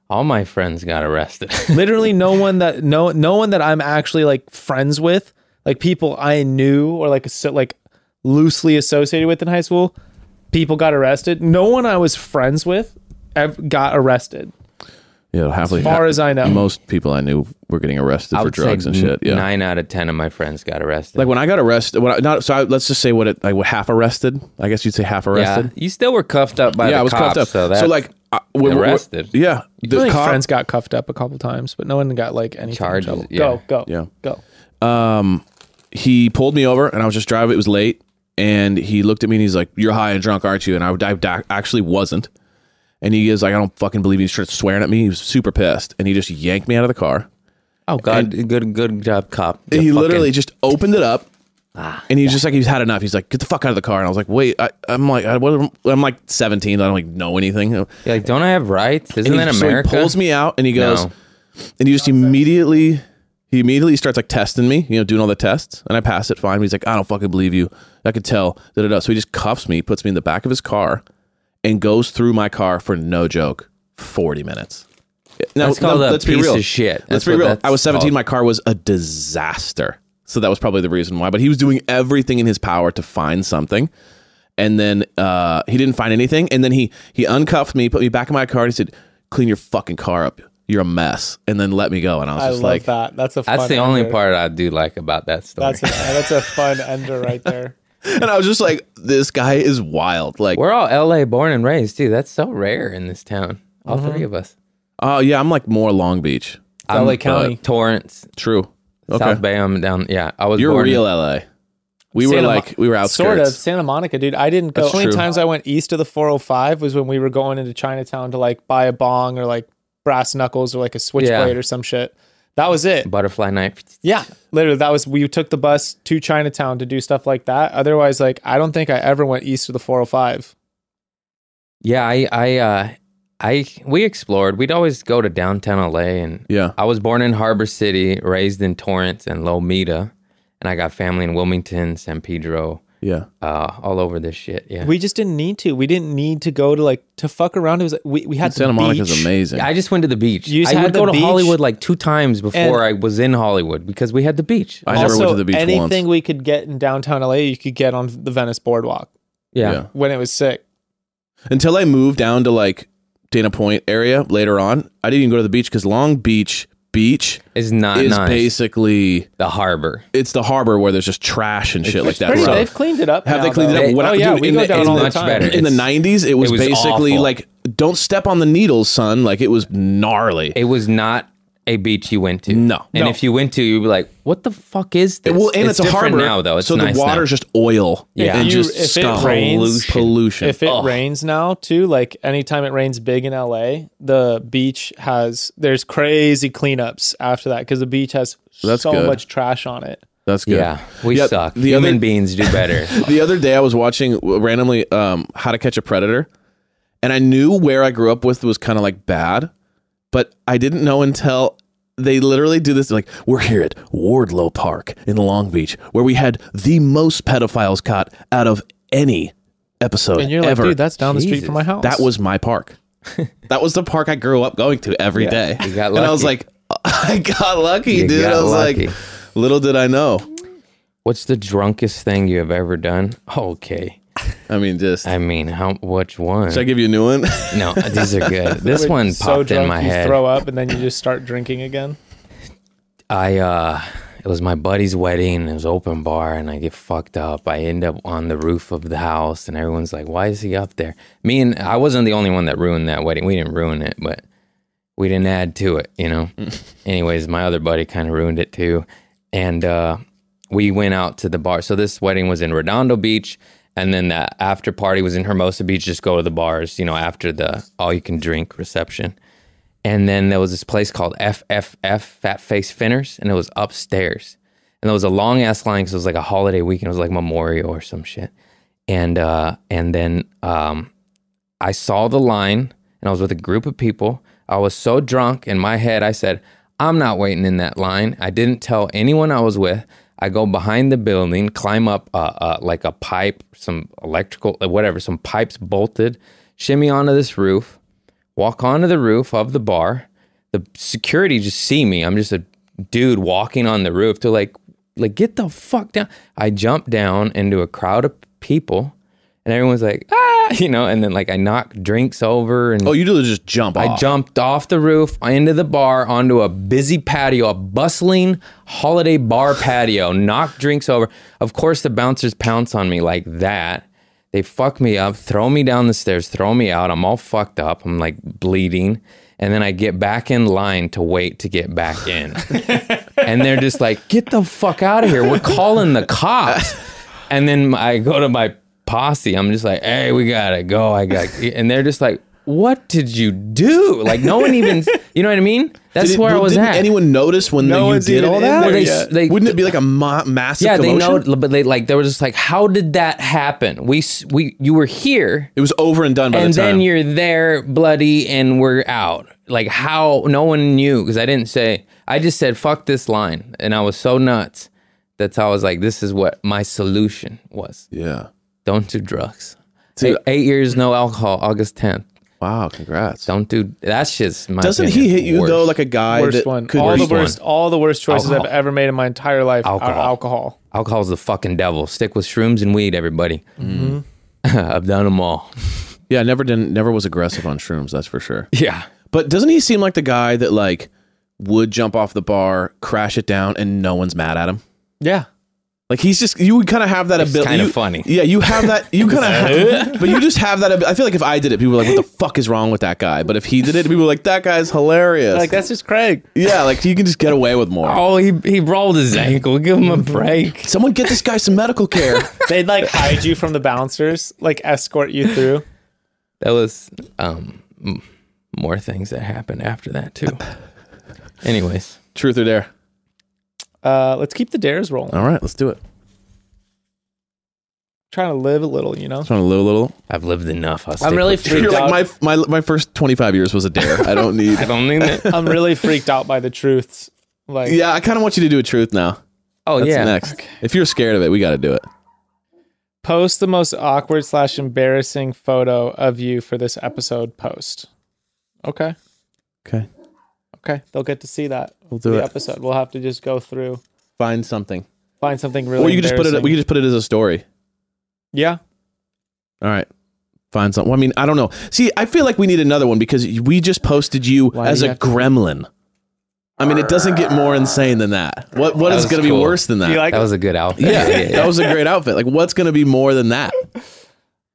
Speaker 6: All my friends got arrested.
Speaker 4: Literally, no one that no no one that I'm actually like friends with, like people I knew or like so, like loosely associated with in high school, people got arrested. No one I was friends with ev- got arrested.
Speaker 5: Yeah, happily.
Speaker 4: As far as I know.
Speaker 5: most people I knew were getting arrested
Speaker 6: I
Speaker 5: for
Speaker 6: would say
Speaker 5: drugs and shit. Yeah.
Speaker 6: Nine out of ten of my friends got arrested.
Speaker 5: Like when I got arrested, when I, not so I, let's just say what it like what half arrested. I guess you'd say half
Speaker 6: yeah.
Speaker 5: arrested.
Speaker 6: You still were cuffed up by
Speaker 5: Yeah,
Speaker 6: the
Speaker 5: I was
Speaker 6: cops.
Speaker 5: cuffed up.
Speaker 6: So,
Speaker 5: So,
Speaker 6: that's
Speaker 5: like I, we- we- we-
Speaker 6: arrested.
Speaker 5: Yeah, the
Speaker 4: I think
Speaker 5: cop-
Speaker 4: friends got cuffed up a couple times, but no one got like any
Speaker 6: Charges,
Speaker 4: Trouble.
Speaker 6: yeah.
Speaker 4: Go go
Speaker 5: Yeah.
Speaker 4: go.
Speaker 5: um, he pulled me over and I was just driving. It was late. And he looked at me and he's like, You're high and drunk, aren't you? And I, I da- actually wasn't. And he is like, I don't fucking believe you. He started swearing at me. He was super pissed. And he just yanked me out of the car.
Speaker 6: Oh God, good good job, cop.
Speaker 5: And
Speaker 6: You
Speaker 5: he
Speaker 6: fucking-
Speaker 5: literally just opened it up. and he was just like, he's had enough. He's like, get the fuck out of the car. And I was like, wait, I, I'm like, I, what, I'm like 17. I don't like know anything. And
Speaker 6: You're like, don't I have rights? Isn't
Speaker 5: he-
Speaker 6: that
Speaker 5: so
Speaker 6: America?
Speaker 5: he pulls me out and he goes,
Speaker 6: No.
Speaker 5: and he just immediately, he immediately starts like testing me, you know, doing all the tests. And I pass it fine. But he's like, I don't fucking believe you. I could tell. Da, da, da. So he just cuffs me, puts me in the back of his car, and goes through my car for no joke, 40 minutes. Now,
Speaker 6: That's called a piece of shit.
Speaker 5: Let's
Speaker 6: That's
Speaker 5: be
Speaker 6: what
Speaker 5: real.
Speaker 6: that's
Speaker 5: I was 17.
Speaker 6: called.
Speaker 5: My car was a disaster. So that was probably the reason why. But he was doing everything in his power to find something. And then uh, he didn't find anything. And then he he uncuffed me, put me back in my car, and he said, "Clean your fucking car up. You're a mess." And then let me go. And I was
Speaker 4: I
Speaker 5: just
Speaker 4: love
Speaker 5: like,
Speaker 4: that. That's a. Fun
Speaker 6: That's the only
Speaker 4: ender.
Speaker 6: part I do like about that story.
Speaker 4: That's a, that's a fun ender right there.
Speaker 5: and I was just like, this guy is wild. Like,
Speaker 6: We're all LA born and raised too. That's so rare in this town. All
Speaker 5: Mm-hmm.
Speaker 6: three of us.
Speaker 5: oh yeah, I'm like more Long Beach.
Speaker 6: I'm,
Speaker 4: LA County.
Speaker 6: Torrance,
Speaker 5: True. Okay.
Speaker 6: South Bay. I'm down. Yeah, I was.
Speaker 5: You're
Speaker 6: born
Speaker 5: real LA. We were
Speaker 4: Santa Mo-
Speaker 5: like we were outskirts.
Speaker 4: Sort of Santa Monica, dude. I didn't go.
Speaker 5: That's
Speaker 4: only
Speaker 5: true.
Speaker 4: times I went east of the 405 was when we were going into Chinatown to like buy a bong or like brass knuckles or like a switchblade or some shit. That was it.
Speaker 6: in Butterfly Night.
Speaker 4: Yeah, literally, that was we took the bus to Chinatown to do stuff like that. Otherwise, like I don't think I ever went east of the 405.
Speaker 6: Yeah, I, I, uh, I, we explored. We'd always go to downtown LA, and
Speaker 5: Yeah.
Speaker 6: I was born in Harbor City, raised in Torrance and Lomita, and I got family in Wilmington, San Pedro,
Speaker 5: Yeah.
Speaker 6: uh, all over this shit. Yeah,
Speaker 4: We just didn't need to. We didn't need to go to like to fuck around. It was we we had
Speaker 5: Santa
Speaker 4: the
Speaker 5: Monica's
Speaker 4: beach.
Speaker 5: amazing.
Speaker 6: I just went to the beach.
Speaker 4: You just
Speaker 6: I
Speaker 4: had
Speaker 6: would
Speaker 4: the
Speaker 6: go to
Speaker 4: beach?
Speaker 6: Hollywood like two times before I was in Hollywood because we had the beach.
Speaker 5: I never
Speaker 4: also,
Speaker 5: went to the beach
Speaker 4: anything
Speaker 5: once.
Speaker 4: we could get in downtown LA, you could get on the Venice Boardwalk
Speaker 6: Yeah.
Speaker 5: Yeah.
Speaker 4: when it was sick.
Speaker 5: until I moved down to like Dana Point area later on. I didn't even go to the beach because Long Beach Beach
Speaker 6: it's not
Speaker 5: is
Speaker 6: nice.
Speaker 5: basically
Speaker 6: the harbor.
Speaker 5: it's the harbor where there's just trash and shit like that.
Speaker 4: Pretty,
Speaker 5: So-
Speaker 4: they've cleaned it up.
Speaker 5: have
Speaker 4: now,
Speaker 5: they cleaned
Speaker 4: though.
Speaker 5: it up? What
Speaker 4: oh
Speaker 5: I-
Speaker 4: yeah,
Speaker 5: dude,
Speaker 4: we
Speaker 5: in
Speaker 4: go
Speaker 5: the-
Speaker 4: down
Speaker 5: in
Speaker 4: all
Speaker 5: the-
Speaker 4: the
Speaker 6: much
Speaker 4: time.
Speaker 6: better.
Speaker 5: in the
Speaker 6: It's-
Speaker 5: '90s, it was,
Speaker 6: was
Speaker 5: basically
Speaker 6: awful.
Speaker 5: like don't step on the needles, son. Like it was gnarly.
Speaker 6: It was not a beach you went to.
Speaker 5: No.
Speaker 6: And
Speaker 5: No.
Speaker 6: if you went to, you'd be like, "What the fuck is this?"
Speaker 5: well, and it's, a
Speaker 6: different
Speaker 5: harbor
Speaker 6: now, though. It's
Speaker 5: so
Speaker 6: nice
Speaker 5: the
Speaker 6: now.
Speaker 5: water's just oil
Speaker 6: Yeah.
Speaker 5: and
Speaker 6: If
Speaker 4: you-
Speaker 5: just
Speaker 4: if it
Speaker 5: scum.
Speaker 4: rains-
Speaker 5: pollution.
Speaker 4: If it rains now too, like anytime it rains big in LA, the beach has there's crazy cleanups after that because the beach has
Speaker 5: That's
Speaker 4: so
Speaker 5: good.
Speaker 4: much trash on it.
Speaker 5: That's good.
Speaker 6: yeah, we
Speaker 5: Yeah,
Speaker 6: suck.
Speaker 5: the
Speaker 6: Human
Speaker 5: other-
Speaker 6: beings do better.
Speaker 5: the other day I was watching randomly um, How to Catch a Predator, and I knew where I grew up with was kind of like bad, but I didn't know until they literally do this like we're here at Wardlow Park in Long Beach where we had the most pedophiles caught out of any episode
Speaker 4: And you're
Speaker 5: ever.
Speaker 4: like, dude, that's down the street from my house.
Speaker 5: that was my park. that was the park I grew up going to every day.
Speaker 6: you got
Speaker 5: And I was
Speaker 6: lucky.
Speaker 5: like, I got lucky,
Speaker 6: You
Speaker 5: dude.
Speaker 6: got
Speaker 5: I was
Speaker 6: lucky.
Speaker 5: like, little did I know.
Speaker 6: What's the drunkest thing you have ever done? Okay,
Speaker 5: I mean, just.
Speaker 6: I mean, how? Which one?
Speaker 5: should I give you a new one?
Speaker 6: no, these are good. This one popped
Speaker 4: so drunk
Speaker 6: in my
Speaker 4: you
Speaker 6: head.
Speaker 4: throw up and then you just start drinking again.
Speaker 6: I uh it was my buddy's wedding, it was open bar and I get fucked up. I end up on the roof of the house and everyone's like, Why is he up there? Me and I wasn't the only one that ruined that wedding. We didn't ruin it, but we didn't add to it, you know. Anyways, my other buddy kind of ruined it too. And uh we went out to the bar. So this wedding was in Redondo Beach and then the after party was in Hermosa Beach. Just go to the bars, you know, after the all you can drink reception. And then there was this place called FFF, Fat Face Finners, and it was upstairs. And there was a long ass line because it was like a holiday weekend. It was like Memorial or some shit. And uh, and then um, I saw the line, and I was with a group of people. I was so drunk in my head, I said, "I'm not waiting in that line." I didn't tell anyone I was with. I go behind the building, climb up uh, uh, like a pipe, some electrical, uh, whatever, some pipes bolted, shimmy onto this roof walk onto the roof of the bar. The security just see me. I'm just a dude walking on the roof. They're like, like get the fuck down. I jump down into a crowd of people, and everyone's like, ah, you know. And then like I knock drinks over, and
Speaker 5: Oh, you do just jump.
Speaker 6: I
Speaker 5: off.
Speaker 6: jumped off the roof into the bar onto a busy patio, a bustling holiday bar patio, knocked drinks over. Of course, the bouncers pounce on me like that. They fuck me up, throw me down the stairs, throw me out. I'm all fucked up. I'm like bleeding. And then I get back in line to wait to get back in. and they're just like, "Get the fuck out of here! We're calling the cops." And then I go to my posse. I'm just like, "Hey, we gotta go." I got, and they're just like, "What did you do?" Like no one even, you know what I mean? That's
Speaker 5: Did it-
Speaker 6: where
Speaker 5: well,
Speaker 6: I was
Speaker 5: didn't
Speaker 6: at.
Speaker 5: anyone notice when
Speaker 4: No
Speaker 5: you
Speaker 4: one
Speaker 5: did
Speaker 4: did
Speaker 5: all
Speaker 4: it
Speaker 5: that?
Speaker 4: either
Speaker 5: Or
Speaker 6: They-
Speaker 5: yet?
Speaker 6: they-
Speaker 5: Wouldn't it be like a ma- massive
Speaker 6: yeah, they
Speaker 5: commotion?
Speaker 6: know, but they like they were just like, "How did that happen? We s- we you were here."
Speaker 5: It was over and done by
Speaker 6: and
Speaker 5: the time.
Speaker 6: then you're there bloody and we're out like how no one knew because i didn't say i just said fuck this line and i was so nuts that's how i was like this is what my solution was
Speaker 5: yeah.
Speaker 6: don't do drugs
Speaker 5: Dude.
Speaker 6: eight, eight years no alcohol august 10th
Speaker 5: Wow, congrats.
Speaker 6: don't do that shit's my
Speaker 5: Doesn't he
Speaker 6: opinion,
Speaker 5: hit you
Speaker 6: worst.
Speaker 5: though like a guy
Speaker 4: worst
Speaker 5: that
Speaker 4: one.
Speaker 5: could
Speaker 4: all the
Speaker 5: Worst one.
Speaker 4: worst, all the worst choices
Speaker 6: Alcohol.
Speaker 4: I've ever made in my entire life
Speaker 6: Alcohol.
Speaker 4: are alcohol.
Speaker 6: alcohol's the fucking devil stick with shrooms and weed everybody i've done them all
Speaker 5: Yeah, never did never was aggressive on shrooms, that's for sure.
Speaker 6: yeah
Speaker 5: But doesn't he seem like the guy that like would jump off the bar, crash it down, and no one's mad at him?
Speaker 4: Yeah.
Speaker 5: Like he's just you would kind of have that
Speaker 6: It's
Speaker 5: ability.
Speaker 6: kinda
Speaker 5: you-
Speaker 6: funny.
Speaker 5: Yeah, you have that. You kind of, but you just have that. abi- I feel like if I did it, people were like, "What the fuck is wrong with that guy?" But if he did it, people were like, "That guy's hilarious."
Speaker 4: Like that's just Craig.
Speaker 5: yeah, like you can just get away with more.
Speaker 6: oh he, he rolled his ankle give him a break
Speaker 5: Someone get this guy some medical care.
Speaker 4: They'd like hide you from the bouncers, like escort you through.
Speaker 6: that was um m- more things that happened after that too anyways
Speaker 5: Truth or dare?
Speaker 4: Uh, let's keep the dares rolling.
Speaker 5: All right, let's do it.
Speaker 4: trying to live a little, you know.
Speaker 5: Just want a little, little.
Speaker 6: i've lived enough I'll
Speaker 4: I'm really
Speaker 6: free.
Speaker 4: freaked
Speaker 5: You're
Speaker 4: out.
Speaker 5: like my my my first 25 years was a dare. I don't need.
Speaker 6: i don't need it
Speaker 4: I'm really freaked out by the truths. Like,
Speaker 5: Yeah, I kind of want you to do a truth now.
Speaker 6: oh
Speaker 5: That's
Speaker 6: yeah
Speaker 5: next. If you're scared of it, we got to do it.
Speaker 4: post the most awkward slash embarrassing photo of you for this episode. Post. Okay.
Speaker 5: Okay,
Speaker 4: Okay. They'll get to see that.
Speaker 5: we'll do
Speaker 4: the
Speaker 5: it.
Speaker 4: episode. We'll have to just go through,
Speaker 5: Find something,
Speaker 4: find something really.
Speaker 5: or you could just put it.
Speaker 4: embarrassing.
Speaker 5: We could just put it as a story.
Speaker 4: yeah.
Speaker 5: All right. Find something. Well, I mean, I don't know. See, I feel like we need another one because we just posted you
Speaker 4: Why do
Speaker 5: as
Speaker 4: you
Speaker 5: a
Speaker 4: have to-
Speaker 5: gremlin. I mean, it doesn't get more insane than that. What What
Speaker 6: That
Speaker 5: is
Speaker 6: was
Speaker 5: going to
Speaker 6: cool.
Speaker 5: be worse than that?
Speaker 4: You like?
Speaker 6: that was a good outfit
Speaker 5: yeah, that was a great outfit. Like, what's going to be more than that?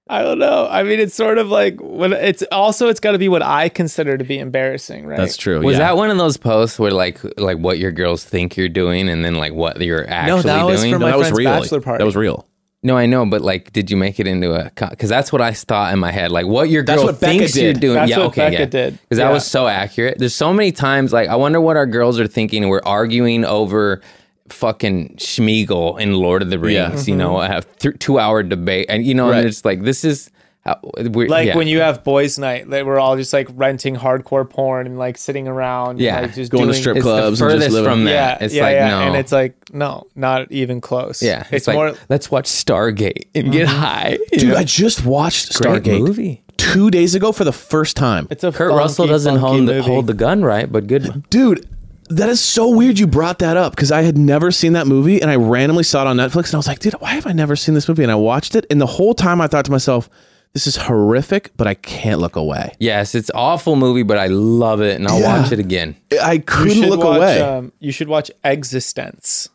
Speaker 4: I don't know. I mean, it's sort of like when it's also it's got to be what I consider to be embarrassing, right?
Speaker 5: That's true.
Speaker 6: was
Speaker 5: yeah.
Speaker 6: that one of those posts where like like what your girls think you're doing and then like what you're actually doing
Speaker 4: from
Speaker 5: No,
Speaker 4: my
Speaker 5: that was
Speaker 4: friend's
Speaker 5: real.
Speaker 4: bachelor party.
Speaker 5: That was real.
Speaker 6: no i know but like did you make it into a because that's what i thought in my head like what your
Speaker 5: That's
Speaker 6: girl
Speaker 5: what Becca
Speaker 6: thinks you're
Speaker 5: did.
Speaker 6: doing
Speaker 4: That's
Speaker 6: yeah
Speaker 4: what
Speaker 6: okay
Speaker 4: Becca
Speaker 6: yeah
Speaker 4: did.
Speaker 6: because that
Speaker 4: Yeah.
Speaker 6: was so accurate there's so many times like i wonder what our girls are thinking we're arguing over fucking Schmeagle in lord of the rings
Speaker 5: Yeah.
Speaker 6: you know
Speaker 4: Mm-hmm.
Speaker 6: i have th- two hour debate and you know
Speaker 5: Right.
Speaker 6: and it's like this is how we're,
Speaker 4: Like
Speaker 6: yeah.
Speaker 4: when you have boys' night, that we're all just like renting hardcore porn and like sitting around,
Speaker 6: Yeah.
Speaker 4: and, like, just
Speaker 5: Going to
Speaker 4: doing-
Speaker 5: strip
Speaker 6: it's
Speaker 5: clubs
Speaker 6: the
Speaker 5: and just
Speaker 6: furthest
Speaker 5: living-
Speaker 6: from that
Speaker 4: Yeah,
Speaker 6: it's
Speaker 4: yeah,
Speaker 6: like
Speaker 4: yeah.
Speaker 6: no
Speaker 4: and it's like no, not even close.
Speaker 6: yeah
Speaker 4: it's, more. Mm-hmm.
Speaker 6: let's watch stargate and get high you
Speaker 5: Dude,
Speaker 6: know?
Speaker 5: I just watched
Speaker 6: Great
Speaker 5: Stargate
Speaker 6: movie
Speaker 5: two days ago for the first time.
Speaker 4: It's a
Speaker 6: Kurt
Speaker 4: funky,
Speaker 6: Russell doesn't
Speaker 4: funky
Speaker 6: hold the,
Speaker 4: movie.
Speaker 6: hold the gun right, but good.
Speaker 5: Dude, that is so weird you brought that up because I had never seen that movie and I randomly saw it on Netflix and I was like, dude, why have I never seen this movie? And I watched it and the whole time I thought to myself, this is horrific, but I can't look away.
Speaker 6: Yes, it's awful movie, but I love it, and I'll
Speaker 5: Yeah.
Speaker 6: watch it again.
Speaker 5: I
Speaker 4: You
Speaker 5: couldn't
Speaker 4: should
Speaker 5: look
Speaker 4: watch,
Speaker 5: away.
Speaker 4: Um, you should watch Existence.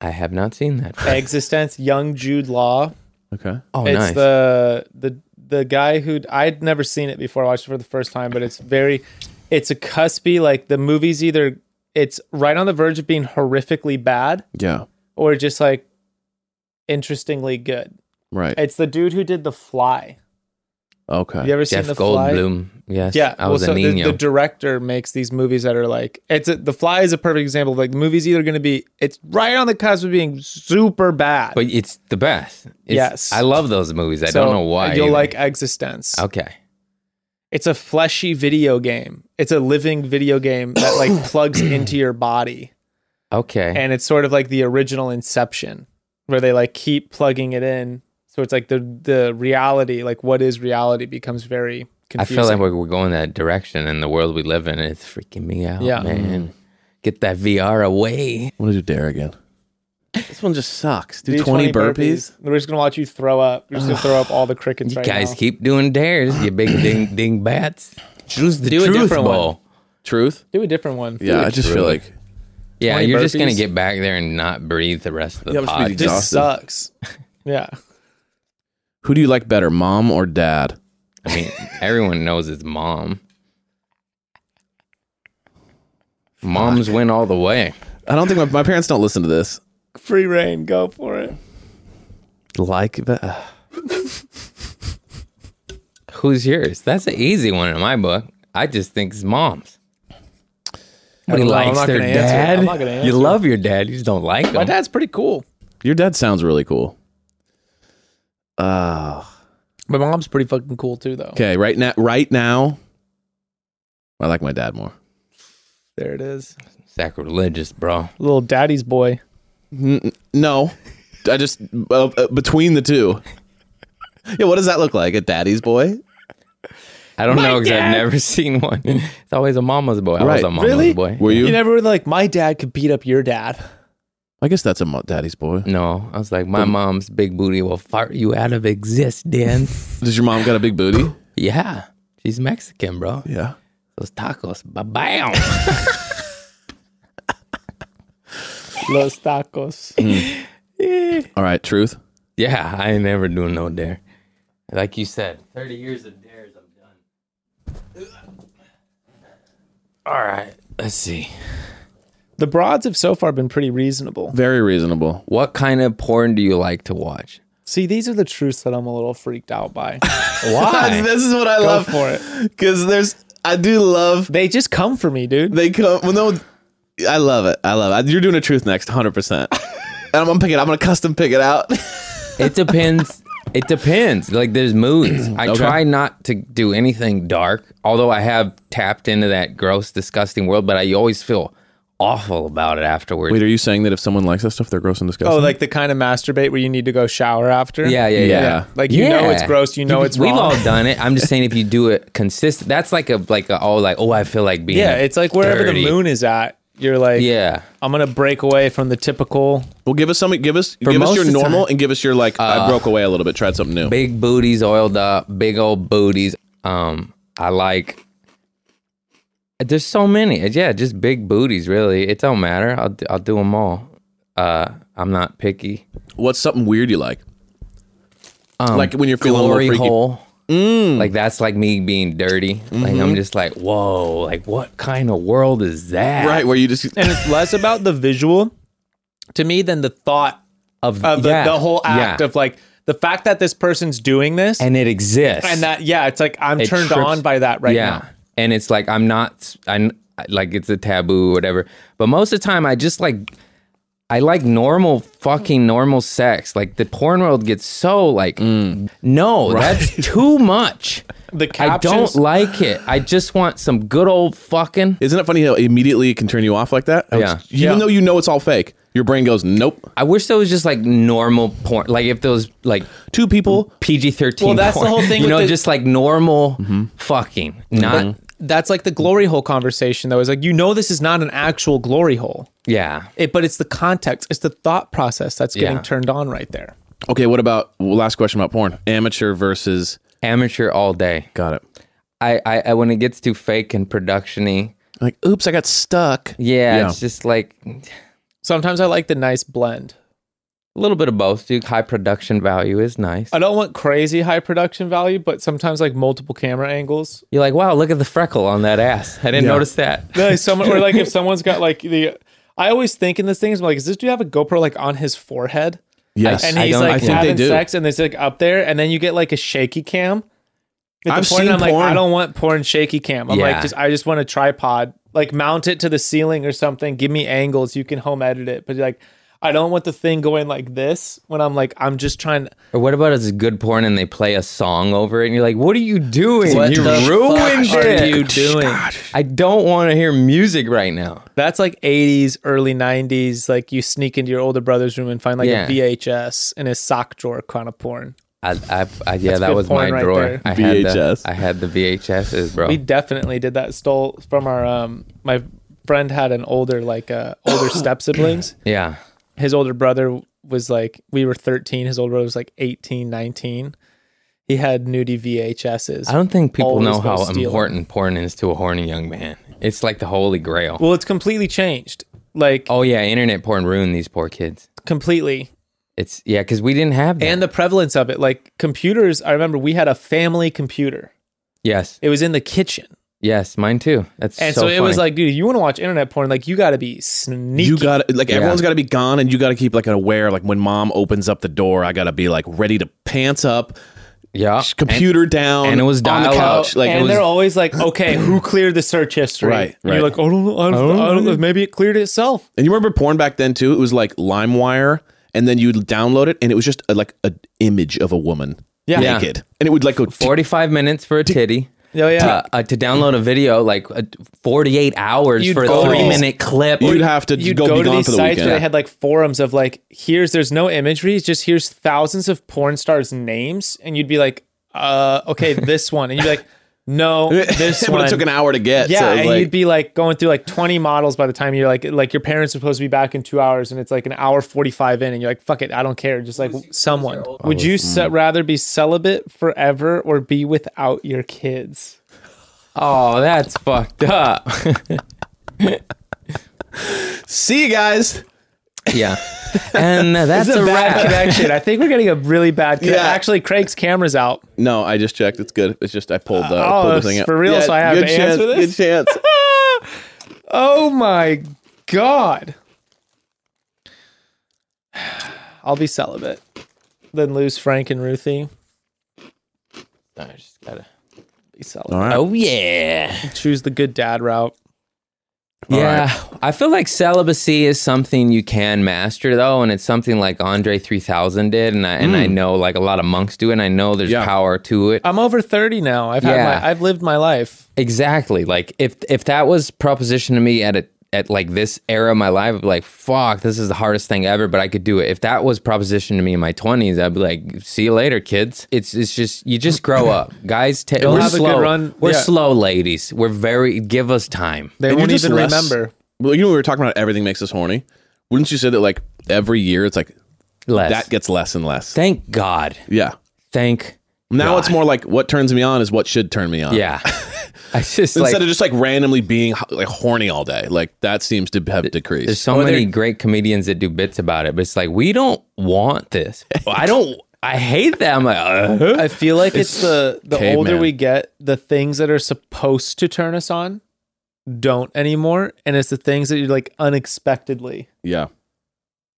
Speaker 6: I have not seen that.
Speaker 4: Existence. Young Jude Law.
Speaker 5: okay.
Speaker 6: Oh,
Speaker 4: it's
Speaker 6: nice.
Speaker 4: the the the guy who I'd never seen it before. I watched it for the first time, but it's very, it's a cuspy. Like the movie's either it's right on the verge of being horrifically bad
Speaker 5: Yeah.
Speaker 4: or just like interestingly good.
Speaker 5: Right.
Speaker 4: It's the dude who did The Fly. Have you
Speaker 5: okay.
Speaker 4: ever
Speaker 6: Jeff
Speaker 4: seen The Fly?
Speaker 6: Goldblum. Yes.
Speaker 4: Yeah,
Speaker 6: I was
Speaker 4: well, so
Speaker 6: a
Speaker 4: the-
Speaker 6: Nino.
Speaker 4: The, director makes these movies that are like it's a, The Fly is a perfect example. Of like the movie's either going to be it's right on the cusp of being super bad.
Speaker 6: but it's the best. It's-
Speaker 4: Yes.
Speaker 6: I love those movies. I
Speaker 4: So,
Speaker 6: don't know why.
Speaker 4: you'll
Speaker 6: either.
Speaker 4: like Existence.
Speaker 6: Okay.
Speaker 4: it's a fleshy video game. It's a living video game that like plugs into your body.
Speaker 6: Okay.
Speaker 4: And it's sort of like the original Inception where they like keep plugging it in. So it's like the the reality, like what is reality becomes very
Speaker 6: I
Speaker 4: confusing.
Speaker 6: feel like we're, we're going that direction, and the world we live in it's freaking me out,
Speaker 4: Yeah.
Speaker 6: man. Get that VR away.
Speaker 5: I want to do dare again. This one just sucks. Do,
Speaker 4: Do
Speaker 5: 20, burpees.
Speaker 4: We're just gonna watch you throw up. We're just gonna throw up all the crickets
Speaker 6: You
Speaker 4: right
Speaker 6: guys
Speaker 4: now.
Speaker 6: keep doing dares, you big ding ding bats. Choose the
Speaker 4: Do a
Speaker 6: truth
Speaker 4: different one.
Speaker 6: ball.
Speaker 5: Truth?
Speaker 4: Do a different one.
Speaker 5: Yeah, I just feel
Speaker 6: really.
Speaker 5: like
Speaker 6: Yeah,
Speaker 5: 20
Speaker 6: you're just gonna
Speaker 5: burpees.
Speaker 6: get back there and not breathe the rest of the
Speaker 5: Yeah, I'm just gonna
Speaker 6: pod.
Speaker 5: be
Speaker 4: This
Speaker 5: exhausted.
Speaker 4: sucks. Yeah.
Speaker 5: who do you like better, mom or dad?
Speaker 6: I mean, everyone knows it's mom. Moms win all the way.
Speaker 5: I don't think my, my parents don't listen to this.
Speaker 4: Free reign, go for it.
Speaker 5: Like that.
Speaker 6: Who's yours? That's an easy one in my book. I just think it's mom's. Nobody
Speaker 4: don't know. I'm
Speaker 6: likes
Speaker 4: not
Speaker 6: their
Speaker 4: gonna answer.
Speaker 6: dad.
Speaker 4: I'm not gonna
Speaker 6: You
Speaker 4: answer.
Speaker 6: love your dad. You just don't like him.
Speaker 4: My dad's pretty cool.
Speaker 5: Your dad sounds really cool. Uh,
Speaker 4: My mom's pretty fucking cool too, though.
Speaker 5: okay, right now, right now, I like my dad more.
Speaker 4: There it is.
Speaker 6: Sacrilegious, bro.
Speaker 4: Little daddy's boy.
Speaker 5: Mm, No, I just uh, uh, between the two. Yeah, what does that look like? A daddy's boy?
Speaker 6: I don't know because I've never seen one. It's always a mama's boy. I was
Speaker 5: Right.
Speaker 6: a mama's
Speaker 4: Really?
Speaker 6: boy.
Speaker 5: Were you?
Speaker 4: You never were like, my dad could beat up your dad.
Speaker 5: I guess that's a mo- daddy's boy.
Speaker 6: No, I was like, my mom's big booty will fart you out of existence.
Speaker 5: Does your mom got a big booty?
Speaker 6: yeah, she's Mexican, bro.
Speaker 5: Yeah.
Speaker 6: Those tacos, ba bam.
Speaker 4: Los tacos.
Speaker 5: All right, truth.
Speaker 6: yeah, I ain't never doing no dare. Like you said, thirty years of dares, I'm done. All right, let's see.
Speaker 4: the broads have so far been pretty reasonable.
Speaker 5: Very reasonable.
Speaker 6: What kind of porn do you like to watch?
Speaker 4: See, these are the truths that I'm a little freaked out by.
Speaker 6: Why?
Speaker 5: This is what I
Speaker 4: go
Speaker 5: love
Speaker 4: for it.
Speaker 5: because there's. I do love
Speaker 4: They just come for me, dude.
Speaker 5: They come. Well, no, I love it. I love it. You're doing a truth next, hundred percent. And I'm gonna pick it. I'm gonna custom pick it out.
Speaker 6: it depends. It depends. Like there's moods. I
Speaker 5: Okay.
Speaker 6: try not to do anything dark, although I have tapped into that gross, disgusting world. But I always feel awful about it afterwards.
Speaker 5: Wait, are you saying that if someone likes that stuff, they're gross and disgusting?
Speaker 4: Oh, like the kind of masturbate where you need to go shower after?
Speaker 6: Yeah, yeah, yeah.
Speaker 5: Yeah.
Speaker 4: Like, you know it's
Speaker 6: Yeah.
Speaker 4: gross, you know it's
Speaker 6: We've
Speaker 4: wrong.
Speaker 6: all done it. I'm just saying if you do it consistent, that's like a like a oh like oh I feel like being
Speaker 4: Yeah, it's like wherever
Speaker 6: dirty.
Speaker 4: the moon is at, you're like,
Speaker 6: Yeah,
Speaker 4: I'm gonna break away from the typical.
Speaker 5: well, give us something. Give us give
Speaker 6: most
Speaker 5: us your
Speaker 6: of the uh,
Speaker 5: normal and give us your like. I broke away a little bit. Tried something new.
Speaker 6: big booties oiled up, big old booties. Um, I like. There's so many. Uh, Yeah, just big booties. Really, it don't matter. I'll d- I'll do them all. Uh, I'm not picky.
Speaker 5: What's something weird you like?
Speaker 6: Um,
Speaker 5: Like when you're feeling a little
Speaker 6: glory
Speaker 5: freaky.
Speaker 6: hole.
Speaker 4: Mm.
Speaker 6: Like that's like me being dirty. Like
Speaker 4: Mm-hmm.
Speaker 6: I'm just like whoa. Like what kind of world is that?
Speaker 5: Right where you just
Speaker 4: And it's less about the visual to me than the thought
Speaker 6: Of,
Speaker 4: of Uh, the,
Speaker 6: yeah,
Speaker 4: the whole act
Speaker 6: yeah.
Speaker 4: of like the fact that this person's doing this and,
Speaker 6: and it exists
Speaker 4: that yeah, it's like I'm
Speaker 6: It
Speaker 4: turned
Speaker 6: trips-
Speaker 4: on by that right
Speaker 6: yeah
Speaker 4: now.
Speaker 6: and it's like i'm not i like it's a taboo or whatever but most of the time i just like i like normal fucking normal sex like the porn world gets so like
Speaker 4: Mm.
Speaker 6: no that's too much
Speaker 4: The
Speaker 6: i
Speaker 4: captions,
Speaker 6: don't like it i just want some good old fucking
Speaker 5: isn't it funny how immediately it can turn you off like that? How it's-
Speaker 6: Yeah.
Speaker 4: Yeah.
Speaker 5: Even though you know it's all fake, your brain goes, "Nope."
Speaker 6: i wish there was just like normal porn like if there was like
Speaker 5: Two people.
Speaker 6: pg-13
Speaker 4: Well, that's the
Speaker 6: porn.
Speaker 4: whole thing
Speaker 6: you
Speaker 4: with
Speaker 6: know
Speaker 4: the- Mm-hmm.
Speaker 6: just like normal fucking not
Speaker 4: that's like the glory hole conversation though. Is like you know this is not an actual glory hole.
Speaker 6: yeah
Speaker 4: It, but it's the context, it's the thought process that's getting
Speaker 6: Yeah.
Speaker 4: turned on right there.
Speaker 5: Okay, what about well, last question about porn? Amateur versus.
Speaker 6: amateur all day
Speaker 5: Got it.
Speaker 6: I, I, I when it gets too fake and productiony,
Speaker 5: Like, oops, I got stuck.
Speaker 6: yeah,
Speaker 5: Yeah.
Speaker 6: it's just like a
Speaker 4: Sometimes I like the nice blend.
Speaker 6: little bit of both. Dude, high production value is nice.
Speaker 4: I don't want crazy high production value, but sometimes like multiple camera angles.
Speaker 6: You're like, wow, look at the freckle on that ass. I didn't
Speaker 5: Yeah.
Speaker 6: notice that.
Speaker 4: Like someone, or like if someone's got like the, I always think in this thing is like, is this dude have a GoPro like on his forehead?
Speaker 5: Yes,
Speaker 4: And
Speaker 6: I
Speaker 4: he's
Speaker 6: don't
Speaker 4: like
Speaker 6: think they
Speaker 4: having
Speaker 5: do.
Speaker 4: sex, and it's like up there, and then you get like a shaky cam. At the
Speaker 5: I've
Speaker 4: point,
Speaker 5: seen
Speaker 4: I'm
Speaker 5: porn.
Speaker 4: like, I don't want porn shaky cam. I'm
Speaker 6: Yeah.
Speaker 4: like, just I just want a tripod, like mount it to the ceiling or something. Give me angles, you can home edit it, but like, I don't want the thing going like this when I'm like, I'm just trying.
Speaker 6: Or what about it's good porn and they play a song over it and you're like, what are you doing?
Speaker 4: What
Speaker 6: you
Speaker 4: the
Speaker 6: ruined
Speaker 4: fuck
Speaker 6: it.
Speaker 4: are you doing?
Speaker 6: I don't want to hear music right now.
Speaker 4: That's like 80s, early 90s. Like you sneak into your older brother's room and find like
Speaker 6: Yeah.
Speaker 4: a VHS in his sock drawer kind of porn.
Speaker 6: I, I, I yeah, that
Speaker 4: good
Speaker 6: was my
Speaker 4: porn right
Speaker 6: drawer.
Speaker 4: there.
Speaker 6: I had
Speaker 5: VHS.
Speaker 6: The, I had the VHSs, bro.
Speaker 4: We definitely did that. Stole from our um my friend had an older like uh older step siblings.
Speaker 6: yeah.
Speaker 4: His older brother was like we were 13, his older brother was like 18, 19. He had nudie VHSs.
Speaker 6: I don't think people
Speaker 4: Always
Speaker 6: know
Speaker 4: go
Speaker 6: how
Speaker 4: steal 'em.
Speaker 6: important porn is to a horny young man. It's like the holy grail.
Speaker 4: Well, it's completely changed. Like
Speaker 6: Oh yeah, internet porn ruined these poor kids.
Speaker 4: completely.
Speaker 6: It's yeah, because we didn't have that.
Speaker 4: And the prevalence of it. Like computers, I remember we had a family computer.
Speaker 6: yes,
Speaker 4: It was in the kitchen.
Speaker 6: Yes, mine too. That's
Speaker 7: And so, it was
Speaker 6: funny.
Speaker 7: like, dude, if you want to watch internet porn? Like, you got to be sneaky.
Speaker 5: You got to like everyone's got to be gone, and you got to keep like an aware. Like when mom opens up the door, I got to be like ready to pants up,
Speaker 6: yeah,
Speaker 5: computer down,
Speaker 6: and it was
Speaker 5: on the
Speaker 6: dial-up.
Speaker 5: couch. Like
Speaker 7: and
Speaker 5: it
Speaker 7: they're
Speaker 5: was,
Speaker 7: always like, okay, who cleared the search history?
Speaker 5: Right,
Speaker 7: And
Speaker 5: right.
Speaker 7: You're like, oh, I don't know. I don't, I don't know. Maybe it cleared itself.
Speaker 5: and you remember porn back then too. It was like LimeWire, and then you'd download it, and it was just a, like an image of a woman
Speaker 7: Yeah. Yeah.
Speaker 5: naked, and it would like go. tick,
Speaker 6: 45 minutes for a titty.
Speaker 7: Oh, yeah.
Speaker 6: To, uh, to download a video, like uh, 48 hours
Speaker 7: You'd
Speaker 6: for a
Speaker 7: go to
Speaker 6: three
Speaker 7: these-
Speaker 6: minute clip.
Speaker 5: You'd have to
Speaker 7: You'd
Speaker 5: go,
Speaker 7: go,
Speaker 5: be
Speaker 7: to
Speaker 5: gone
Speaker 7: these
Speaker 5: for the
Speaker 7: sites
Speaker 5: weekend.
Speaker 7: where they had like forums of like, here's there's no imagery, just here's thousands of porn stars' names, and you'd be like, uh, okay, this one, and you'd be like, no, this
Speaker 5: but
Speaker 7: one.
Speaker 5: it took an hour to get.
Speaker 7: Yeah,
Speaker 5: so
Speaker 7: and
Speaker 5: like,
Speaker 7: you'd be like going through like 20 models by the time you're like like your parents are supposed to be back in two hours, and it's like an hour 45 in, and you're like, fuck it, I don't care. Just like someone. Would you
Speaker 5: mm.
Speaker 7: se- rather be celibate forever or be without your kids?
Speaker 6: Oh, that's fucked up.
Speaker 5: see you guys.
Speaker 6: yeah. And uh, that's
Speaker 7: It's
Speaker 6: a
Speaker 7: a bad
Speaker 6: wrap.
Speaker 7: connection. I think we're getting a really bad connection.
Speaker 5: Yeah.
Speaker 7: Actually, Craig's camera's out.
Speaker 5: No, I just checked. It's good. It's just I pulled, uh,
Speaker 7: Oh,
Speaker 5: pulled
Speaker 7: it's
Speaker 5: the thing out.
Speaker 7: for real? So I have
Speaker 5: good
Speaker 7: to
Speaker 5: chance,
Speaker 7: answer this?
Speaker 5: Good chance.
Speaker 7: Oh my god. I'll be celibate. Then lose Frank and Ruthie.
Speaker 6: I just gotta-
Speaker 7: Be celibate.
Speaker 5: All right.
Speaker 6: Oh, yeah.
Speaker 7: Choose the good dad route.
Speaker 6: Yeah. I feel like celibacy is something you can master, though. And it's something like Andre 3000 did. And I, and
Speaker 7: Hmm.
Speaker 6: I know like a lot of monks do it. And I know there's
Speaker 5: Yeah.
Speaker 6: power to it.
Speaker 7: I'm over 30 now. I've
Speaker 6: Yeah.
Speaker 7: had my I've lived my life.
Speaker 6: Exactly. Like if if that was proposition to me at a at like this era of my life, I'd be like, fuck, this is the hardest thing ever, but I could do it. If that was proposition to me in my twenties, I'd be like, see you later, kids. It's it's just you just grow up, guys. ta- we're
Speaker 7: have a good
Speaker 6: slow.
Speaker 7: run.
Speaker 6: We're
Speaker 7: Yeah.
Speaker 6: slow, ladies. We're very give us time.
Speaker 7: They
Speaker 5: And you're
Speaker 7: won't
Speaker 5: just
Speaker 7: even
Speaker 5: less-
Speaker 7: remember.
Speaker 5: Well, you know, we were talking about everything makes us horny. Wouldn't you say that like every year it's like
Speaker 6: Less.
Speaker 5: that gets less and less?
Speaker 6: Thank God.
Speaker 5: yeah.
Speaker 6: Thank.
Speaker 5: Now
Speaker 6: God.
Speaker 5: it's more like what turns me on is what should turn me on.
Speaker 6: Yeah. I just
Speaker 5: Instead
Speaker 6: like
Speaker 5: of just like randomly being h- like horny all day, like that seems to have
Speaker 6: There's
Speaker 5: decreased.
Speaker 6: so many great comedians that do bits about it, but it's like we don't want this. I don't. I hate that. I'm like, uh,
Speaker 7: I feel like it's, the the older
Speaker 6: caveman.
Speaker 7: we get, the things that are supposed to turn us on don't anymore, and it's the things that you like unexpectedly,
Speaker 5: yeah.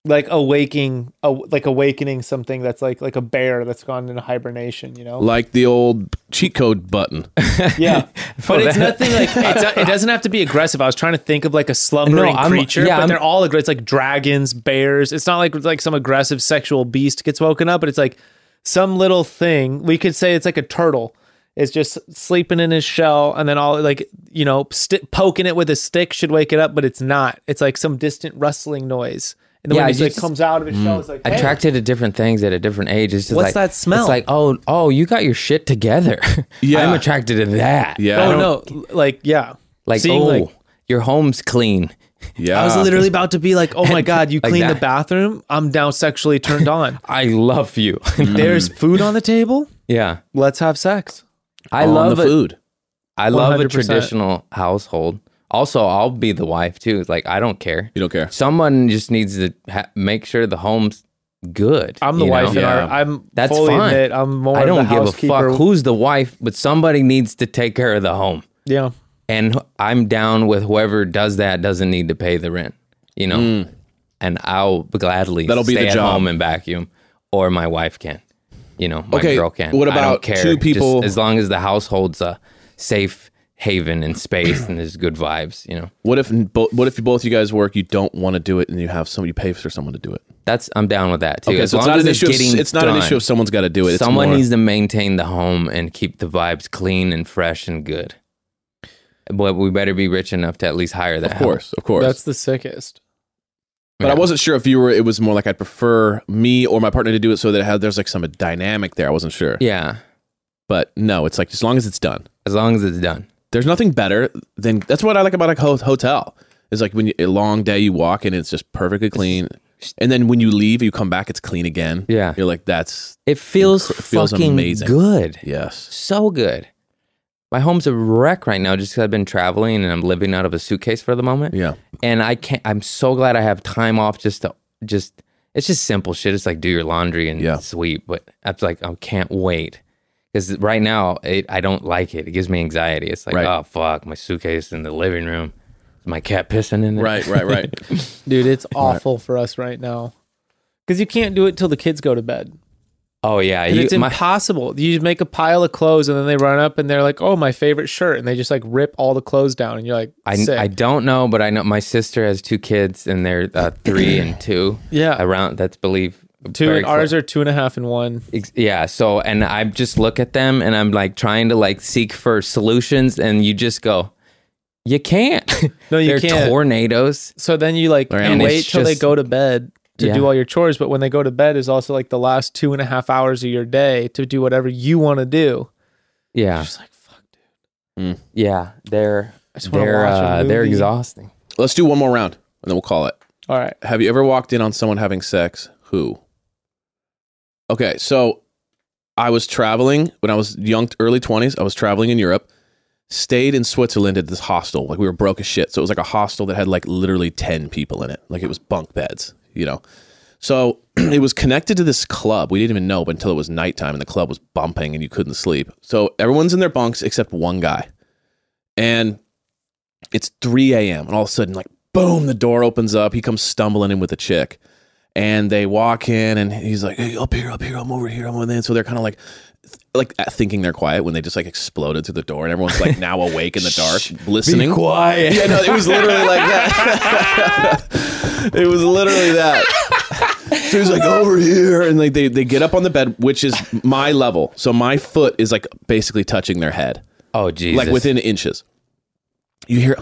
Speaker 7: like awaking, a, like awakening something that's like like a bear that's gone into hibernation. You know,
Speaker 5: Like the old cheat code button.
Speaker 7: yeah. But it's
Speaker 6: that-
Speaker 7: nothing like it's not, it doesn't have to be aggressive. I was trying to think of like a slumbering
Speaker 6: No, I'm-
Speaker 7: creature,
Speaker 6: yeah,
Speaker 7: but
Speaker 6: I'm-
Speaker 7: they're all aggressive. It's like dragons, bears. It's not like like some aggressive sexual beast gets woken up, but it's like some little thing. We could say it's like a turtle. It's just sleeping in his shell, and then all like you know st- poking it with a stick should wake it up, but it's not. It's like some distant rustling noise, and then
Speaker 6: Yeah,
Speaker 7: when it
Speaker 6: you
Speaker 7: like
Speaker 6: just- Mm.
Speaker 7: comes out of his shell, it's like hey.
Speaker 6: attracted to different things at a different age. It's just
Speaker 7: What's
Speaker 6: like,
Speaker 7: that smell?
Speaker 6: It's like, oh, oh, you got your shit together.
Speaker 5: Yeah.
Speaker 6: I'm attracted to that.
Speaker 5: Yeah. I
Speaker 7: Oh
Speaker 5: don't-
Speaker 7: no! Like yeah,
Speaker 6: Like,
Speaker 7: Seeing,
Speaker 6: oh,
Speaker 7: like-
Speaker 6: your home's clean.
Speaker 5: Yeah.
Speaker 7: I was literally about to be like, "Oh my god, you
Speaker 6: Like
Speaker 7: clean
Speaker 6: that.
Speaker 7: the bathroom? I'm now sexually turned on.
Speaker 6: I love you. Mm.
Speaker 7: There's food on the table.
Speaker 6: yeah.
Speaker 7: Let's have sex."
Speaker 6: I
Speaker 5: on
Speaker 6: love
Speaker 5: the
Speaker 6: it.
Speaker 5: food.
Speaker 6: I love a
Speaker 7: 100%.
Speaker 6: traditional household. Also, I'll be the wife too. It's like, I don't care.
Speaker 5: You don't care.
Speaker 6: Someone just needs to ha- make sure the home's good.
Speaker 7: I'm the
Speaker 6: you
Speaker 7: wife
Speaker 6: know?
Speaker 7: in our.
Speaker 5: Yeah.
Speaker 7: I'm
Speaker 6: That's
Speaker 7: fully
Speaker 6: fine.
Speaker 7: admit I'm more.
Speaker 6: I
Speaker 7: of the
Speaker 6: don't give a
Speaker 7: housekeeper.
Speaker 6: fuck who's the wife, but somebody needs to take care of the home.
Speaker 7: Yeah,
Speaker 6: and wh- I'm down with whoever does that doesn't need to pay the rent, you know. And I'll gladly
Speaker 5: Mm. That'll be
Speaker 6: stay
Speaker 5: the
Speaker 6: at
Speaker 5: job.
Speaker 6: home and vacuum, or my wife can, you know, my
Speaker 5: Okay,
Speaker 6: girl can.
Speaker 5: what
Speaker 6: I don't
Speaker 5: about
Speaker 6: care.
Speaker 5: two
Speaker 6: Just
Speaker 5: people-
Speaker 6: as long as the household's a safe haven and space and there's good vibes, you know.
Speaker 5: What if bo- what if you both you guys work? You don't want to do it, and you have some you pay for someone to do it.
Speaker 6: That's I'm down with that too.
Speaker 5: Okay,
Speaker 6: as
Speaker 5: so it's
Speaker 6: long
Speaker 5: not
Speaker 6: as
Speaker 5: an issue. Of,
Speaker 6: It's, getting
Speaker 5: it's not an
Speaker 6: done.
Speaker 5: issue if someone's got to do it. It's
Speaker 6: Someone
Speaker 5: more-
Speaker 6: needs to maintain the home and keep the vibes clean and fresh and good. But we better be rich enough to at least hire that.
Speaker 5: of course, of course.
Speaker 7: that's the sickest.
Speaker 5: but I wasn't sure if you were. It was more like I'd prefer me or my partner to do it, so that it had, there's like some dynamic there. I wasn't sure.
Speaker 6: Yeah.
Speaker 5: But no, it's like as long as it's done.
Speaker 6: As long as it's done.
Speaker 5: There's nothing better than that's what I like about a ho- hotel. Is like when you, a long day you walk and it's just perfectly clean, and then when you leave, you come back, it's clean again.
Speaker 6: Yeah.
Speaker 5: you're like that's
Speaker 6: It feels
Speaker 5: Incre- feels
Speaker 6: fucking
Speaker 5: amazing.
Speaker 6: good.
Speaker 5: yes.
Speaker 6: So good. My home's a wreck right now just because I've been traveling and I'm living out of a suitcase for the moment.
Speaker 5: Yeah.
Speaker 6: And I can't, I'm so glad I have time off just to, just, it's just simple shit. It's like do your laundry and
Speaker 5: Yeah.
Speaker 6: sweep. But I'm like, I can't wait. 'Cause Because right now, it, I don't like it. It gives me anxiety. It's like,
Speaker 5: Right.
Speaker 6: oh fuck, my suitcase in the living room. Is my cat pissing in it?
Speaker 5: Right, right, right.
Speaker 4: dude. It's awful for us right now because you can't do it till the kids go to bed.
Speaker 6: Oh yeah,
Speaker 4: And
Speaker 6: you-
Speaker 4: it's
Speaker 6: my-
Speaker 4: impossible. you make a pile of clothes and then they run up and they're like, "Oh, my favorite shirt," and they just like rip all the clothes down, and you're like,
Speaker 6: I,
Speaker 4: "Sick."
Speaker 6: I don't know, but I know my sister has two kids, and they're uh, three and two.
Speaker 4: Yeah.
Speaker 6: around that's believe
Speaker 4: two
Speaker 6: very
Speaker 4: and ours
Speaker 6: close.
Speaker 4: are two and a half and one.
Speaker 6: Ex- yeah. So and I just look at them, and I'm like trying to like seek for solutions, and you just go, you can't.
Speaker 4: No, you
Speaker 6: They're
Speaker 4: can't.
Speaker 6: Tornadoes.
Speaker 4: So then you like
Speaker 5: Right.
Speaker 4: you
Speaker 5: And
Speaker 4: wait
Speaker 6: it's
Speaker 4: till they
Speaker 6: just-
Speaker 4: go to bed to
Speaker 6: Yeah.
Speaker 4: do all your chores, but when they go to bed is also like the last two and a half hours of your day to do whatever you want to do.
Speaker 6: Yeah. Mm.
Speaker 4: Just like fuck, dude.
Speaker 6: Yeah. They're
Speaker 4: just wanna
Speaker 6: they're
Speaker 4: watch a
Speaker 6: uh, they're
Speaker 4: movie.
Speaker 6: exhausting.
Speaker 5: Let's do one more round and then we'll call it.
Speaker 4: All right,
Speaker 5: Have you ever walked in on someone having sex? Who? Okay, so I was traveling when I was young, early 20s. I was traveling in Europe, stayed in Switzerland at this hostel. Like we were broke as shit. So it was like a hostel that had like literally 10 people in it. Like it was bunk beds, you know? So it was connected to this club. We didn't even know but until it was nighttime and the club was bumping and you couldn't sleep. So everyone's in their bunks except one guy. And it's 3 a.m. and all of a sudden, like, boom, the door opens up. He comes stumbling in with a chick. And they walk in and he's like, hey, up here, up here, I'm over here, I'm over there. And so they're kind of like, th- like uh, thinking they're quiet when they just like exploded through the door and everyone's like now awake in the dark, listening.
Speaker 6: quiet.
Speaker 5: Yeah, no, it was literally like that. it was literally that. So he's like over here, and like they, they get up on the bed, which is my level. So my foot is like basically touching their head,
Speaker 6: Oh Jesus.
Speaker 5: like within inches. You hear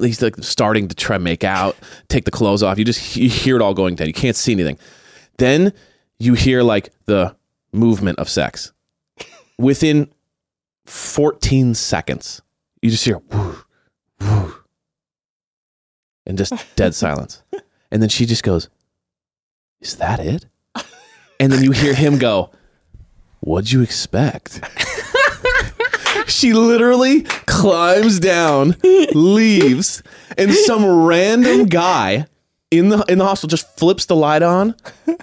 Speaker 5: he's like starting to try to make out, take the clothes off. You just you hear it all going down. You can't see anything. Then you hear like the movement of sex within 14 seconds. You just hear whoosh, whoosh, and just dead silence. And then she just goes, Is that it? And then you hear him go, What'd you expect? she literally climbs down, leaves, and some random guy in the in the hostel just flips the light on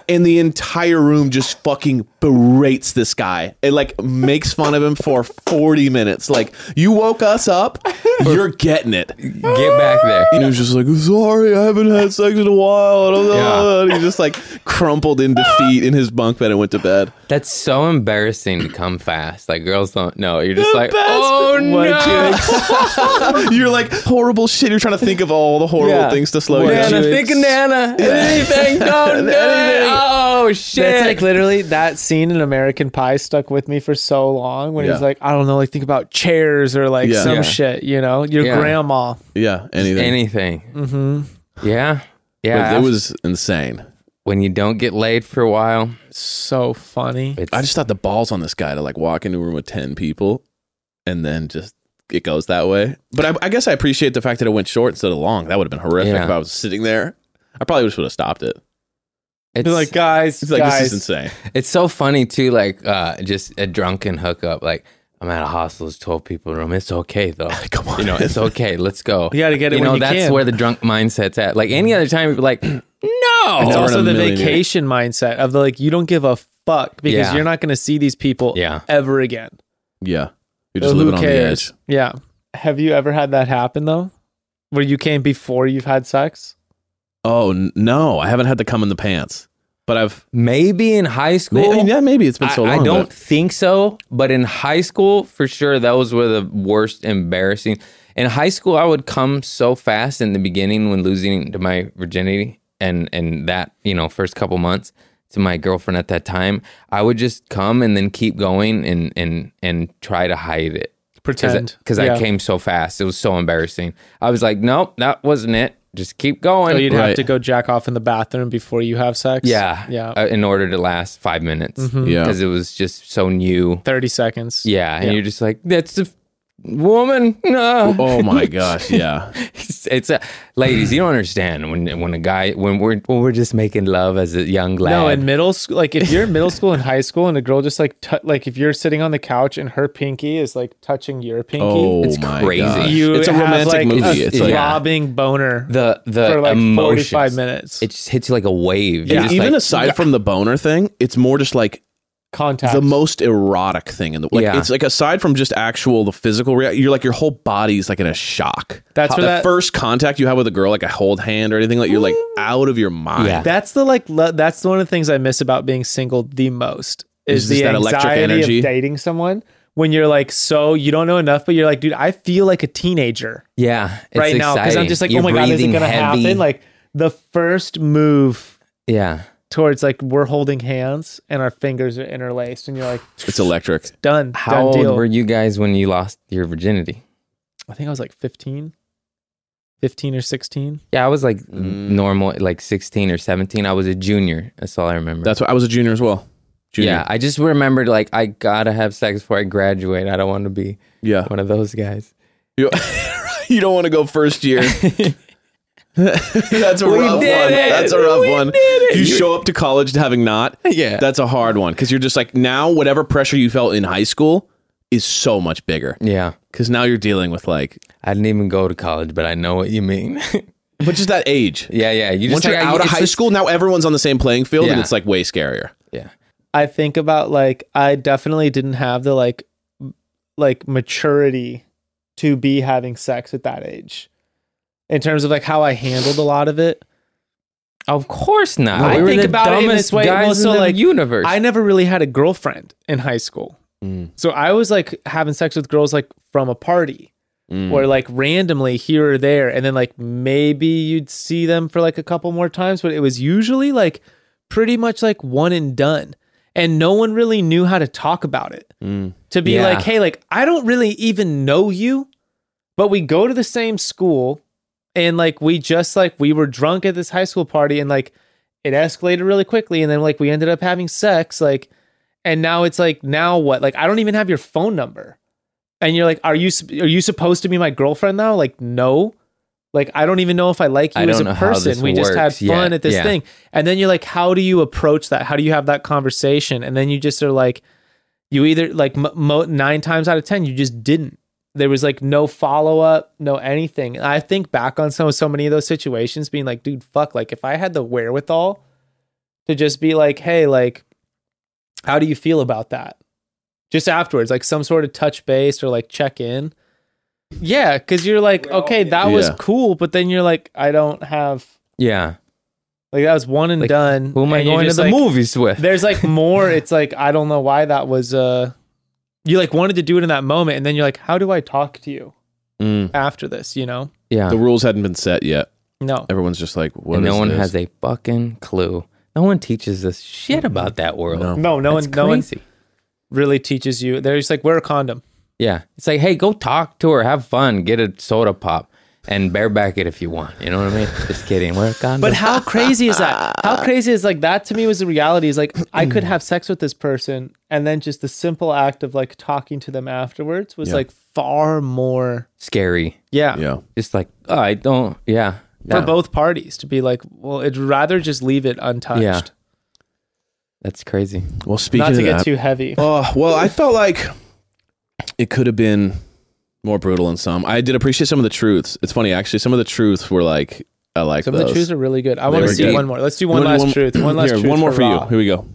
Speaker 5: and the entire room just fucking berates this guy and like makes fun of him for 40 minutes like you woke us up you're getting it and
Speaker 6: Get back there.
Speaker 5: he was just like sorry i haven't had sex in a while
Speaker 6: Yeah.
Speaker 5: "Oh," and he just like crumpled in defeat in his bunk bed and went to bed
Speaker 6: That's so embarrassing to come fast. Like girls don't know. You're just like,
Speaker 5: best.
Speaker 6: oh
Speaker 4: What'd you
Speaker 6: no.
Speaker 5: you're like horrible shit you're trying to think of all the horrible
Speaker 4: Yeah.
Speaker 5: things to slow
Speaker 4: What
Speaker 5: you
Speaker 4: did
Speaker 5: down
Speaker 4: you-
Speaker 6: think of Nana. Anything, don't do it. Oh
Speaker 4: That's
Speaker 6: shit.
Speaker 4: like literally that scene in American Pie stuck with me for so long when he's
Speaker 5: Yeah.
Speaker 4: like, I don't know, like think about chairs or like
Speaker 5: Yeah.
Speaker 4: some
Speaker 5: Yeah.
Speaker 4: shit, you know, your
Speaker 6: Yeah.
Speaker 4: grandma.
Speaker 5: yeah anything
Speaker 6: anything. Mm-hmm. Yeah. Yeah.
Speaker 5: it was insane
Speaker 6: when you don't get laid for a while.
Speaker 4: So funny.
Speaker 6: It's
Speaker 5: I just thought the balls on this guy to like walk into a room with 10 people and then just it goes that way. But I, I guess I appreciate the fact that it went short instead of long. That would have been horrific
Speaker 6: Yeah.
Speaker 5: if I was sitting there. I probably just would have stopped it.
Speaker 6: it's
Speaker 4: Be like,
Speaker 6: like
Speaker 4: guys,
Speaker 5: It's like,
Speaker 4: guys.
Speaker 5: this is insane.
Speaker 6: it's so funny too. Like uh, just a drunken hookup. Like I'm at a hostel, it's 12 people in a room. It's okay though.
Speaker 5: Come on.
Speaker 6: You know, it's okay. Let's go.
Speaker 4: You gotta get it
Speaker 6: You
Speaker 4: when
Speaker 6: know,
Speaker 4: you
Speaker 6: that's
Speaker 4: can.
Speaker 6: where the drunk mindset's at. Like any other time, you'd be like,
Speaker 4: It's
Speaker 6: no.
Speaker 5: Or
Speaker 4: Oh. also
Speaker 5: in a
Speaker 4: the
Speaker 5: million years.
Speaker 4: vacation mindset of the like you don't give a fuck because
Speaker 6: Yeah.
Speaker 4: you're not going to see these people
Speaker 6: Yeah.
Speaker 4: ever again.
Speaker 5: yeah. You're just
Speaker 4: So Oh, who
Speaker 5: living on the
Speaker 4: cares?
Speaker 5: edge.
Speaker 4: Yeah. Have you ever had that happen though? Where you came before you've had sex?
Speaker 5: Oh, n- no. I haven't had to come in the pants. But I've,
Speaker 6: Maybe in high school.
Speaker 5: may- yeah, maybe it's been
Speaker 6: I-
Speaker 5: so
Speaker 6: I,
Speaker 5: long.
Speaker 6: don't
Speaker 5: but-
Speaker 6: think so, but in high school, for sure, those were the worst embarrassing. In high school, I would come so fast in the beginning when losing to my virginity and and that, you know, first couple months to my girlfriend at that time, I would just come and then keep going and and and try to hide it
Speaker 4: Pretend.
Speaker 6: because I,
Speaker 4: Yeah.
Speaker 6: came so fast. It was so embarrassing. I was like, nope, that wasn't it. Just keep going.
Speaker 4: So you'd
Speaker 5: Right.
Speaker 4: have to go jack off in the bathroom before you have sex?
Speaker 6: yeah,
Speaker 4: Yeah.
Speaker 6: uh, in order to last five minutes,
Speaker 5: Yeah.
Speaker 6: because it was just so new.
Speaker 4: 30 seconds.
Speaker 6: Yeah, and you're just like, that's a f- woman. No,
Speaker 5: Oh my gosh. Yeah.
Speaker 6: it's, it's a ladies. You don't understand when when a guy when we're when we're just making love as a young lad.
Speaker 4: No, Oh, in middle school, like if you're in middle school and high school, and a girl just like tu- like if you're sitting on the couch and her pinky is like touching your pinky,
Speaker 5: Oh,
Speaker 6: It's
Speaker 5: my
Speaker 6: crazy.
Speaker 5: gosh.
Speaker 4: you
Speaker 5: it's a
Speaker 4: have,
Speaker 5: romantic
Speaker 4: like,
Speaker 5: movie.
Speaker 4: A
Speaker 5: it's like,
Speaker 6: Yeah.
Speaker 4: throbbing boner
Speaker 6: the the
Speaker 4: for like
Speaker 6: emotions,
Speaker 4: 45 minutes.
Speaker 6: It just hits you like a wave. You're
Speaker 5: Yeah,
Speaker 6: just
Speaker 5: even
Speaker 6: like,
Speaker 5: aside from the boner thing, it's more just like
Speaker 4: Contact.
Speaker 5: the most erotic thing in the like
Speaker 6: Yeah.
Speaker 5: it's like aside from just actual the physical reaction you're like your whole body's like in a shock
Speaker 4: That's
Speaker 5: How-
Speaker 4: where
Speaker 5: the
Speaker 4: that-
Speaker 5: first contact you have with a girl like a hold hand or anything like you're like out of your mind
Speaker 6: Yeah.
Speaker 4: That's the like. Le- that's one of the things I miss about being single the most is,
Speaker 5: Is
Speaker 4: the
Speaker 5: just that electric
Speaker 4: anxiety
Speaker 5: energy.
Speaker 4: of dating someone when you're like so you don't know enough, but you're like, dude, I feel like a teenager
Speaker 6: Yeah, it's
Speaker 4: right now because I'm just like,
Speaker 6: You're
Speaker 4: oh my god, is it
Speaker 6: breathing
Speaker 4: gonna
Speaker 6: heavy.
Speaker 4: happen? Like the first move
Speaker 6: yeah,
Speaker 4: towards like we're holding hands and our fingers are interlaced, and you're like,
Speaker 5: it's electric
Speaker 4: done.
Speaker 6: how
Speaker 4: done
Speaker 6: old
Speaker 4: deal.
Speaker 6: were you guys when you lost your virginity?
Speaker 4: I think I was like 15, 15 or 16.
Speaker 6: Yeah, I was like
Speaker 4: Mm.
Speaker 6: normal, like 16 or 17. I was a junior. That's all I remember.
Speaker 5: that's why i was a junior as well junior
Speaker 6: yeah. I just remembered like I gotta have sex before I graduate. I don't want to be
Speaker 5: yeah
Speaker 6: one of those guys.
Speaker 5: you, you don't want to go first year that's a rough one
Speaker 6: did it.
Speaker 5: that's a rough
Speaker 6: We
Speaker 5: one
Speaker 6: did it.
Speaker 5: you
Speaker 6: You-
Speaker 5: show up to college having not
Speaker 6: Yeah.
Speaker 5: that's a hard one because you're just like now whatever pressure you felt in high school is so much bigger
Speaker 6: Yeah,
Speaker 5: because now you're dealing with like
Speaker 6: I didn't even go to college, but I know what you mean.
Speaker 5: but just that age
Speaker 6: yeah, yeah. You just
Speaker 5: Once you're
Speaker 6: like, I-
Speaker 5: out of
Speaker 6: it's
Speaker 5: high
Speaker 6: just-
Speaker 5: school, now everyone's on the same playing field, and
Speaker 6: Yeah.
Speaker 5: it's like way scarier.
Speaker 4: Uh-huh.
Speaker 6: Yeah,
Speaker 4: I think about like I definitely didn't have the like m- like maturity to be having sex at that age. In terms of like how I handled a lot of it.
Speaker 6: of course not.
Speaker 4: I
Speaker 6: we were
Speaker 4: think
Speaker 6: the
Speaker 4: about it in
Speaker 6: dumbest
Speaker 4: this way,
Speaker 6: guys
Speaker 4: well, so,
Speaker 6: in the
Speaker 4: like,
Speaker 6: universe.
Speaker 4: I never really had a girlfriend in high school. So I was like having sex with girls like from a party or like randomly here or there. And then like maybe you'd see them for like a couple more times, but it was usually like pretty much like one and done. And no one really knew how to talk about it. To be
Speaker 6: Yeah.
Speaker 4: like, hey, like I don't really even know you, but we go to the same school and like we just like we were drunk at this high school party and like it escalated really quickly and then like we ended up having sex like and now it's like now what like i don't even have your phone number and you're like are you sup- are you supposed to be my girlfriend now like no like i don't even know if i like you
Speaker 6: I
Speaker 4: as
Speaker 6: don't
Speaker 4: a
Speaker 6: know how this
Speaker 4: person we just had
Speaker 6: works
Speaker 4: fun
Speaker 6: yet.
Speaker 4: at this
Speaker 6: Yeah.
Speaker 4: thing and then you're like how do you approach that how do you have that conversation and then you just are like you either like mo- mo- nine times out of ten you just didn't there was like no follow up, no anything. And I think back on so so many of those situations, being like, dude, fuck, like if I had the wherewithal to just be like, hey, like, how do you feel about that? Just afterwards, like some sort of touch base or like check in. Yeah, because you're like, okay, that was
Speaker 5: Yeah.
Speaker 4: cool, but then you're like, I don't have
Speaker 6: yeah.
Speaker 4: like that was one and
Speaker 6: Like,
Speaker 4: done.
Speaker 6: Who am I
Speaker 4: and you're
Speaker 6: going to
Speaker 4: just
Speaker 6: the
Speaker 4: like-
Speaker 6: movies with?
Speaker 4: there's like more it's like i don't know why that was uh you like wanted to do it in that moment and then you're like how do i talk to you
Speaker 5: Mm.
Speaker 4: after this you know
Speaker 6: yeah.
Speaker 5: The rules hadn't been set yet.
Speaker 4: no
Speaker 5: Everyone's just like, what?
Speaker 6: and no
Speaker 5: is
Speaker 6: one
Speaker 5: this?
Speaker 6: has a fucking clue. No one teaches us shit about that world.
Speaker 5: No.
Speaker 4: no no
Speaker 6: That's
Speaker 4: one no one
Speaker 6: crazy.
Speaker 4: really teaches you they're just like wear a condom
Speaker 6: Yeah, it's like, hey, go talk to her, have fun, get a soda pop, and bareback it if you want. You know what I mean? Just kidding. We're a condom.
Speaker 4: but how crazy is that how crazy is like that to me was the reality is like i
Speaker 5: Mm.
Speaker 4: could have sex with this person and then just the simple act of like talking to them afterwards was
Speaker 5: Yeah.
Speaker 4: like far more
Speaker 6: scary.
Speaker 4: yeah,
Speaker 5: Yeah.
Speaker 6: Just like, oh, I don't. Yeah,
Speaker 4: for
Speaker 6: that-
Speaker 4: both parties to be like well i'd rather just leave it untouched
Speaker 6: Yeah. that's crazy.
Speaker 5: Well, speaking
Speaker 4: not to
Speaker 5: of
Speaker 4: get
Speaker 5: that,
Speaker 4: too heavy
Speaker 5: oh well, I felt like it could have been more brutal in some. I did appreciate some of the truths. It's funny actually. Some of the truths were like, I like
Speaker 4: Some
Speaker 5: those.
Speaker 4: of the truths are really good. I want
Speaker 5: were
Speaker 4: to see
Speaker 5: good.
Speaker 4: one more. Let's do one
Speaker 5: You
Speaker 4: last
Speaker 5: want-
Speaker 4: truth. One last
Speaker 5: Here,
Speaker 4: truth.
Speaker 5: One more for you.
Speaker 4: Ra.
Speaker 5: Here we go.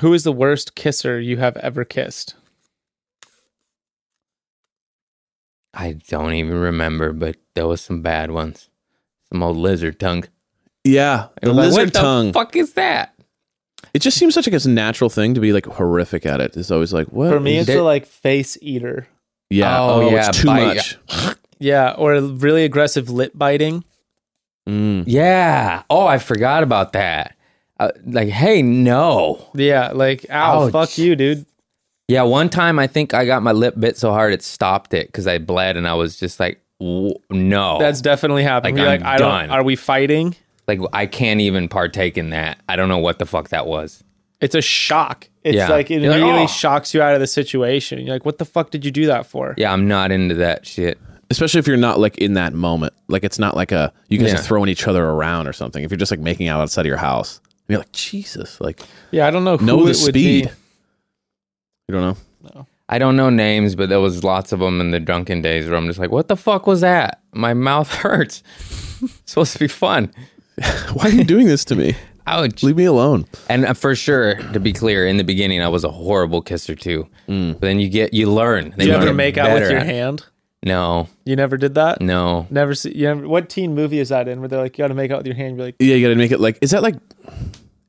Speaker 4: Who is the worst kisser you have ever kissed?
Speaker 6: I don't even remember, but there was some bad ones. Some old lizard tongue.
Speaker 5: Yeah,
Speaker 6: It
Speaker 5: the
Speaker 6: was like,
Speaker 5: lizard
Speaker 6: what
Speaker 5: tongue.
Speaker 6: The fuck is that?
Speaker 5: It just seems such like it's a natural thing to be like horrific at it. It's always like, what?
Speaker 4: For me,
Speaker 5: is-
Speaker 4: it's
Speaker 6: there-
Speaker 4: the like face eater.
Speaker 5: yeah.
Speaker 6: Oh,
Speaker 5: Oh,
Speaker 6: yeah,
Speaker 5: it's too
Speaker 6: bite.
Speaker 5: much.
Speaker 4: Yeah, or really aggressive lip biting.
Speaker 5: Mm.
Speaker 6: Hmm. Yeah. Oh, I forgot about that. Uh, like, hey, no.
Speaker 4: Yeah, like ow,
Speaker 6: Ouch.
Speaker 4: fuck you, dude.
Speaker 6: Yeah, one time I think I got my lip bit so hard it stopped it because I bled and I was just like, w- no.
Speaker 4: That's definitely happening.
Speaker 6: Like,
Speaker 4: You're
Speaker 6: I'm
Speaker 4: like, I don't.
Speaker 6: done.
Speaker 4: Are we fighting?
Speaker 6: like I can't even partake in that. I don't know what the fuck that was.
Speaker 4: It's a shock. It's
Speaker 6: Yeah.
Speaker 4: like it
Speaker 6: You're like,
Speaker 4: really
Speaker 6: "Oh."
Speaker 4: shocks you out of the situation. You're like, what the fuck did you do that for?
Speaker 6: Yeah, I'm not into that shit.
Speaker 5: especially if you're not like in that moment like it's not like a you guys
Speaker 6: Yeah.
Speaker 5: are throwing each other around or something if you're just like making out outside of your house and you're like jesus like
Speaker 4: Yeah, I don't know who
Speaker 5: know
Speaker 4: it
Speaker 5: the
Speaker 4: would
Speaker 5: speed
Speaker 4: be.
Speaker 5: you don't know
Speaker 6: I don't know names, but there was lots of them in the drunken days where I'm just like, what the fuck was that? My mouth hurts. It's supposed to be fun.
Speaker 5: Why are you doing this to me?
Speaker 6: Ouch.
Speaker 5: Leave me alone.
Speaker 6: And uh, for sure, to be clear, in the beginning, I was a horrible kisser too. But then you get, you learn.
Speaker 4: Do
Speaker 6: Then
Speaker 4: Mm. you ever
Speaker 6: get
Speaker 4: make out with
Speaker 6: better Mm.
Speaker 4: your
Speaker 6: at-
Speaker 4: hand?
Speaker 6: No,
Speaker 4: You never did that?
Speaker 6: no.
Speaker 4: Never see. You never, what teen movie is that in where they're like, you got to make out with your hand? You're like,
Speaker 5: Yeah, you gotta make it like. Is that like?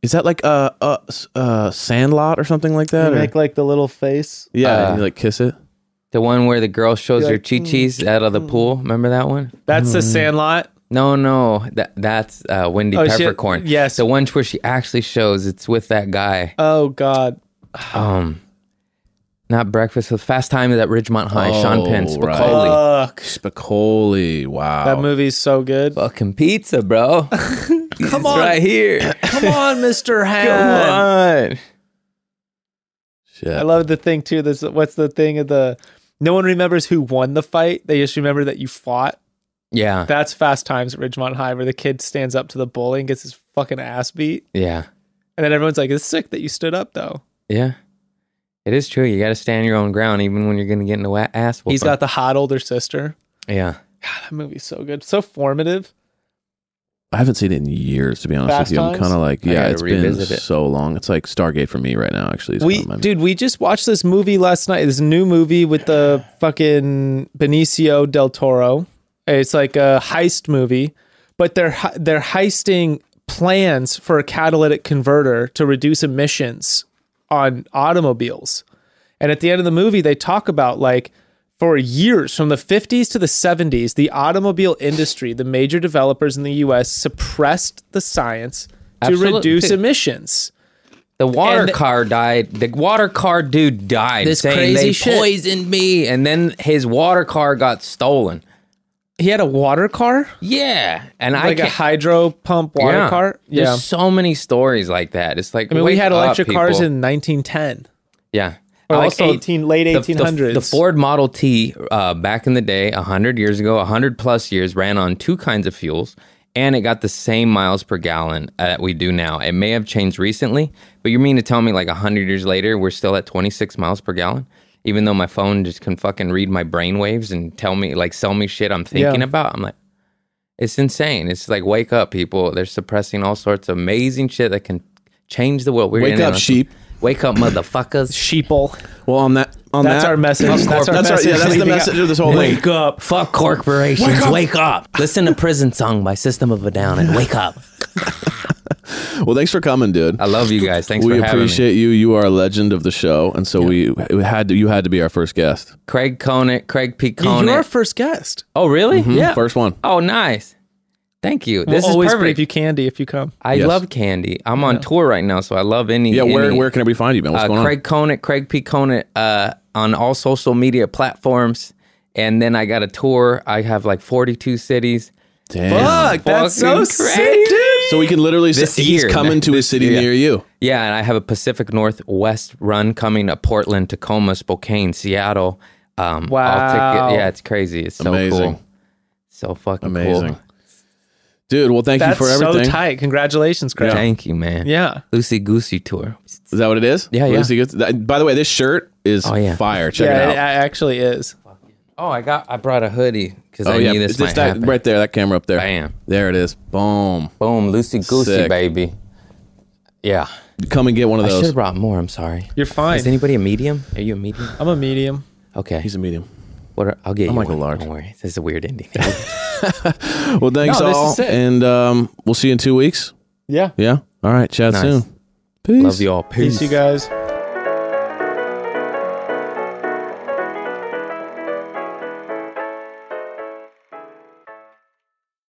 Speaker 5: Is that like uh uh s- uh Sandlot or something like
Speaker 4: you
Speaker 5: that? or-
Speaker 4: make like the little face.
Speaker 5: yeah,
Speaker 6: Uh,
Speaker 5: you like kiss it.
Speaker 6: The one where the girl shows
Speaker 4: You're
Speaker 6: her
Speaker 4: like, mm,
Speaker 6: chi chis out of the pool. Remember that one?
Speaker 4: That's the
Speaker 6: Mm.
Speaker 4: Sandlot.
Speaker 6: No, no. That That's uh, Wendy
Speaker 4: Oh, she-
Speaker 6: Peppercorn.
Speaker 4: yes.
Speaker 6: The one where she actually shows it's with that guy.
Speaker 4: Oh God.
Speaker 6: Um, Not breakfast with Fast Time at Ridgemont High. Sean
Speaker 5: Oh,
Speaker 6: Penn,
Speaker 5: right.
Speaker 6: Spicoli.
Speaker 4: Fuck.
Speaker 5: Spicoli. Wow.
Speaker 4: That movie's so good.
Speaker 6: Fucking pizza, bro. Come
Speaker 4: on.
Speaker 6: right here.
Speaker 4: Come on, Mr. Hand.
Speaker 6: Come on.
Speaker 5: Shit.
Speaker 4: I love the thing too. This what's the thing of the no one remembers who won the fight. They just remember that you fought.
Speaker 6: Yeah,
Speaker 4: That's Fast Times at Ridgemont High, where the kid stands up to the bully and gets his fucking ass beat,
Speaker 6: yeah,
Speaker 4: and then everyone's like, "It's sick that you stood up, though."
Speaker 6: yeah. It is true. You got to stand your own ground, even when you're going to get into wet ass.
Speaker 4: He's
Speaker 6: whooping.
Speaker 4: got the hot older sister.
Speaker 6: yeah.
Speaker 4: God, that movie's so good, so formative.
Speaker 5: I haven't seen it in years, to be honest
Speaker 4: Fast
Speaker 5: with you. I'm
Speaker 4: Times?
Speaker 5: kind of like,
Speaker 6: I
Speaker 5: yeah,
Speaker 6: gotta
Speaker 5: it's been
Speaker 6: revisit it.
Speaker 5: so long. It's like Stargate for me right now. Actually, It's
Speaker 4: We,
Speaker 5: kinda my-
Speaker 4: dude, we just watched this movie last night. This new movie with the fucking Benicio del Toro. It's like a heist movie, but they're he- they're heisting plans for a catalytic converter to reduce emissions on automobiles. And at the end of the movie, they talk about like for years from the 50s to the 70s, the automobile industry, the major developers in the US suppressed the science to
Speaker 6: Absolutely.
Speaker 4: reduce emissions.
Speaker 6: The water
Speaker 4: And the-
Speaker 6: car died. The water car dude died.
Speaker 4: This
Speaker 6: saying
Speaker 4: crazy
Speaker 6: they
Speaker 4: shit.
Speaker 6: poisoned me, and then his water car got stolen.
Speaker 4: He had a water car?
Speaker 6: Yeah, and I
Speaker 4: like a
Speaker 6: can't,
Speaker 4: hydro pump water
Speaker 6: yeah.
Speaker 4: cart. Yeah.
Speaker 6: There's so many stories like that. It's like
Speaker 4: I mean, we
Speaker 6: wake
Speaker 4: had
Speaker 6: up,
Speaker 4: electric cars
Speaker 6: people.
Speaker 4: in 1910
Speaker 6: yeah.
Speaker 4: or like
Speaker 6: Also,
Speaker 4: 18 late
Speaker 6: the- the-
Speaker 4: 1800s.
Speaker 6: The, Ford Model T uh, back in the day, 100 years ago, 100 plus years, ran on two kinds of fuels and it got the same miles per gallon uh, that we do now. It may have changed recently, but you mean to tell me like 100 years later, we're still at 26 miles per gallon? Even though my phone just can fucking read my brain waves and tell me, like, sell me shit I'm thinking
Speaker 4: Yeah.
Speaker 6: about. I'm like, it's insane. It's like, wake up, people. They're suppressing all sorts of amazing shit that can change the world. We're
Speaker 5: Wake
Speaker 6: in
Speaker 5: up,
Speaker 6: on-
Speaker 5: sheep.
Speaker 6: Wake up, motherfuckers.
Speaker 4: sheeple.
Speaker 5: Well, on that, on
Speaker 4: That's
Speaker 5: that,
Speaker 4: our message.
Speaker 5: Of
Speaker 4: That's
Speaker 5: course.
Speaker 4: our message
Speaker 5: yeah, that's the
Speaker 4: leading up.
Speaker 5: message of this whole thing.
Speaker 6: Wake up. Fuck corporations. Wake up. Listen to Prison Song by System of a Down and wake up.
Speaker 5: Well, thanks for coming, dude.
Speaker 6: I love you guys. Thanks
Speaker 5: we
Speaker 6: for having me.
Speaker 5: appreciate you. You are a legend of the show, and so we, we had to, you had to be our first guest.
Speaker 6: Craig Conant, Craig P. Conant.
Speaker 4: You're our first guest.
Speaker 6: oh, really?
Speaker 4: Yeah.
Speaker 5: first one.
Speaker 6: Oh, nice. Thank you. This
Speaker 4: we'll
Speaker 6: is
Speaker 4: always
Speaker 6: perfect.
Speaker 4: give you candy if you come.
Speaker 6: I
Speaker 5: Yes.
Speaker 6: love candy. I'm on tour right now, so I love any.
Speaker 5: Yeah, where
Speaker 6: any-
Speaker 5: where can everybody find you, man? What's
Speaker 6: uh,
Speaker 5: going on?
Speaker 6: Craig Conant, Craig P. Conant, uh, on all social media platforms. And then I got a tour. I have like 42 cities.
Speaker 5: Damn.
Speaker 4: that's so
Speaker 6: Fucking
Speaker 4: sick,
Speaker 6: Craig.
Speaker 4: dude.
Speaker 5: So we can literally say
Speaker 6: This
Speaker 5: he's
Speaker 6: year.
Speaker 5: coming to a city
Speaker 6: yeah.
Speaker 5: near you.
Speaker 6: Yeah, and I have a Pacific Northwest run coming to Portland, Tacoma, Spokane, Seattle. Um,
Speaker 4: Wow.
Speaker 6: yeah, it's crazy. It's so
Speaker 5: Amazing.
Speaker 6: cool. So fucking
Speaker 5: Amazing.
Speaker 6: cool.
Speaker 5: Dude, well, thank
Speaker 4: That's
Speaker 5: you for everything.
Speaker 4: so tight. Congratulations, Craig. Yeah.
Speaker 6: Thank you, man. Lucy Goosey tour.
Speaker 5: Is that what it is?
Speaker 6: Yeah, yeah.
Speaker 5: Lucy gets- that- by the way, this shirt is
Speaker 6: Oh, yeah.
Speaker 5: fire. Check
Speaker 4: Yeah, it,
Speaker 5: it out.
Speaker 4: actually is.
Speaker 6: Oh, I got. I brought a hoodie because I knew this
Speaker 5: It's
Speaker 6: might
Speaker 5: Oh, that-
Speaker 6: happen.
Speaker 5: right there, that camera up there.
Speaker 6: Bam.
Speaker 5: There it is. Boom.
Speaker 6: Boom, Lucy Goosey,
Speaker 5: Sick.
Speaker 6: baby. Yeah,
Speaker 5: Come and get one of
Speaker 6: I should
Speaker 5: those.
Speaker 6: have brought more. I'm sorry.
Speaker 4: You're fine.
Speaker 6: Is anybody a medium? Are you a medium?
Speaker 4: I'm a medium.
Speaker 6: Okay.
Speaker 5: He's a medium.
Speaker 6: what are, I'll get you
Speaker 5: like a
Speaker 6: one.
Speaker 5: large.
Speaker 6: Don't worry. This is a weird ending.
Speaker 5: Well, thanks
Speaker 4: No, this is
Speaker 5: all,
Speaker 4: sick.
Speaker 5: and um, we'll see you in two weeks.
Speaker 4: Yeah.
Speaker 5: Yeah. All right. Chat
Speaker 6: Nice.
Speaker 5: soon. Peace.
Speaker 6: Love you all. Peace.
Speaker 4: Peace, you guys.